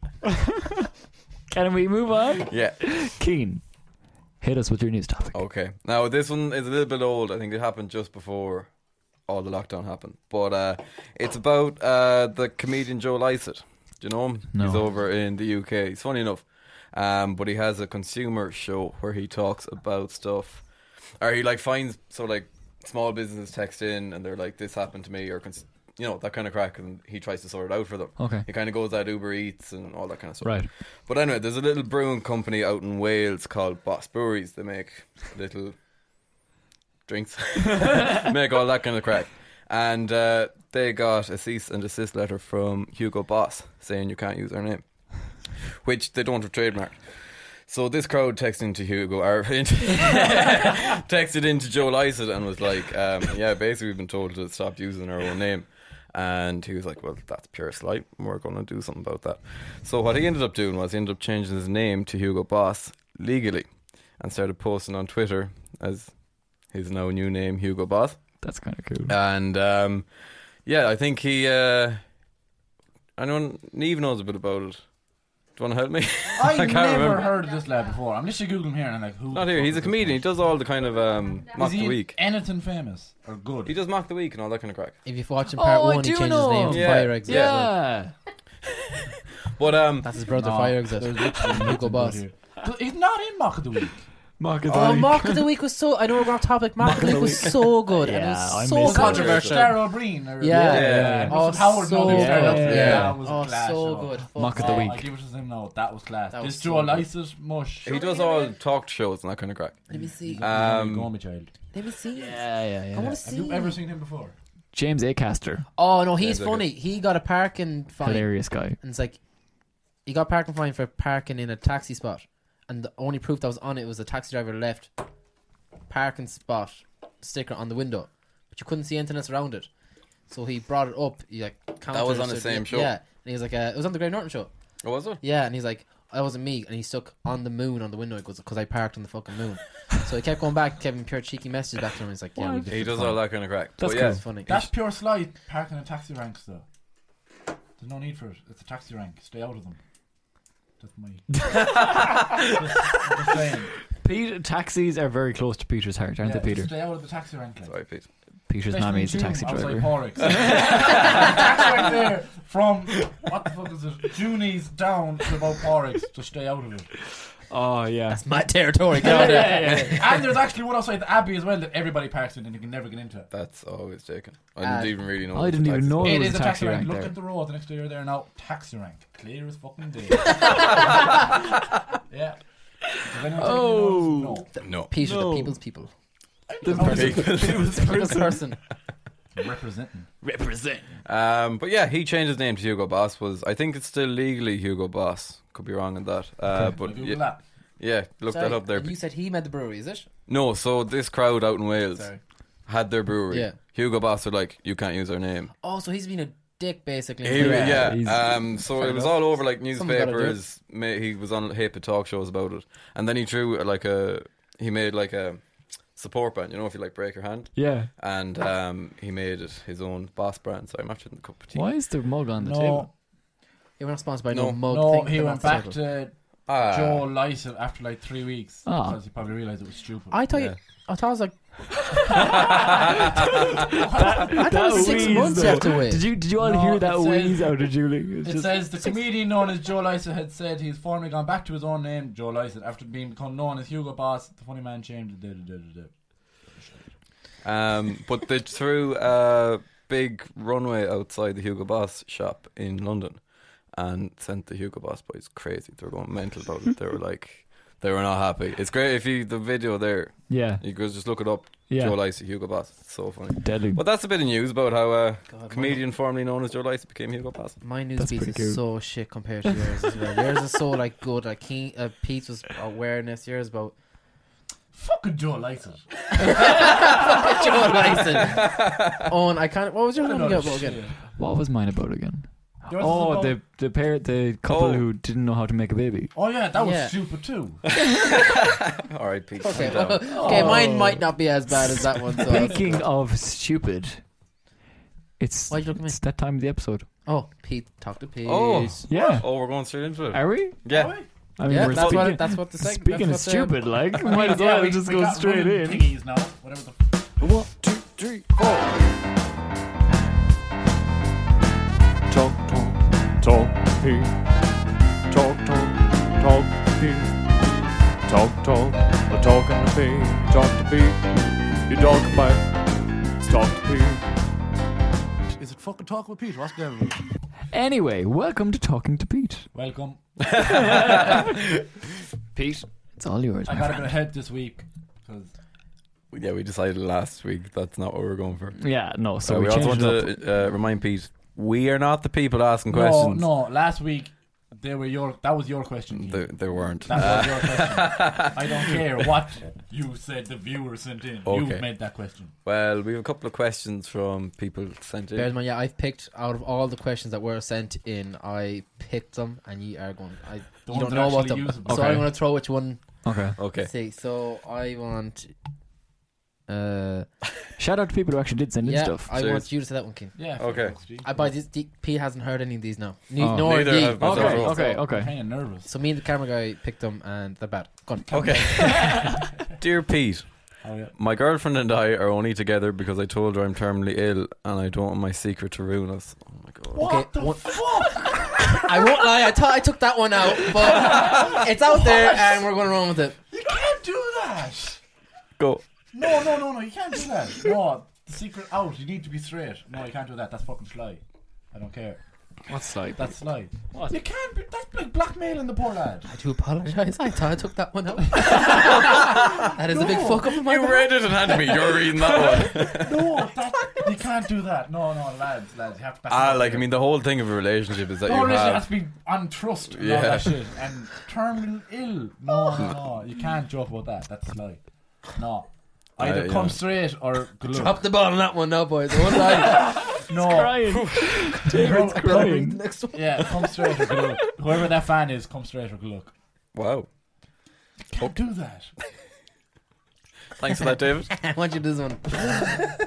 [SPEAKER 3] can we move on?
[SPEAKER 6] Yeah.
[SPEAKER 3] (laughs) Keen, hit us with your news topic.
[SPEAKER 6] Okay. Now this one is a little bit old. I think it happened just before all the lockdown happened. But uh, it's about uh, the comedian Joe Lycett. Do you know him?
[SPEAKER 3] No.
[SPEAKER 6] He's over in the UK. He's funny enough. Um, but he has a consumer show where he talks about stuff or he like finds so like small businesses text in and they're like, This happened to me or cons- you know, that kind of crack and he tries to sort it out for them.
[SPEAKER 3] Okay.
[SPEAKER 6] He kinda goes at Uber Eats and all that kind of stuff.
[SPEAKER 3] Right.
[SPEAKER 6] But anyway, there's a little brewing company out in Wales called Boss Breweries. They make little drinks, (laughs) make all that kind of crap. And uh, they got a cease and desist letter from Hugo Boss saying you can't use our name, which they don't have trademarked. So this crowd texted into Hugo, or (laughs) into- texted into Joe Lycett and was like, um, "Yeah, basically we've been told to stop using our own name." And he was like, "Well, that's pure slight. We're going to do something about that." So what he ended up doing was he ended up changing his name to Hugo Boss legally, and started posting on Twitter as his now new name, Hugo Boss.
[SPEAKER 3] That's kind of cool.
[SPEAKER 6] And um, yeah, I think he. Uh, anyone Neve knows a bit about it. Do you want to help me? (laughs)
[SPEAKER 5] I,
[SPEAKER 6] can't
[SPEAKER 5] never
[SPEAKER 6] remember.
[SPEAKER 5] heard of this lad before. I'm literally googling here and I'm like, who?
[SPEAKER 6] Not
[SPEAKER 5] the
[SPEAKER 6] here.
[SPEAKER 5] fuck
[SPEAKER 6] He's
[SPEAKER 5] is
[SPEAKER 6] a
[SPEAKER 5] this
[SPEAKER 6] comedian. He
[SPEAKER 5] man?
[SPEAKER 6] does all the kind of um, mock
[SPEAKER 5] Is he
[SPEAKER 6] the week.
[SPEAKER 5] anything famous or good?
[SPEAKER 6] He does mock the week and all that kind of crack.
[SPEAKER 4] If you've watched in part
[SPEAKER 3] Oh, I
[SPEAKER 4] one, he
[SPEAKER 3] do
[SPEAKER 4] changes
[SPEAKER 3] know.
[SPEAKER 4] his name to
[SPEAKER 6] Yeah.
[SPEAKER 4] Fire Exit. as well.
[SPEAKER 3] yeah.
[SPEAKER 6] But um,
[SPEAKER 4] That's his brother,
[SPEAKER 5] No,
[SPEAKER 4] Fire Exit.
[SPEAKER 5] there's literally nothing
[SPEAKER 4] Hugo
[SPEAKER 5] good
[SPEAKER 4] Boss.
[SPEAKER 5] here. Th- He's not in mock of the week.
[SPEAKER 3] Mark
[SPEAKER 4] Oh, Mark of the Week was so. I know we're on topic. Mark, of the Week was so good. and it
[SPEAKER 3] Yeah, I miss
[SPEAKER 4] was so
[SPEAKER 3] it.
[SPEAKER 4] controversial.
[SPEAKER 5] Daryl Breen. Or,
[SPEAKER 4] Yeah.
[SPEAKER 6] Yeah.
[SPEAKER 5] yeah.
[SPEAKER 4] Oh,
[SPEAKER 5] Russell Howard
[SPEAKER 4] so
[SPEAKER 5] Mother
[SPEAKER 3] good.
[SPEAKER 5] Daryl Breen.
[SPEAKER 3] Yeah.
[SPEAKER 5] That was
[SPEAKER 4] Oh,
[SPEAKER 5] a class,
[SPEAKER 4] so
[SPEAKER 5] oh.
[SPEAKER 4] good. Fuck.
[SPEAKER 3] Mark of the
[SPEAKER 5] Oh,
[SPEAKER 3] week.
[SPEAKER 5] I give it to him now. That was class.
[SPEAKER 4] That
[SPEAKER 5] this
[SPEAKER 4] was
[SPEAKER 5] Joe
[SPEAKER 4] so
[SPEAKER 5] Lycett mush.
[SPEAKER 6] he does all talk shows and that kind of crack.
[SPEAKER 4] Let me see.
[SPEAKER 6] Um,
[SPEAKER 5] go on, my child.
[SPEAKER 4] Let me see.
[SPEAKER 3] Yeah, yeah,
[SPEAKER 4] I
[SPEAKER 3] yeah.
[SPEAKER 4] want to
[SPEAKER 5] Have
[SPEAKER 4] see.
[SPEAKER 5] you ever seen him before?
[SPEAKER 3] James Acaster,
[SPEAKER 4] Oh no, he's
[SPEAKER 6] Yeah, they're
[SPEAKER 4] funny. He got a parking fine,
[SPEAKER 3] hilarious guy.
[SPEAKER 4] and it's like he got parking fine for parking in a taxi spot, and the only proof that was on it was the taxi driver left parking spot sticker on the window, but you couldn't see anything else around it. So he brought it up. He like countered
[SPEAKER 6] was on the
[SPEAKER 4] it,
[SPEAKER 6] same
[SPEAKER 4] yeah,
[SPEAKER 6] show.
[SPEAKER 4] Yeah, and he was like, uh, it was on the Graham Norton show.
[SPEAKER 6] Oh, was it?
[SPEAKER 4] Yeah, and he's like, "Oh, that wasn't me. And he stuck on the moon on the window. He goes, because I parked on the fucking
[SPEAKER 6] (laughs)
[SPEAKER 4] moon. so he kept going back, Kevin pure cheeky messages back to him. He's like, yeah, we did
[SPEAKER 6] He
[SPEAKER 4] it
[SPEAKER 6] does
[SPEAKER 4] fine.
[SPEAKER 6] all that kind of crack.
[SPEAKER 3] That's
[SPEAKER 6] but yeah,
[SPEAKER 4] It's funny.
[SPEAKER 5] That's pure slight parking in taxi ranks, though. There's no need for it. It's a taxi rank. Stay out of them. That's
[SPEAKER 3] (laughs)
[SPEAKER 5] my. just, I'm just saying.
[SPEAKER 3] Pete, taxis are very close to Peter's heart, aren't
[SPEAKER 5] Yeah,
[SPEAKER 3] they, Peter?
[SPEAKER 5] Stay out of the taxi rank. Like.
[SPEAKER 6] Sorry, Pete.
[SPEAKER 3] Peter's
[SPEAKER 5] Especially
[SPEAKER 3] mommy is a
[SPEAKER 5] June,
[SPEAKER 3] taxi
[SPEAKER 5] I was
[SPEAKER 3] driver.
[SPEAKER 5] like,
[SPEAKER 3] (laughs)
[SPEAKER 5] "Horrocks." That's right there from what the fuck is it? Junies down to about Porix to stay out of it.
[SPEAKER 3] oh (laughs) yeah.
[SPEAKER 4] That's my territory. Get out there.
[SPEAKER 5] And there's actually one outside the Abbey as well that everybody parks in and you can never get into it.
[SPEAKER 6] That's always taken. I
[SPEAKER 4] Uh,
[SPEAKER 6] didn't even really know.
[SPEAKER 3] I
[SPEAKER 6] what
[SPEAKER 3] didn't
[SPEAKER 6] the
[SPEAKER 3] even
[SPEAKER 6] taxes
[SPEAKER 3] know
[SPEAKER 6] were.
[SPEAKER 3] it
[SPEAKER 5] It
[SPEAKER 3] was
[SPEAKER 5] is
[SPEAKER 3] a
[SPEAKER 5] a
[SPEAKER 3] taxi
[SPEAKER 5] taxi
[SPEAKER 3] rank
[SPEAKER 5] rank. Look
[SPEAKER 3] there.
[SPEAKER 5] at the road the next day you're there now. Taxi rank. Clear as fucking day. yeah. Does anyone oh. No.
[SPEAKER 6] No.
[SPEAKER 4] Peter,
[SPEAKER 3] No.
[SPEAKER 4] the people's people.
[SPEAKER 3] The
[SPEAKER 5] Oh,
[SPEAKER 3] person-
[SPEAKER 4] (laughs) People's person.
[SPEAKER 5] Representing.
[SPEAKER 3] Represent.
[SPEAKER 6] Um, but yeah, he changed his name to Hugo Boss. Was I think it's still legally Hugo Boss. Could be wrong on that. Uh, but
[SPEAKER 5] Google
[SPEAKER 6] yeah,
[SPEAKER 5] that.
[SPEAKER 6] yeah, look
[SPEAKER 4] Sorry,
[SPEAKER 6] that up there.
[SPEAKER 4] You said he made the brewery, is it?
[SPEAKER 6] No, so this crowd out in Wales
[SPEAKER 4] Sorry.
[SPEAKER 6] had their brewery.
[SPEAKER 4] Yeah.
[SPEAKER 6] Hugo Boss are like, you can't use our name.
[SPEAKER 4] Oh, so he's been a dick basically.
[SPEAKER 6] He, yeah,
[SPEAKER 3] he's-
[SPEAKER 6] Um, so
[SPEAKER 3] fair
[SPEAKER 6] it was
[SPEAKER 3] enough.
[SPEAKER 6] all over like
[SPEAKER 4] Someone's gotta do it.
[SPEAKER 6] newspapers. Ma- he was on heap of talk shows about it, and then he drew uh, like a he made like a support band. You know, if you like break your hand,
[SPEAKER 3] Yeah.
[SPEAKER 6] and um, he made it his own boss brand. So I'm after the cup of tea.
[SPEAKER 3] Why is there mug on the (laughs)
[SPEAKER 5] No,
[SPEAKER 3] table?
[SPEAKER 4] He was not sponsored by
[SPEAKER 6] No.
[SPEAKER 4] no, mug.
[SPEAKER 5] no,
[SPEAKER 4] thing
[SPEAKER 5] he
[SPEAKER 4] came
[SPEAKER 5] went
[SPEAKER 4] off the
[SPEAKER 5] back
[SPEAKER 4] table.
[SPEAKER 5] to
[SPEAKER 6] Ah,
[SPEAKER 5] Joe Lyson after like three weeks
[SPEAKER 3] Ah.
[SPEAKER 5] because he probably realised it was stupid.
[SPEAKER 4] I thought.
[SPEAKER 6] Yeah.
[SPEAKER 4] You, I thought I was like. I
[SPEAKER 3] That
[SPEAKER 4] thought it was six
[SPEAKER 3] wheeze,
[SPEAKER 4] months
[SPEAKER 3] though.
[SPEAKER 4] you have to wait.
[SPEAKER 3] Did you did you all
[SPEAKER 5] No,
[SPEAKER 3] hear
[SPEAKER 5] it
[SPEAKER 3] that
[SPEAKER 5] says-
[SPEAKER 3] wheeze out of Julie? It's
[SPEAKER 5] It
[SPEAKER 3] just-
[SPEAKER 5] says the comedian known as Joe Lyson had said he's formally gone back to his own name, Joe Lyson, after being become known as Hugo Boss. The funny man changed. Da, da, da, da, da.
[SPEAKER 6] um, but they threw a big runway outside the Hugo Boss shop in London, and sent the Hugo Boss boys crazy. They were going mental about it. They were like, they were not happy. It's great if you the video there.
[SPEAKER 3] yeah.
[SPEAKER 6] You could just look it up.
[SPEAKER 3] Yeah.
[SPEAKER 6] Joe Lacey, Hugo Boss. It's so funny.
[SPEAKER 3] Deadly.
[SPEAKER 6] But that's a bit of news about how uh,
[SPEAKER 4] God, my-
[SPEAKER 6] comedian formerly known as Joe Lacey became Hugo Boss.
[SPEAKER 4] My news
[SPEAKER 3] That's
[SPEAKER 4] piece
[SPEAKER 3] pretty
[SPEAKER 4] is so shit compared to yours as well. yours is so like good. Like Keen, uh, Pete's was awareness. Yours about (laughs)
[SPEAKER 5] Fucking Joe Lyson.
[SPEAKER 4] Joe Lyson. On I can't. What was your
[SPEAKER 5] I
[SPEAKER 4] one
[SPEAKER 5] don't know
[SPEAKER 4] about
[SPEAKER 5] shit.
[SPEAKER 4] again?
[SPEAKER 3] What was mine about again?
[SPEAKER 5] Yours is
[SPEAKER 3] oh,
[SPEAKER 5] about-
[SPEAKER 3] the the pair, the couple
[SPEAKER 6] Oh.
[SPEAKER 3] who didn't know how to make a baby.
[SPEAKER 5] Oh yeah, that was
[SPEAKER 4] Yeah.
[SPEAKER 5] stupid too.
[SPEAKER 6] All right, Pete.
[SPEAKER 4] Okay,
[SPEAKER 6] calm
[SPEAKER 4] (laughs)
[SPEAKER 6] down.
[SPEAKER 4] okay,
[SPEAKER 5] Oh.
[SPEAKER 4] mine might not be as bad as that one. So
[SPEAKER 3] Speaking of stupid, it's
[SPEAKER 4] Why'd you look at me?
[SPEAKER 3] it's that time of the episode.
[SPEAKER 4] oh, Pete, talk to Pete.
[SPEAKER 6] Oh.
[SPEAKER 3] Yeah,
[SPEAKER 6] Oh, we're going straight into it.
[SPEAKER 3] are we?
[SPEAKER 6] yeah.
[SPEAKER 3] I
[SPEAKER 4] yeah, that's
[SPEAKER 3] speaking,
[SPEAKER 4] what. That's what the seg-
[SPEAKER 3] speaking of
[SPEAKER 4] that's what the-
[SPEAKER 3] stupid, like might as well just go
[SPEAKER 5] got
[SPEAKER 3] straight
[SPEAKER 5] running
[SPEAKER 3] in.
[SPEAKER 5] Thingies now, whatever the f-
[SPEAKER 3] What?
[SPEAKER 2] Talk, talk, talk, here. Talk, talk, talk, here. Talk, talk, I'm talking to me. Talk to me. You talk back. Talk to me.
[SPEAKER 5] Is it fucking talk with Pete? What's going on?
[SPEAKER 3] Anyway, welcome to Talking to
[SPEAKER 5] (laughs)
[SPEAKER 3] Pete.
[SPEAKER 5] Welcome.
[SPEAKER 3] Pete, it's all yours.
[SPEAKER 5] I
[SPEAKER 3] my
[SPEAKER 5] got a
[SPEAKER 3] friend.
[SPEAKER 5] bit of help this week because
[SPEAKER 6] Yeah, we decided last week that's not what we were going for.
[SPEAKER 3] Yeah, no. So
[SPEAKER 6] Uh,
[SPEAKER 3] we,
[SPEAKER 6] we also
[SPEAKER 3] changed
[SPEAKER 6] want
[SPEAKER 3] it up.
[SPEAKER 6] to uh, remind Pete we are not the people asking
[SPEAKER 5] no,
[SPEAKER 6] questions.
[SPEAKER 5] no, last week they were your. That was your question. Keith.
[SPEAKER 6] They, they weren't. Uh,
[SPEAKER 5] That was your question. I don't care what you said the viewer sent in.
[SPEAKER 6] Okay.
[SPEAKER 5] You made that question.
[SPEAKER 6] Well, we have a couple of questions from people sent in.
[SPEAKER 4] Bears man, yeah, I've picked out of all the questions that were sent in, I picked them, and you are going. I
[SPEAKER 5] The
[SPEAKER 4] you
[SPEAKER 5] ones
[SPEAKER 4] don't
[SPEAKER 5] that
[SPEAKER 4] know what
[SPEAKER 5] actually
[SPEAKER 4] them.
[SPEAKER 5] usable.
[SPEAKER 4] So
[SPEAKER 3] Okay.
[SPEAKER 4] I'm going to throw which one.
[SPEAKER 3] Okay.
[SPEAKER 6] Okay.
[SPEAKER 4] See, so I want. Uh,
[SPEAKER 3] Shout out to people who actually did send in
[SPEAKER 4] yeah,
[SPEAKER 3] stuff.
[SPEAKER 4] I
[SPEAKER 6] Serious.
[SPEAKER 4] want you to say that one, King.
[SPEAKER 5] Yeah.
[SPEAKER 6] Okay.
[SPEAKER 4] I buy this. D- P hasn't heard any of these now. Ne-
[SPEAKER 3] Oh.
[SPEAKER 4] nor
[SPEAKER 6] Neither
[SPEAKER 4] ye.
[SPEAKER 6] have I.
[SPEAKER 3] Okay,
[SPEAKER 6] So-
[SPEAKER 3] okay,
[SPEAKER 5] I'm
[SPEAKER 3] okay.
[SPEAKER 5] kind of nervous.
[SPEAKER 4] So me and the camera guy picked them, and they're bad. Gone.
[SPEAKER 5] (laughs)
[SPEAKER 6] Okay. Dear Pete,
[SPEAKER 5] Oh, yeah.
[SPEAKER 6] My girlfriend and I are only together because I told her I'm terminally ill and I don't want my secret to ruin us. Oh my god.
[SPEAKER 5] What
[SPEAKER 4] Okay,
[SPEAKER 5] the
[SPEAKER 4] one-
[SPEAKER 5] fuck?
[SPEAKER 4] I won't lie. I thought I took that one out, (laughs) but it's out there, and we're going to run with it.
[SPEAKER 5] You can't do that.
[SPEAKER 6] Go.
[SPEAKER 5] No, no, no, no. You can't do that. No, the secret out. You need to be straight. No, you can't do that. That's fucking sly. I don't care.
[SPEAKER 3] What's like?
[SPEAKER 5] That's sly.
[SPEAKER 3] What?
[SPEAKER 5] You can't. Be, that's like blackmailing the poor lad.
[SPEAKER 4] I do apologize. I thought I took that one out. (laughs) that is a big
[SPEAKER 5] No.
[SPEAKER 4] fuck up in my
[SPEAKER 6] You read it and handed me. You're reading that
[SPEAKER 5] (laughs)
[SPEAKER 6] one.
[SPEAKER 5] (laughs) No, that, you can't do that. No, no, lads, lads, you have to. back
[SPEAKER 6] ah,
[SPEAKER 5] up
[SPEAKER 6] like I
[SPEAKER 5] here.
[SPEAKER 6] mean, the whole thing of a relationship is that
[SPEAKER 5] No,
[SPEAKER 6] you
[SPEAKER 5] listen, that's
[SPEAKER 6] have.
[SPEAKER 5] been on trust and
[SPEAKER 6] Yeah.
[SPEAKER 5] all that shit. And terminal ill. No,
[SPEAKER 6] (laughs)
[SPEAKER 5] no, no. You can't joke about that. That's a lie. No. Either
[SPEAKER 6] Uh, yeah.
[SPEAKER 5] come straight or good luck.
[SPEAKER 4] Drop the ball on that one now, boys. One line.
[SPEAKER 5] No. (laughs)
[SPEAKER 3] Crying.
[SPEAKER 5] Bro,
[SPEAKER 3] David's crying.
[SPEAKER 4] next one.
[SPEAKER 5] Yeah, come straight or good luck. Whoever that fan is, come straight or good luck.
[SPEAKER 6] Wow.
[SPEAKER 5] Can't do that.
[SPEAKER 6] Thanks for that, David.
[SPEAKER 4] (laughs) I want you to do this one. I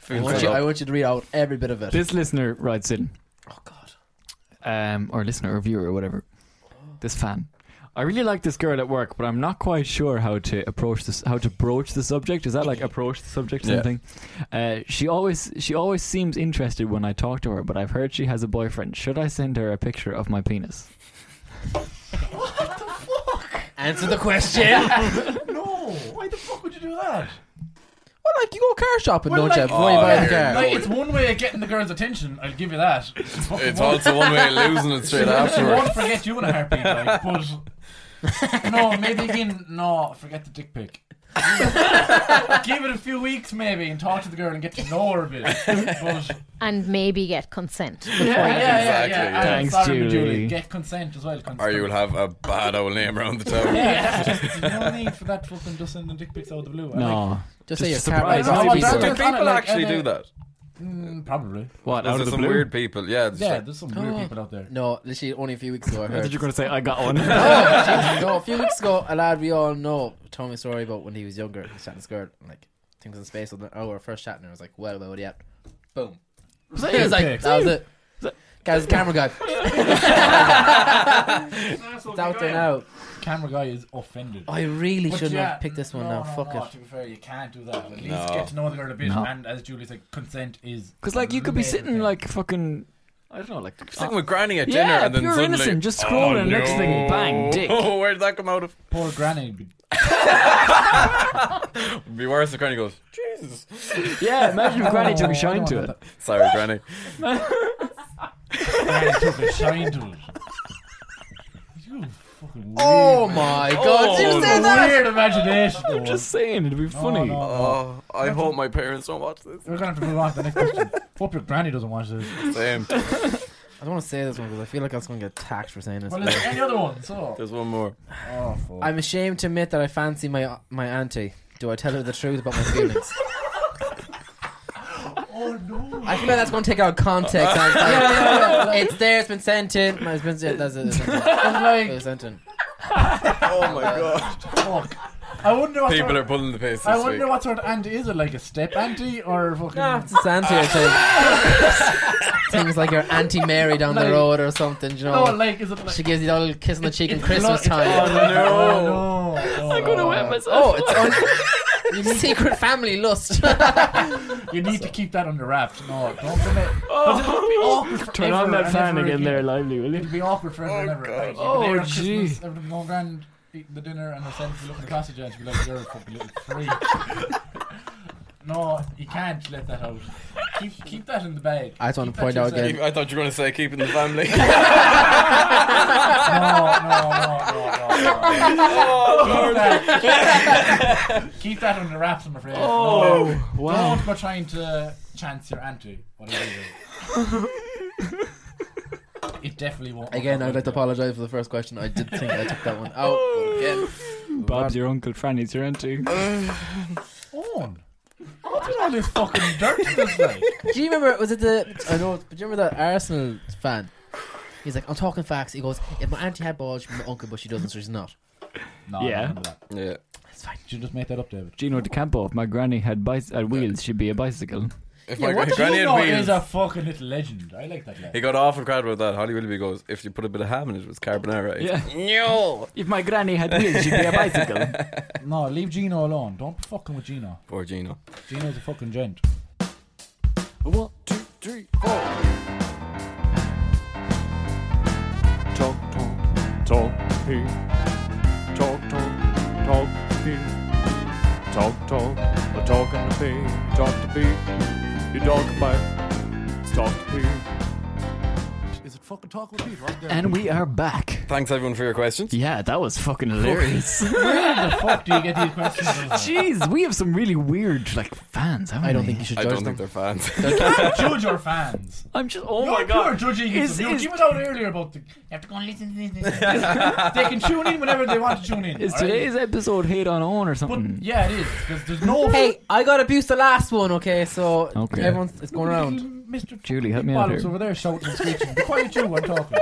[SPEAKER 6] Feels
[SPEAKER 4] want,
[SPEAKER 6] good
[SPEAKER 4] you,
[SPEAKER 6] up.
[SPEAKER 4] I want you to read out every bit of it.
[SPEAKER 3] This listener writes in.
[SPEAKER 4] oh God.
[SPEAKER 3] um, or listener or viewer or whatever, this fan. I really like this girl at work, but I'm not quite sure how to approach this. How to broach the subject? Is that like approach the subject
[SPEAKER 6] Yeah.
[SPEAKER 3] something? Uh, she always she always seems interested when I talk to her, but I've heard she has a boyfriend. Should I send her a picture of my penis?
[SPEAKER 5] (laughs)
[SPEAKER 4] Answer the question. well,
[SPEAKER 5] No, why the fuck would you do that?
[SPEAKER 4] like you go car shopping,
[SPEAKER 5] Well,
[SPEAKER 4] don't you?
[SPEAKER 5] like-
[SPEAKER 4] Before you
[SPEAKER 6] Oh,
[SPEAKER 4] buy the
[SPEAKER 6] yeah.
[SPEAKER 4] car.
[SPEAKER 5] Like, it's one way of getting the girl's attention. I'll give you that.
[SPEAKER 6] It's also one way of losing it
[SPEAKER 5] (laughs)
[SPEAKER 6] straight
[SPEAKER 5] She
[SPEAKER 6] afterwards.
[SPEAKER 5] won't forget you in a
[SPEAKER 4] (laughs)
[SPEAKER 5] heartbeat, like, but no, maybe again, no, forget the dick (laughs) pic. Give it a few weeks, maybe, and talk to the girl and get to know her a bit. But,
[SPEAKER 7] and maybe get consent.
[SPEAKER 5] (laughs) yeah, yeah, yeah, yeah,
[SPEAKER 6] Exactly, yeah.
[SPEAKER 5] And
[SPEAKER 3] Thanks,
[SPEAKER 5] sorry,
[SPEAKER 3] Julie.
[SPEAKER 5] Julie. Get consent as well. Consent.
[SPEAKER 6] Or
[SPEAKER 3] (laughs)
[SPEAKER 6] you'll have a bad old name around the town.
[SPEAKER 5] Yeah, just, no need for that fucking just sending dick pics out of the blue. I like-
[SPEAKER 3] No.
[SPEAKER 4] Just
[SPEAKER 3] Just
[SPEAKER 4] say your
[SPEAKER 3] surprise,
[SPEAKER 5] no,
[SPEAKER 4] car.
[SPEAKER 5] what
[SPEAKER 6] Do
[SPEAKER 5] that-
[SPEAKER 6] people
[SPEAKER 5] Kinda like
[SPEAKER 6] actually
[SPEAKER 5] other-
[SPEAKER 6] do that?
[SPEAKER 5] Mm, probably.
[SPEAKER 3] What
[SPEAKER 6] There's
[SPEAKER 3] out of the
[SPEAKER 6] some
[SPEAKER 3] blue?
[SPEAKER 6] weird people. Yeah, it's just
[SPEAKER 5] Yeah,
[SPEAKER 6] like,
[SPEAKER 5] there's some weird
[SPEAKER 4] Oh.
[SPEAKER 5] people out there.
[SPEAKER 4] No, literally only a few weeks ago I
[SPEAKER 3] I thought
[SPEAKER 4] heard.
[SPEAKER 3] you were going to say I got
[SPEAKER 6] (laughs)
[SPEAKER 3] one. (laughs)
[SPEAKER 4] no, no, a few weeks ago, a lad we all know told me a story about when he was younger. He was chatting to this girl, and, like, I think it was in space of an hour first chatting, and I was like, well, well, what do you have? Boom. He was like, that was it. Guys, the camera
[SPEAKER 5] (laughs)
[SPEAKER 4] guy. it's out there now.
[SPEAKER 5] Camera guy is offended.
[SPEAKER 4] I really
[SPEAKER 5] But
[SPEAKER 4] shouldn't
[SPEAKER 5] yeah,
[SPEAKER 4] have picked this one now.
[SPEAKER 5] no, no,
[SPEAKER 4] Fuck
[SPEAKER 5] no,
[SPEAKER 4] it.
[SPEAKER 5] To be fair, you can't do that. At least
[SPEAKER 6] No.
[SPEAKER 5] get to know the girl a bit,
[SPEAKER 3] No.
[SPEAKER 5] and as Julie said, consent is.
[SPEAKER 3] Because like you could be
[SPEAKER 5] the main
[SPEAKER 3] sitting
[SPEAKER 5] thing.
[SPEAKER 3] like fucking. I don't know, like
[SPEAKER 6] sitting with granny at dinner
[SPEAKER 3] yeah,
[SPEAKER 6] and then
[SPEAKER 3] pure
[SPEAKER 6] suddenly,
[SPEAKER 3] innocent, just scrolling, and next thing, bang,
[SPEAKER 6] (laughs)
[SPEAKER 3] dick.
[SPEAKER 6] Oh, where did that come out of?
[SPEAKER 5] poor granny. would be-
[SPEAKER 6] It'd be worse if granny goes, Jesus.
[SPEAKER 3] Yeah, imagine if Granny took
[SPEAKER 5] Oh,
[SPEAKER 3] a
[SPEAKER 5] I
[SPEAKER 3] shine
[SPEAKER 5] don't
[SPEAKER 3] to
[SPEAKER 5] want
[SPEAKER 3] it.
[SPEAKER 6] Sorry, granny.
[SPEAKER 5] that. Granny took a shine to it. You fucking weird.
[SPEAKER 4] Oh my god, did you say that?
[SPEAKER 5] Weird imagination.
[SPEAKER 3] I'm just saying, it'd be
[SPEAKER 5] No,
[SPEAKER 3] funny.
[SPEAKER 5] no, no.
[SPEAKER 6] Oh, I hope my parents don't watch this.
[SPEAKER 5] We're gonna have to move on to the next
[SPEAKER 4] (laughs)
[SPEAKER 5] question. Hope your granny doesn't watch this.
[SPEAKER 6] Same.
[SPEAKER 4] I don't want to say this one because I feel like I was going to get taxed for saying this.
[SPEAKER 5] Well, is there any other one? So.
[SPEAKER 6] There's one more.
[SPEAKER 5] Oh, fuck.
[SPEAKER 4] I'm ashamed to admit that I fancy my my auntie. Do I tell her the truth about my feelings?
[SPEAKER 5] (laughs) oh no.
[SPEAKER 4] I feel like that's going to take out context. I was like,
[SPEAKER 5] (laughs)
[SPEAKER 4] It's there. It's been sent in. My husband's yeah, that's it. It's
[SPEAKER 5] like-
[SPEAKER 4] it was sent in.
[SPEAKER 6] Oh (laughs) my god.
[SPEAKER 5] Fuck. I wonder what
[SPEAKER 6] People
[SPEAKER 5] sort,
[SPEAKER 6] are pulling the pace this
[SPEAKER 5] I wonder
[SPEAKER 6] week.
[SPEAKER 5] what sort of auntie is it? Like a step auntie or fucking?
[SPEAKER 4] It's his auntie.
[SPEAKER 5] (laughs)
[SPEAKER 4] I think. Things like your auntie Mary down the
[SPEAKER 5] Like-
[SPEAKER 4] road or something. You know,
[SPEAKER 5] no, like is it like?
[SPEAKER 4] she gives you that little kiss on the cheek in Christmas
[SPEAKER 5] It's not- it's-
[SPEAKER 4] time.
[SPEAKER 5] Oh, no. no, no.
[SPEAKER 3] I'm gonna wet myself.
[SPEAKER 4] Oh, it's
[SPEAKER 5] (laughs)
[SPEAKER 4] on secret family lust.
[SPEAKER 5] You need to keep that under wraps. No, don't let it. But it'll be awkward for
[SPEAKER 3] Turn on
[SPEAKER 5] ever
[SPEAKER 3] that
[SPEAKER 5] and
[SPEAKER 3] fan
[SPEAKER 5] ever
[SPEAKER 3] again there, lively, will you?
[SPEAKER 5] It'll be awkward for everyone ever. Like,
[SPEAKER 3] Oh,
[SPEAKER 5] oh,
[SPEAKER 3] jeez.
[SPEAKER 5] jeez. Everyone going grand eating the dinner and herself looking across at you and she'll be like, you're a fucking little freak. no, you can't let that out. Keep, keep that in the bag.
[SPEAKER 4] I just want
[SPEAKER 5] Keep
[SPEAKER 4] to
[SPEAKER 5] that
[SPEAKER 4] point out
[SPEAKER 5] yourself.
[SPEAKER 4] again.
[SPEAKER 6] I thought you were going to say keeping the
[SPEAKER 3] (laughs)
[SPEAKER 6] family.
[SPEAKER 5] No, no, no, no, no. no. Keep that- Keep that under wraps, I'm afraid. Oh,
[SPEAKER 3] wow.
[SPEAKER 5] Don't go trying to chance your auntie. Whatever you do. it definitely won't.
[SPEAKER 4] Again,
[SPEAKER 5] work
[SPEAKER 4] I'd like to apologise for the first question. I did think I took that one out.
[SPEAKER 5] (laughs)
[SPEAKER 4] but Again,
[SPEAKER 3] Bob's your uncle, Franny's your auntie.
[SPEAKER 5] On. What's with all this fucking dirtiness like?
[SPEAKER 4] do you remember? Was it the? I know. But do you remember that Arsenal fan? He's like, I'm talking facts. He goes, If my auntie had balls, she'd be my uncle, but she doesn't, so she's not.
[SPEAKER 5] No, I don't
[SPEAKER 3] Yeah.
[SPEAKER 5] remember that.
[SPEAKER 6] (laughs) yeah.
[SPEAKER 4] It's fine.
[SPEAKER 5] Did you just make that up, David?
[SPEAKER 3] Gino De Campo, if my granny had, bice- had wheels, she'd be a bicycle.
[SPEAKER 6] If
[SPEAKER 4] Yeah,
[SPEAKER 6] my
[SPEAKER 4] what
[SPEAKER 6] gra-
[SPEAKER 4] the
[SPEAKER 6] granny
[SPEAKER 5] Gino
[SPEAKER 6] had
[SPEAKER 5] is a
[SPEAKER 6] wheels.
[SPEAKER 5] fucking little legend. I like that guy.
[SPEAKER 6] He got awful crowd about that. Holly Willoughby goes, if you put a bit of ham in it, it was carbonara. He's
[SPEAKER 3] Yeah.
[SPEAKER 6] like, No!
[SPEAKER 3] If my granny had wheels, she'd be a bicycle.
[SPEAKER 4] (laughs)
[SPEAKER 5] No, leave Gino alone. Don't be fucking with Gino.
[SPEAKER 6] Poor Gino.
[SPEAKER 5] Gino's a fucking gent.
[SPEAKER 2] One, two, three, four. Talk, talk, talk, pig. Talk, talk, talk, pig. Talk, talk, a talk and a pig. Talk to pig. You talk back. Talk to pig.
[SPEAKER 5] Is it fucking talk with Peter? Right there.
[SPEAKER 3] and we are back.
[SPEAKER 6] Thanks everyone for your questions.
[SPEAKER 3] Yeah, that was fucking hilarious.
[SPEAKER 4] (laughs)
[SPEAKER 5] Where the fuck do you get these questions? from?
[SPEAKER 3] Jeez, we have some really weird like fans, haven't
[SPEAKER 4] I don't
[SPEAKER 3] we?
[SPEAKER 4] think you should
[SPEAKER 6] I
[SPEAKER 4] judge
[SPEAKER 6] don't
[SPEAKER 4] them.
[SPEAKER 6] think they're fans.
[SPEAKER 5] judge your fans.
[SPEAKER 3] I'm just. Oh
[SPEAKER 5] You're
[SPEAKER 3] my god.
[SPEAKER 5] pure judging
[SPEAKER 3] Is-
[SPEAKER 5] is, you
[SPEAKER 3] is-
[SPEAKER 5] give it out earlier about the. You have to go and listen to this. this,
[SPEAKER 3] (laughs)
[SPEAKER 5] this. they can tune in whenever they want to tune in.
[SPEAKER 3] Is
[SPEAKER 5] all right?
[SPEAKER 3] today's Mm. episode hate on own or
[SPEAKER 5] But
[SPEAKER 3] something?
[SPEAKER 5] yeah, it is because there's no.
[SPEAKER 4] Oh, Hey, I got abused the last one, okay? So
[SPEAKER 3] Okay.
[SPEAKER 4] everyone's it's going
[SPEAKER 5] (laughs)
[SPEAKER 4] around.
[SPEAKER 5] Mr.
[SPEAKER 3] Julie, help me out
[SPEAKER 5] Bollocks
[SPEAKER 3] here. Oh,
[SPEAKER 5] over there shouting and screeching. Be quiet, you. I'm
[SPEAKER 3] (laughs)
[SPEAKER 5] talking.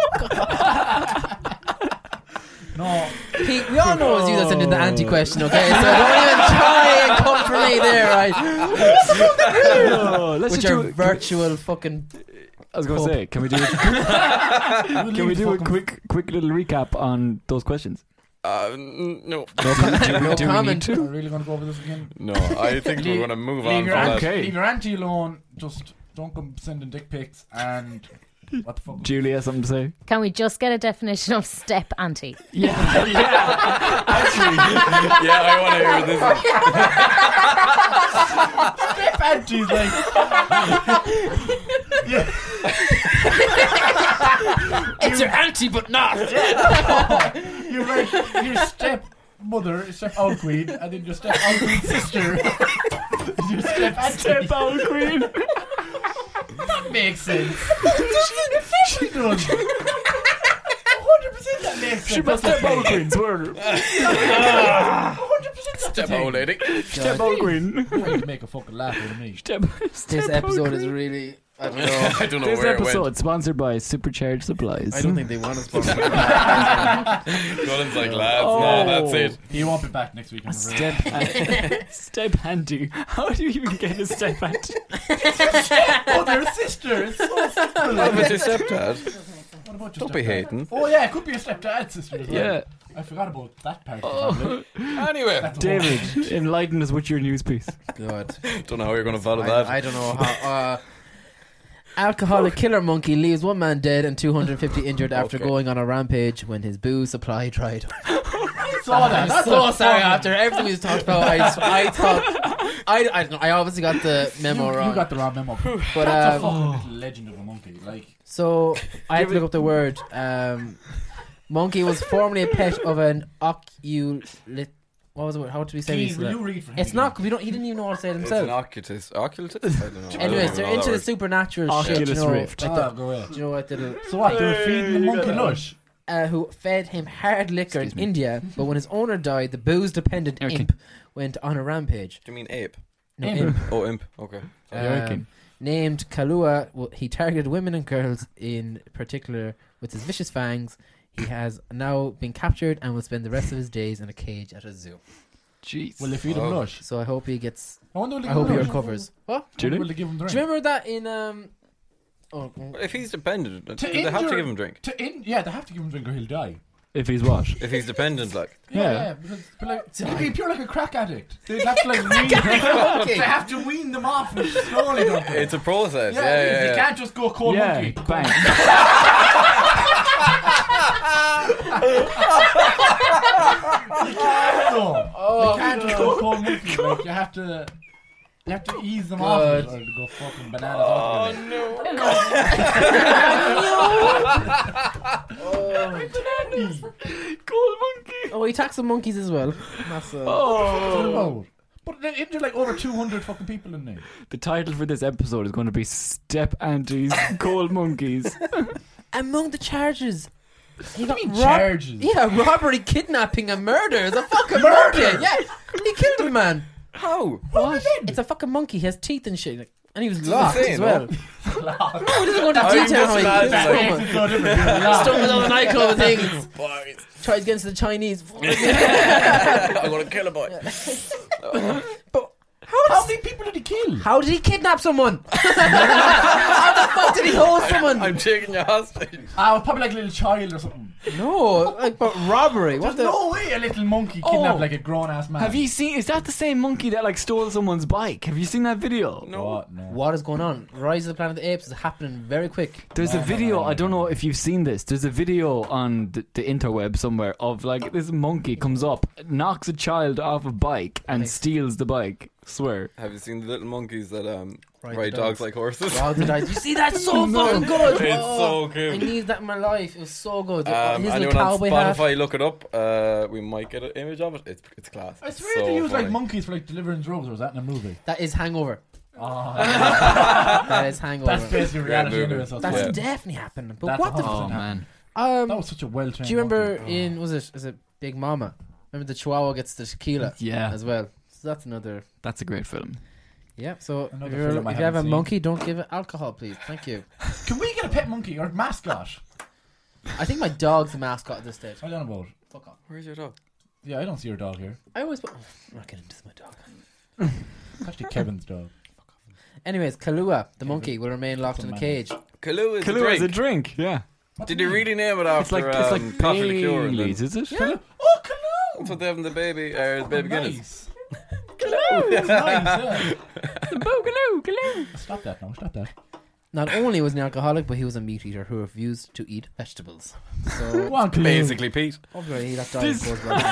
[SPEAKER 5] no,
[SPEAKER 4] Pete, we all know it was you that sent in the anti question, okay? So don't even try and come for me there,
[SPEAKER 5] (laughs)
[SPEAKER 4] right?
[SPEAKER 3] (laughs) Oh, let's
[SPEAKER 4] With
[SPEAKER 3] just do
[SPEAKER 4] your
[SPEAKER 3] it.
[SPEAKER 4] virtual fucking.
[SPEAKER 3] I was gonna
[SPEAKER 4] Hope.
[SPEAKER 3] say, can we do? Can we do a quick, quick little recap on those questions?
[SPEAKER 6] Uh, n- no,
[SPEAKER 3] No comment.
[SPEAKER 4] No
[SPEAKER 3] do we need
[SPEAKER 4] comment.
[SPEAKER 5] Are
[SPEAKER 3] to?
[SPEAKER 5] we really going to go over this again?
[SPEAKER 6] no. I
[SPEAKER 3] (laughs)
[SPEAKER 6] think we're gonna move on
[SPEAKER 5] Leave
[SPEAKER 6] from
[SPEAKER 5] your,
[SPEAKER 6] that.
[SPEAKER 5] aunt,
[SPEAKER 3] Okay.
[SPEAKER 5] leave your auntie alone. Just don't come sending dick pics and what the fuck?
[SPEAKER 3] Julie has something to say.
[SPEAKER 7] Can we just get a definition of step auntie?
[SPEAKER 3] Yeah, yeah. Actually,
[SPEAKER 6] yeah, I want to hear this. (laughs) one.
[SPEAKER 5] Step auntie's like. (laughs) yeah.
[SPEAKER 4] It's your auntie, but
[SPEAKER 5] (laughs)
[SPEAKER 4] not.
[SPEAKER 5] You're right. Your step mother, step out queen, and then your step out queen sister. your step
[SPEAKER 6] (laughs)
[SPEAKER 3] step out, Queen.
[SPEAKER 5] That makes sense. she does. 100% that makes sense.
[SPEAKER 3] She must
[SPEAKER 5] That's
[SPEAKER 3] step out,
[SPEAKER 5] okay.
[SPEAKER 3] Queen.
[SPEAKER 6] (laughs)
[SPEAKER 3] Swear.
[SPEAKER 5] Ah. 100%
[SPEAKER 6] Step out, lady.
[SPEAKER 3] Step out, Queen.
[SPEAKER 5] I'm trying to make a fucking laugh out of
[SPEAKER 3] (laughs)
[SPEAKER 5] me.
[SPEAKER 3] Step.
[SPEAKER 4] This episode is really. (laughs) I
[SPEAKER 6] (laughs)
[SPEAKER 4] don't know.
[SPEAKER 6] I don't know
[SPEAKER 3] This
[SPEAKER 6] where
[SPEAKER 3] episode sponsored by Supercharged Supplies.
[SPEAKER 4] I don't
[SPEAKER 3] (laughs)
[SPEAKER 4] think they want us. (laughs) Oh
[SPEAKER 6] it went. Colin's like, lads,
[SPEAKER 3] Oh.
[SPEAKER 6] no, that's it.
[SPEAKER 5] He won't be back next week. I'm afraid.
[SPEAKER 3] Step,
[SPEAKER 4] (laughs)
[SPEAKER 3] step handy. How do you even get a step handy?
[SPEAKER 5] Oh, they're a sister. It's so simple.
[SPEAKER 6] What about your stepdad?
[SPEAKER 5] What about your
[SPEAKER 6] Don't be
[SPEAKER 5] stepdad?
[SPEAKER 6] hating.
[SPEAKER 5] Oh yeah, it could be a stepdad sister. As well.
[SPEAKER 3] Yeah,
[SPEAKER 5] I forgot about that part.
[SPEAKER 3] Oh.
[SPEAKER 5] of the family.
[SPEAKER 6] Anyway,
[SPEAKER 5] That's a whole- (laughs)
[SPEAKER 3] David, enlighten us with your news piece.
[SPEAKER 4] God,
[SPEAKER 6] don't know how you're gonna follow that.
[SPEAKER 4] I, I don't know how. Uh, alcoholic killer monkey leaves one man dead and 250 injured after
[SPEAKER 6] Okay.
[SPEAKER 4] going on a rampage when his booze supply dried. up.
[SPEAKER 5] I saw that.
[SPEAKER 4] I'm (laughs)
[SPEAKER 5] That's
[SPEAKER 4] so
[SPEAKER 5] a
[SPEAKER 4] sorry.
[SPEAKER 5] fucking-
[SPEAKER 4] After everything we just talked about, I, just- I (laughs) thought I, I don't know. I obviously got the
[SPEAKER 5] You,
[SPEAKER 4] memo
[SPEAKER 5] you
[SPEAKER 4] wrong.
[SPEAKER 5] got the wrong memo.
[SPEAKER 4] but
[SPEAKER 5] That's a
[SPEAKER 4] um,
[SPEAKER 5] fucking little legend of a monkey. Like
[SPEAKER 4] so I had
[SPEAKER 3] Give
[SPEAKER 4] to look up the word. Um, monkey was formerly a pet of an oculit. What was it? How do we say
[SPEAKER 5] Keane,
[SPEAKER 4] this?
[SPEAKER 5] will you read for him?
[SPEAKER 4] It's
[SPEAKER 5] again?
[SPEAKER 4] not. We don't. He didn't even know how to say it
[SPEAKER 6] It's an
[SPEAKER 4] himself.
[SPEAKER 6] occultist. Occultist? I don't know. I don't
[SPEAKER 4] Anyways,
[SPEAKER 6] even
[SPEAKER 4] they're
[SPEAKER 6] know
[SPEAKER 4] into the
[SPEAKER 6] that
[SPEAKER 4] supernatural shit. You
[SPEAKER 3] Oculus
[SPEAKER 4] know,
[SPEAKER 3] Rift.
[SPEAKER 4] like the-
[SPEAKER 5] Ah, go away.
[SPEAKER 4] Do you know what they did?
[SPEAKER 5] So what? They were
[SPEAKER 3] Hey,
[SPEAKER 5] feeding the
[SPEAKER 3] you
[SPEAKER 5] monkey
[SPEAKER 3] got that.
[SPEAKER 5] lush.
[SPEAKER 4] Uh, who fed him hard liquor in
[SPEAKER 3] Excuse me.
[SPEAKER 4] India, but when his owner died, the booze-dependent
[SPEAKER 3] Okay.
[SPEAKER 4] imp went on a rampage.
[SPEAKER 6] word. Do you mean ape?
[SPEAKER 4] No,
[SPEAKER 5] Imp.
[SPEAKER 4] imp.
[SPEAKER 6] Oh, imp. Okay.
[SPEAKER 4] um,
[SPEAKER 3] Joking.
[SPEAKER 4] named Kalua, well, he targeted women and girls in particular with his vicious fangs. He has now been captured and will spend the rest of his days in a cage at a zoo.
[SPEAKER 3] Jeez.
[SPEAKER 5] Well, they feed him
[SPEAKER 6] Oh.
[SPEAKER 5] lush.
[SPEAKER 4] So I hope he gets.
[SPEAKER 5] I wonder will they
[SPEAKER 4] I
[SPEAKER 5] give him
[SPEAKER 4] hope he
[SPEAKER 5] lush?
[SPEAKER 4] recovers. What?
[SPEAKER 5] I wonder
[SPEAKER 3] Julie?
[SPEAKER 5] Will they give him drink?
[SPEAKER 4] Do you remember that in um? Oh, mm,
[SPEAKER 6] If he's dependent, do they have
[SPEAKER 5] injure-
[SPEAKER 6] to give him drink.
[SPEAKER 5] To in, yeah, they have to give him drink or he'll die.
[SPEAKER 3] If he's what?
[SPEAKER 6] If he's dependent, like
[SPEAKER 5] Yeah,
[SPEAKER 3] Yeah.
[SPEAKER 5] yeah because, but like, he'd be pure like a crack addict.
[SPEAKER 4] (laughs)
[SPEAKER 5] They have to like wean. they have to wean them off slowly. Don't they?
[SPEAKER 6] it's a process. Yeah,
[SPEAKER 5] yeah, it is.
[SPEAKER 6] yeah,
[SPEAKER 5] you
[SPEAKER 6] yeah.
[SPEAKER 5] can't just go cold
[SPEAKER 3] yeah,
[SPEAKER 5] monkey.
[SPEAKER 3] bang.
[SPEAKER 5] No, you can't just go cold monkey. Like, you have to, you have to ease them off
[SPEAKER 4] God.
[SPEAKER 5] it or go fucking bananas. Oh no! Oh.
[SPEAKER 3] Cool monkey.
[SPEAKER 4] oh, he attacks some monkeys as well. That's, uh,
[SPEAKER 3] Oh.
[SPEAKER 5] But they injured like over 200 fucking people in there.
[SPEAKER 3] The title for this episode is going to be Step Aunties, Cold Monkeys.
[SPEAKER 4] Among the charges, he
[SPEAKER 5] What
[SPEAKER 4] got
[SPEAKER 5] do you mean
[SPEAKER 4] robbed-
[SPEAKER 5] charges?
[SPEAKER 4] Yeah, robbery, kidnapping, and murder. It's a fucking murder. Yeah, he killed a man.
[SPEAKER 6] How?
[SPEAKER 3] What?
[SPEAKER 4] It's a fucking monkey. He has teeth and shit. like- And he was locked
[SPEAKER 6] insane,
[SPEAKER 4] as well.
[SPEAKER 3] (laughs)
[SPEAKER 5] Locked.
[SPEAKER 4] No, he doesn't go into
[SPEAKER 6] I'm
[SPEAKER 4] detail
[SPEAKER 6] just
[SPEAKER 4] how he
[SPEAKER 6] mad, like-
[SPEAKER 4] killed
[SPEAKER 5] That makes
[SPEAKER 4] someone.
[SPEAKER 5] it so different. You're locked.
[SPEAKER 4] Stumbled on
[SPEAKER 6] (laughs)
[SPEAKER 4] a nightclub and things. Tries against the Chinese.
[SPEAKER 6] (laughs) I'm gonna kill a boy.
[SPEAKER 5] How many people did he kill?
[SPEAKER 4] How did he
[SPEAKER 6] (laughs)
[SPEAKER 4] kidnap someone? how the fuck did he hold someone?
[SPEAKER 6] I'm taking you hostage.
[SPEAKER 5] I
[SPEAKER 3] Uh,
[SPEAKER 5] was probably like a little child or something.
[SPEAKER 4] no, like, but robbery. What
[SPEAKER 5] There's
[SPEAKER 4] the?
[SPEAKER 5] no way a little monkey
[SPEAKER 3] Oh.
[SPEAKER 5] kidnapped like a grown ass man.
[SPEAKER 3] Have you seen? Is that the same monkey that like stole someone's bike? Have you seen that video?
[SPEAKER 6] No.
[SPEAKER 5] What? No.
[SPEAKER 4] What is going on? Rise of the Planet of the Apes is happening very
[SPEAKER 6] (laughs)
[SPEAKER 4] quick.
[SPEAKER 3] There's a video. I don't know if you've seen this. There's a video on the, the interweb somewhere of like this monkey comes up, knocks a child off a bike, and
[SPEAKER 4] Nice.
[SPEAKER 3] steals the bike. Swear.
[SPEAKER 6] Have you seen the little monkeys that um
[SPEAKER 4] Ride
[SPEAKER 6] ride,
[SPEAKER 4] the
[SPEAKER 6] dogs.
[SPEAKER 4] dogs.
[SPEAKER 6] like horses?
[SPEAKER 4] Oh, did I? You see that? So fucking good.
[SPEAKER 6] It's
[SPEAKER 4] Oh,
[SPEAKER 6] so good.
[SPEAKER 4] I needed that in my life. It was so good. Oh,
[SPEAKER 6] Um,
[SPEAKER 4] his
[SPEAKER 6] anyone
[SPEAKER 4] little
[SPEAKER 6] on
[SPEAKER 4] cowboy
[SPEAKER 6] Spotify,
[SPEAKER 4] hat.
[SPEAKER 6] look it up. Uh, we might get an image of it. It's it's class.
[SPEAKER 5] I
[SPEAKER 6] It's
[SPEAKER 5] swear
[SPEAKER 6] so
[SPEAKER 5] they use
[SPEAKER 6] funny.
[SPEAKER 5] like monkeys for like delivering drugs, or is that in a movie?
[SPEAKER 4] That is Hangover.
[SPEAKER 5] Oh,
[SPEAKER 4] Ah. That is Hangover.
[SPEAKER 5] (laughs) that's basically
[SPEAKER 6] Great
[SPEAKER 5] reality
[SPEAKER 6] movie.
[SPEAKER 5] anyway. So it's
[SPEAKER 4] That's
[SPEAKER 5] fine.
[SPEAKER 6] Yeah.
[SPEAKER 4] definitely happened. But
[SPEAKER 5] That's
[SPEAKER 4] what the?
[SPEAKER 5] a-
[SPEAKER 4] F-
[SPEAKER 5] Oh, man. that
[SPEAKER 4] um,
[SPEAKER 5] was such a well trained.
[SPEAKER 4] do you remember in was it is it Big Mama? Remember the Chihuahua gets the tequila
[SPEAKER 3] Yeah,
[SPEAKER 4] as well. So that's another.
[SPEAKER 3] that's a great film.
[SPEAKER 4] Yeah. So
[SPEAKER 5] Another
[SPEAKER 4] if, you're,
[SPEAKER 5] film I
[SPEAKER 4] if you have a
[SPEAKER 5] haven't seen.
[SPEAKER 4] monkey, don't give it alcohol, please. Thank you.
[SPEAKER 5] Oh. Can we get a pet monkey or a mascot?
[SPEAKER 4] I think my dog's the mascot at this stage.
[SPEAKER 5] I don't know about.
[SPEAKER 4] Fuck off.
[SPEAKER 6] Where's your dog?
[SPEAKER 5] Yeah, I don't see your dog here.
[SPEAKER 4] I always. put- oh, I'm not getting into my dog.
[SPEAKER 5] It's actually Kevin's dog.
[SPEAKER 4] Anyways, Kalua, the monkey, will remain locked in a
[SPEAKER 5] man.
[SPEAKER 4] cage.
[SPEAKER 6] Kalu is
[SPEAKER 3] Kahlua
[SPEAKER 6] a
[SPEAKER 3] is a
[SPEAKER 6] drink.
[SPEAKER 3] drink. Yeah,
[SPEAKER 6] Did he really name it after
[SPEAKER 3] it's like
[SPEAKER 6] um,
[SPEAKER 3] it's like
[SPEAKER 6] coffee liqueur? and then-
[SPEAKER 3] Bailey's, is it?
[SPEAKER 5] Oh, Kalu
[SPEAKER 6] That's what they have in the baby, uh, the baby Guinness.
[SPEAKER 5] Nice. Glue. It's nice,
[SPEAKER 6] (laughs)
[SPEAKER 5] yeah. Stop that now. Stop that.
[SPEAKER 4] Not only was he an alcoholic, but he was a meat eater who refused to eat vegetables. So,
[SPEAKER 5] Go on, glue.
[SPEAKER 6] Basically, Pete.
[SPEAKER 4] obviously, that
[SPEAKER 3] This-
[SPEAKER 4] diet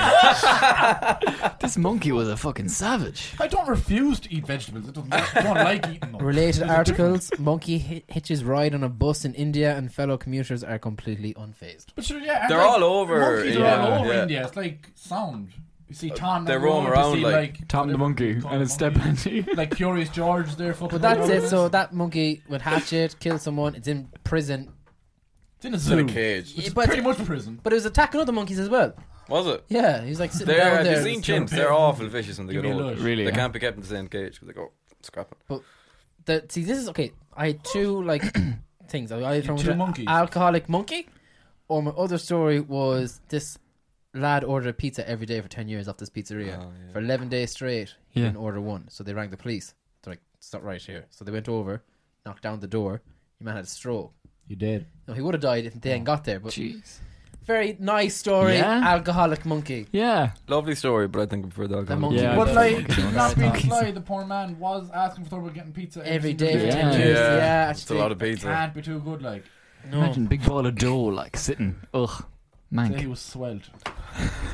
[SPEAKER 4] goes well.
[SPEAKER 3] This monkey was a fucking savage.
[SPEAKER 5] I don't refuse to eat vegetables. I don't, I don't like eating them.
[SPEAKER 4] Related
[SPEAKER 5] There's a difference.
[SPEAKER 4] articles Monkey hi- hitches ride on a bus in India, and fellow commuters are completely unfazed.
[SPEAKER 5] But sure, yeah, and
[SPEAKER 6] They're
[SPEAKER 5] like,
[SPEAKER 6] all over
[SPEAKER 5] Monkeys are
[SPEAKER 6] India,
[SPEAKER 5] all over
[SPEAKER 6] yeah.
[SPEAKER 5] India. It's like sound. You see Tom.
[SPEAKER 6] They
[SPEAKER 5] the
[SPEAKER 6] roam
[SPEAKER 5] Road, you
[SPEAKER 6] around
[SPEAKER 5] see,
[SPEAKER 6] like-
[SPEAKER 3] Tom the
[SPEAKER 5] whatever
[SPEAKER 3] monkey
[SPEAKER 5] you call
[SPEAKER 3] and his
[SPEAKER 5] them,
[SPEAKER 3] step
[SPEAKER 5] monkeys.
[SPEAKER 3] auntie. (laughs)
[SPEAKER 5] Like Curious George, they're fucking.
[SPEAKER 4] But that's
[SPEAKER 5] all over
[SPEAKER 4] it. So that monkey would hatch it, kill someone. It's in prison,
[SPEAKER 5] it's in
[SPEAKER 6] In
[SPEAKER 5] a
[SPEAKER 6] a
[SPEAKER 5] zoo.
[SPEAKER 6] cage.
[SPEAKER 5] It's
[SPEAKER 4] But-
[SPEAKER 5] pretty much prison.
[SPEAKER 4] but it was attacking other monkeys as well.
[SPEAKER 6] Was it?
[SPEAKER 4] Yeah, he was like sitting
[SPEAKER 6] They're,
[SPEAKER 4] down
[SPEAKER 6] have you
[SPEAKER 4] there.
[SPEAKER 6] seen
[SPEAKER 5] They're
[SPEAKER 6] chimps? They're
[SPEAKER 5] big.
[SPEAKER 6] awful vicious when they
[SPEAKER 5] Give
[SPEAKER 6] get
[SPEAKER 5] me a
[SPEAKER 6] older.
[SPEAKER 5] look.
[SPEAKER 3] Really,
[SPEAKER 6] They
[SPEAKER 3] yeah.
[SPEAKER 6] can't be kept in the same cage because they go, scrapping.
[SPEAKER 4] The- see, this is okay. I had two like (coughs) things. I either
[SPEAKER 5] You
[SPEAKER 4] from
[SPEAKER 5] two
[SPEAKER 4] an
[SPEAKER 5] monkeys.
[SPEAKER 4] alcoholic monkey, or my other story was this lad ordered a pizza every day for ten years off this pizzeria
[SPEAKER 6] Oh, yeah.
[SPEAKER 4] for eleven days straight. He
[SPEAKER 3] Yeah.
[SPEAKER 4] didn't order one, so they rang the police. They're like, "It's not right here." So they went over, knocked down the door. Your man had a stroke.
[SPEAKER 5] You did.
[SPEAKER 4] No, he would have died if they hadn't got there. But
[SPEAKER 3] Jeez.
[SPEAKER 4] very nice story,
[SPEAKER 3] Yeah.
[SPEAKER 4] alcoholic monkey.
[SPEAKER 3] Yeah.
[SPEAKER 6] Lovely story, but I think I prefer the
[SPEAKER 4] The
[SPEAKER 6] alcohol.
[SPEAKER 4] monkey.
[SPEAKER 3] Yeah,
[SPEAKER 5] But
[SPEAKER 3] I
[SPEAKER 5] like,
[SPEAKER 3] don't
[SPEAKER 5] did not being
[SPEAKER 3] know.
[SPEAKER 5] sly, the poor man was asking for trouble getting pizza
[SPEAKER 4] every
[SPEAKER 5] single
[SPEAKER 4] day for
[SPEAKER 3] Yeah.
[SPEAKER 4] ten
[SPEAKER 3] Yeah.
[SPEAKER 4] years. Yeah,
[SPEAKER 6] It's a
[SPEAKER 4] actually,
[SPEAKER 6] lot of pizza.
[SPEAKER 5] Can't be too good. Like,
[SPEAKER 4] no.
[SPEAKER 3] Imagine big ball of dough like sitting. Ugh.
[SPEAKER 5] say he
[SPEAKER 3] Mank.
[SPEAKER 5] was swelled.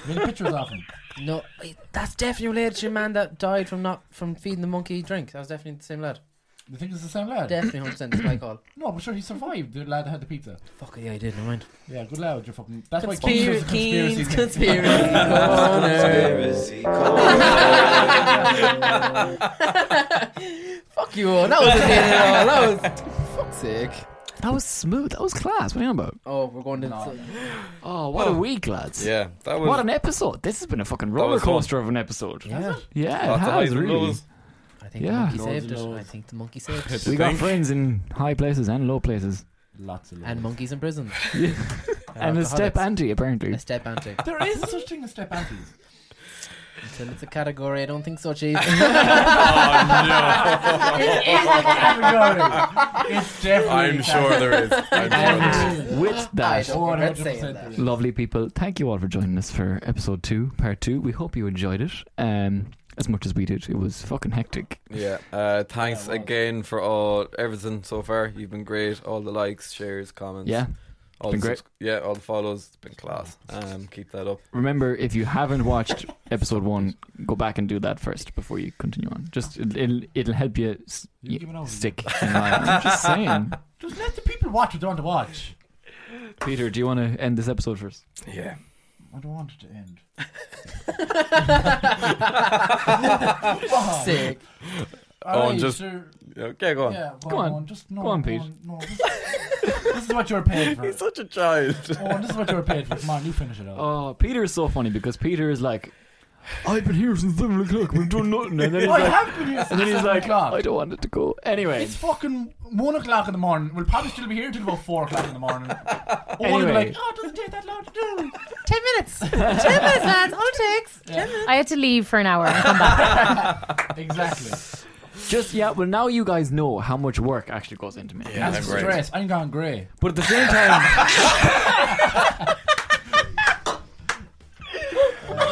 [SPEAKER 5] Many pictures of him.
[SPEAKER 4] No, I- that's definitely related to a man that died from not from feeding the monkey drink. That was definitely the same lad.
[SPEAKER 5] You think it's the same lad?
[SPEAKER 4] Definitely 100% that's my call.
[SPEAKER 5] No, but sure he survived. The lad that had the pizza.
[SPEAKER 4] Fuck yeah, I did. Never mind.
[SPEAKER 5] Yeah, good lad. You're fucking. That's why Keane's
[SPEAKER 4] Conspiracy,
[SPEAKER 5] a conspiracy.
[SPEAKER 4] conspiracy,
[SPEAKER 5] thing.
[SPEAKER 4] corner. (laughs) Fuck you all. That was a deal. That was fuck's sake.
[SPEAKER 3] That was smooth. That was class. What are you on about?
[SPEAKER 4] Oh, we're going to
[SPEAKER 5] No.
[SPEAKER 3] Oh, what a week, lads.
[SPEAKER 6] Yeah, that was.
[SPEAKER 3] What an episode. This has been a fucking roller
[SPEAKER 6] was fun.
[SPEAKER 3] coaster of an episode. Yeah,
[SPEAKER 4] yeah.
[SPEAKER 3] it
[SPEAKER 6] lots of highs
[SPEAKER 3] has
[SPEAKER 6] and
[SPEAKER 3] really.
[SPEAKER 6] lows.
[SPEAKER 4] I think
[SPEAKER 3] Yeah.
[SPEAKER 4] the monkey
[SPEAKER 5] Loads
[SPEAKER 4] saved
[SPEAKER 5] and
[SPEAKER 4] it. I
[SPEAKER 5] loads.
[SPEAKER 4] think the monkey saved it.
[SPEAKER 3] We got
[SPEAKER 6] Think.
[SPEAKER 3] friends in high places and low places.
[SPEAKER 5] Lots of
[SPEAKER 4] And
[SPEAKER 5] love.
[SPEAKER 4] monkeys in prison.
[SPEAKER 3] and a step auntie, apparently. (laughs)
[SPEAKER 4] A step auntie.
[SPEAKER 5] There is such thing as step
[SPEAKER 6] (laughs)
[SPEAKER 5] aunties.
[SPEAKER 4] Until it's a category, I don't think so, Chief.
[SPEAKER 6] Oh,
[SPEAKER 4] (laughs)
[SPEAKER 5] it's definitely.
[SPEAKER 6] I'm sure there is. I'm sure
[SPEAKER 3] (laughs)
[SPEAKER 6] there is.
[SPEAKER 5] And
[SPEAKER 3] With that,
[SPEAKER 4] don't regret saying that.
[SPEAKER 3] lovely people, thank you all for joining us for episode two, part two. We hope you enjoyed it um, as much as we did. It was fucking hectic.
[SPEAKER 6] Yeah. (laughs) Uh, thanks
[SPEAKER 5] Yeah, it was.
[SPEAKER 6] again for all everything so far. You've been great. All the likes, shares, comments.
[SPEAKER 3] Yeah.
[SPEAKER 6] All
[SPEAKER 3] been
[SPEAKER 6] the
[SPEAKER 3] great.
[SPEAKER 6] subs- yeah, all the follows. It's been class. Um, keep that up.
[SPEAKER 3] Remember, if you haven't watched episode one, go back and do that first before you continue on. Just it'll it'll, it'll help you s-
[SPEAKER 5] You're
[SPEAKER 3] y-
[SPEAKER 5] giving out.
[SPEAKER 3] stick. in line. I'm
[SPEAKER 5] (laughs)
[SPEAKER 3] just saying,
[SPEAKER 5] Just let the people watch what they want to watch.
[SPEAKER 3] Peter. Do you want to end this episode first?
[SPEAKER 6] Yeah.
[SPEAKER 5] I don't want it to
[SPEAKER 3] (laughs)
[SPEAKER 5] end.
[SPEAKER 4] (laughs) Sick.
[SPEAKER 5] Alright,
[SPEAKER 6] and just-
[SPEAKER 5] sure.
[SPEAKER 6] Okay, go on.
[SPEAKER 5] Yeah, go,
[SPEAKER 3] Go
[SPEAKER 5] on,
[SPEAKER 3] on.
[SPEAKER 5] go on. Just no.
[SPEAKER 3] Go on,
[SPEAKER 5] go
[SPEAKER 3] Pete.
[SPEAKER 5] no, this, this is what you're paid
[SPEAKER 3] (laughs)
[SPEAKER 5] for.
[SPEAKER 6] (laughs) He's such a child.
[SPEAKER 5] Oh, this is what you're paid for. Come on, you finish it up.
[SPEAKER 3] Oh, Peter is so funny because Peter is like, I've been here since seven o'clock. We've done nothing, and then he's
[SPEAKER 5] I
[SPEAKER 3] like,
[SPEAKER 5] have been here
[SPEAKER 3] and then
[SPEAKER 5] (laughs) since
[SPEAKER 3] he's
[SPEAKER 5] seven
[SPEAKER 3] like,
[SPEAKER 5] o'clock.
[SPEAKER 3] I don't want it to go. Anyway,
[SPEAKER 5] It's fucking one o'clock in the morning. We'll probably still be here till about four o'clock in the morning. Or we'll be
[SPEAKER 3] Anyway.
[SPEAKER 5] like, oh, it doesn't take that long to do.
[SPEAKER 7] Ten minutes. Ten minutes, lads. All it takes. Ten minutes. I had to leave for an hour (laughs) and come back.
[SPEAKER 5] Exactly.
[SPEAKER 3] just yeah. Well, now you guys know how much work actually goes into making.
[SPEAKER 6] Yeah,
[SPEAKER 5] That's
[SPEAKER 6] I'm great.
[SPEAKER 5] stress. I'm gone grey.
[SPEAKER 3] But at the same time,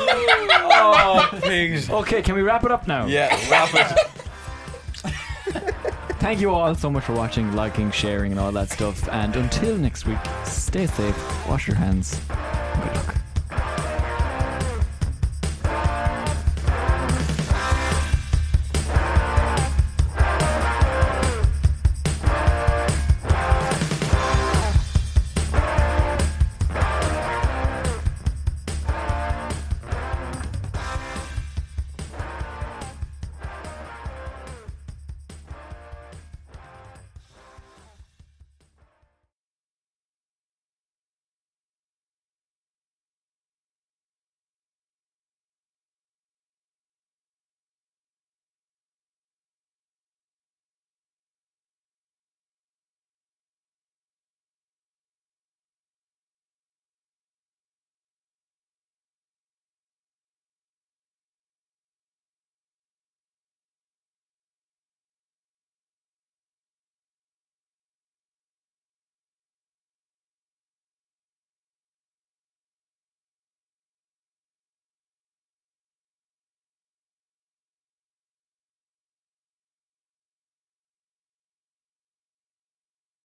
[SPEAKER 6] oh, please.
[SPEAKER 3] okay, can we wrap it up now?
[SPEAKER 6] Yeah, wrap (laughs) it.
[SPEAKER 3] Thank you all so much for watching, liking, sharing, and all that stuff. And until next week, stay safe, wash your hands,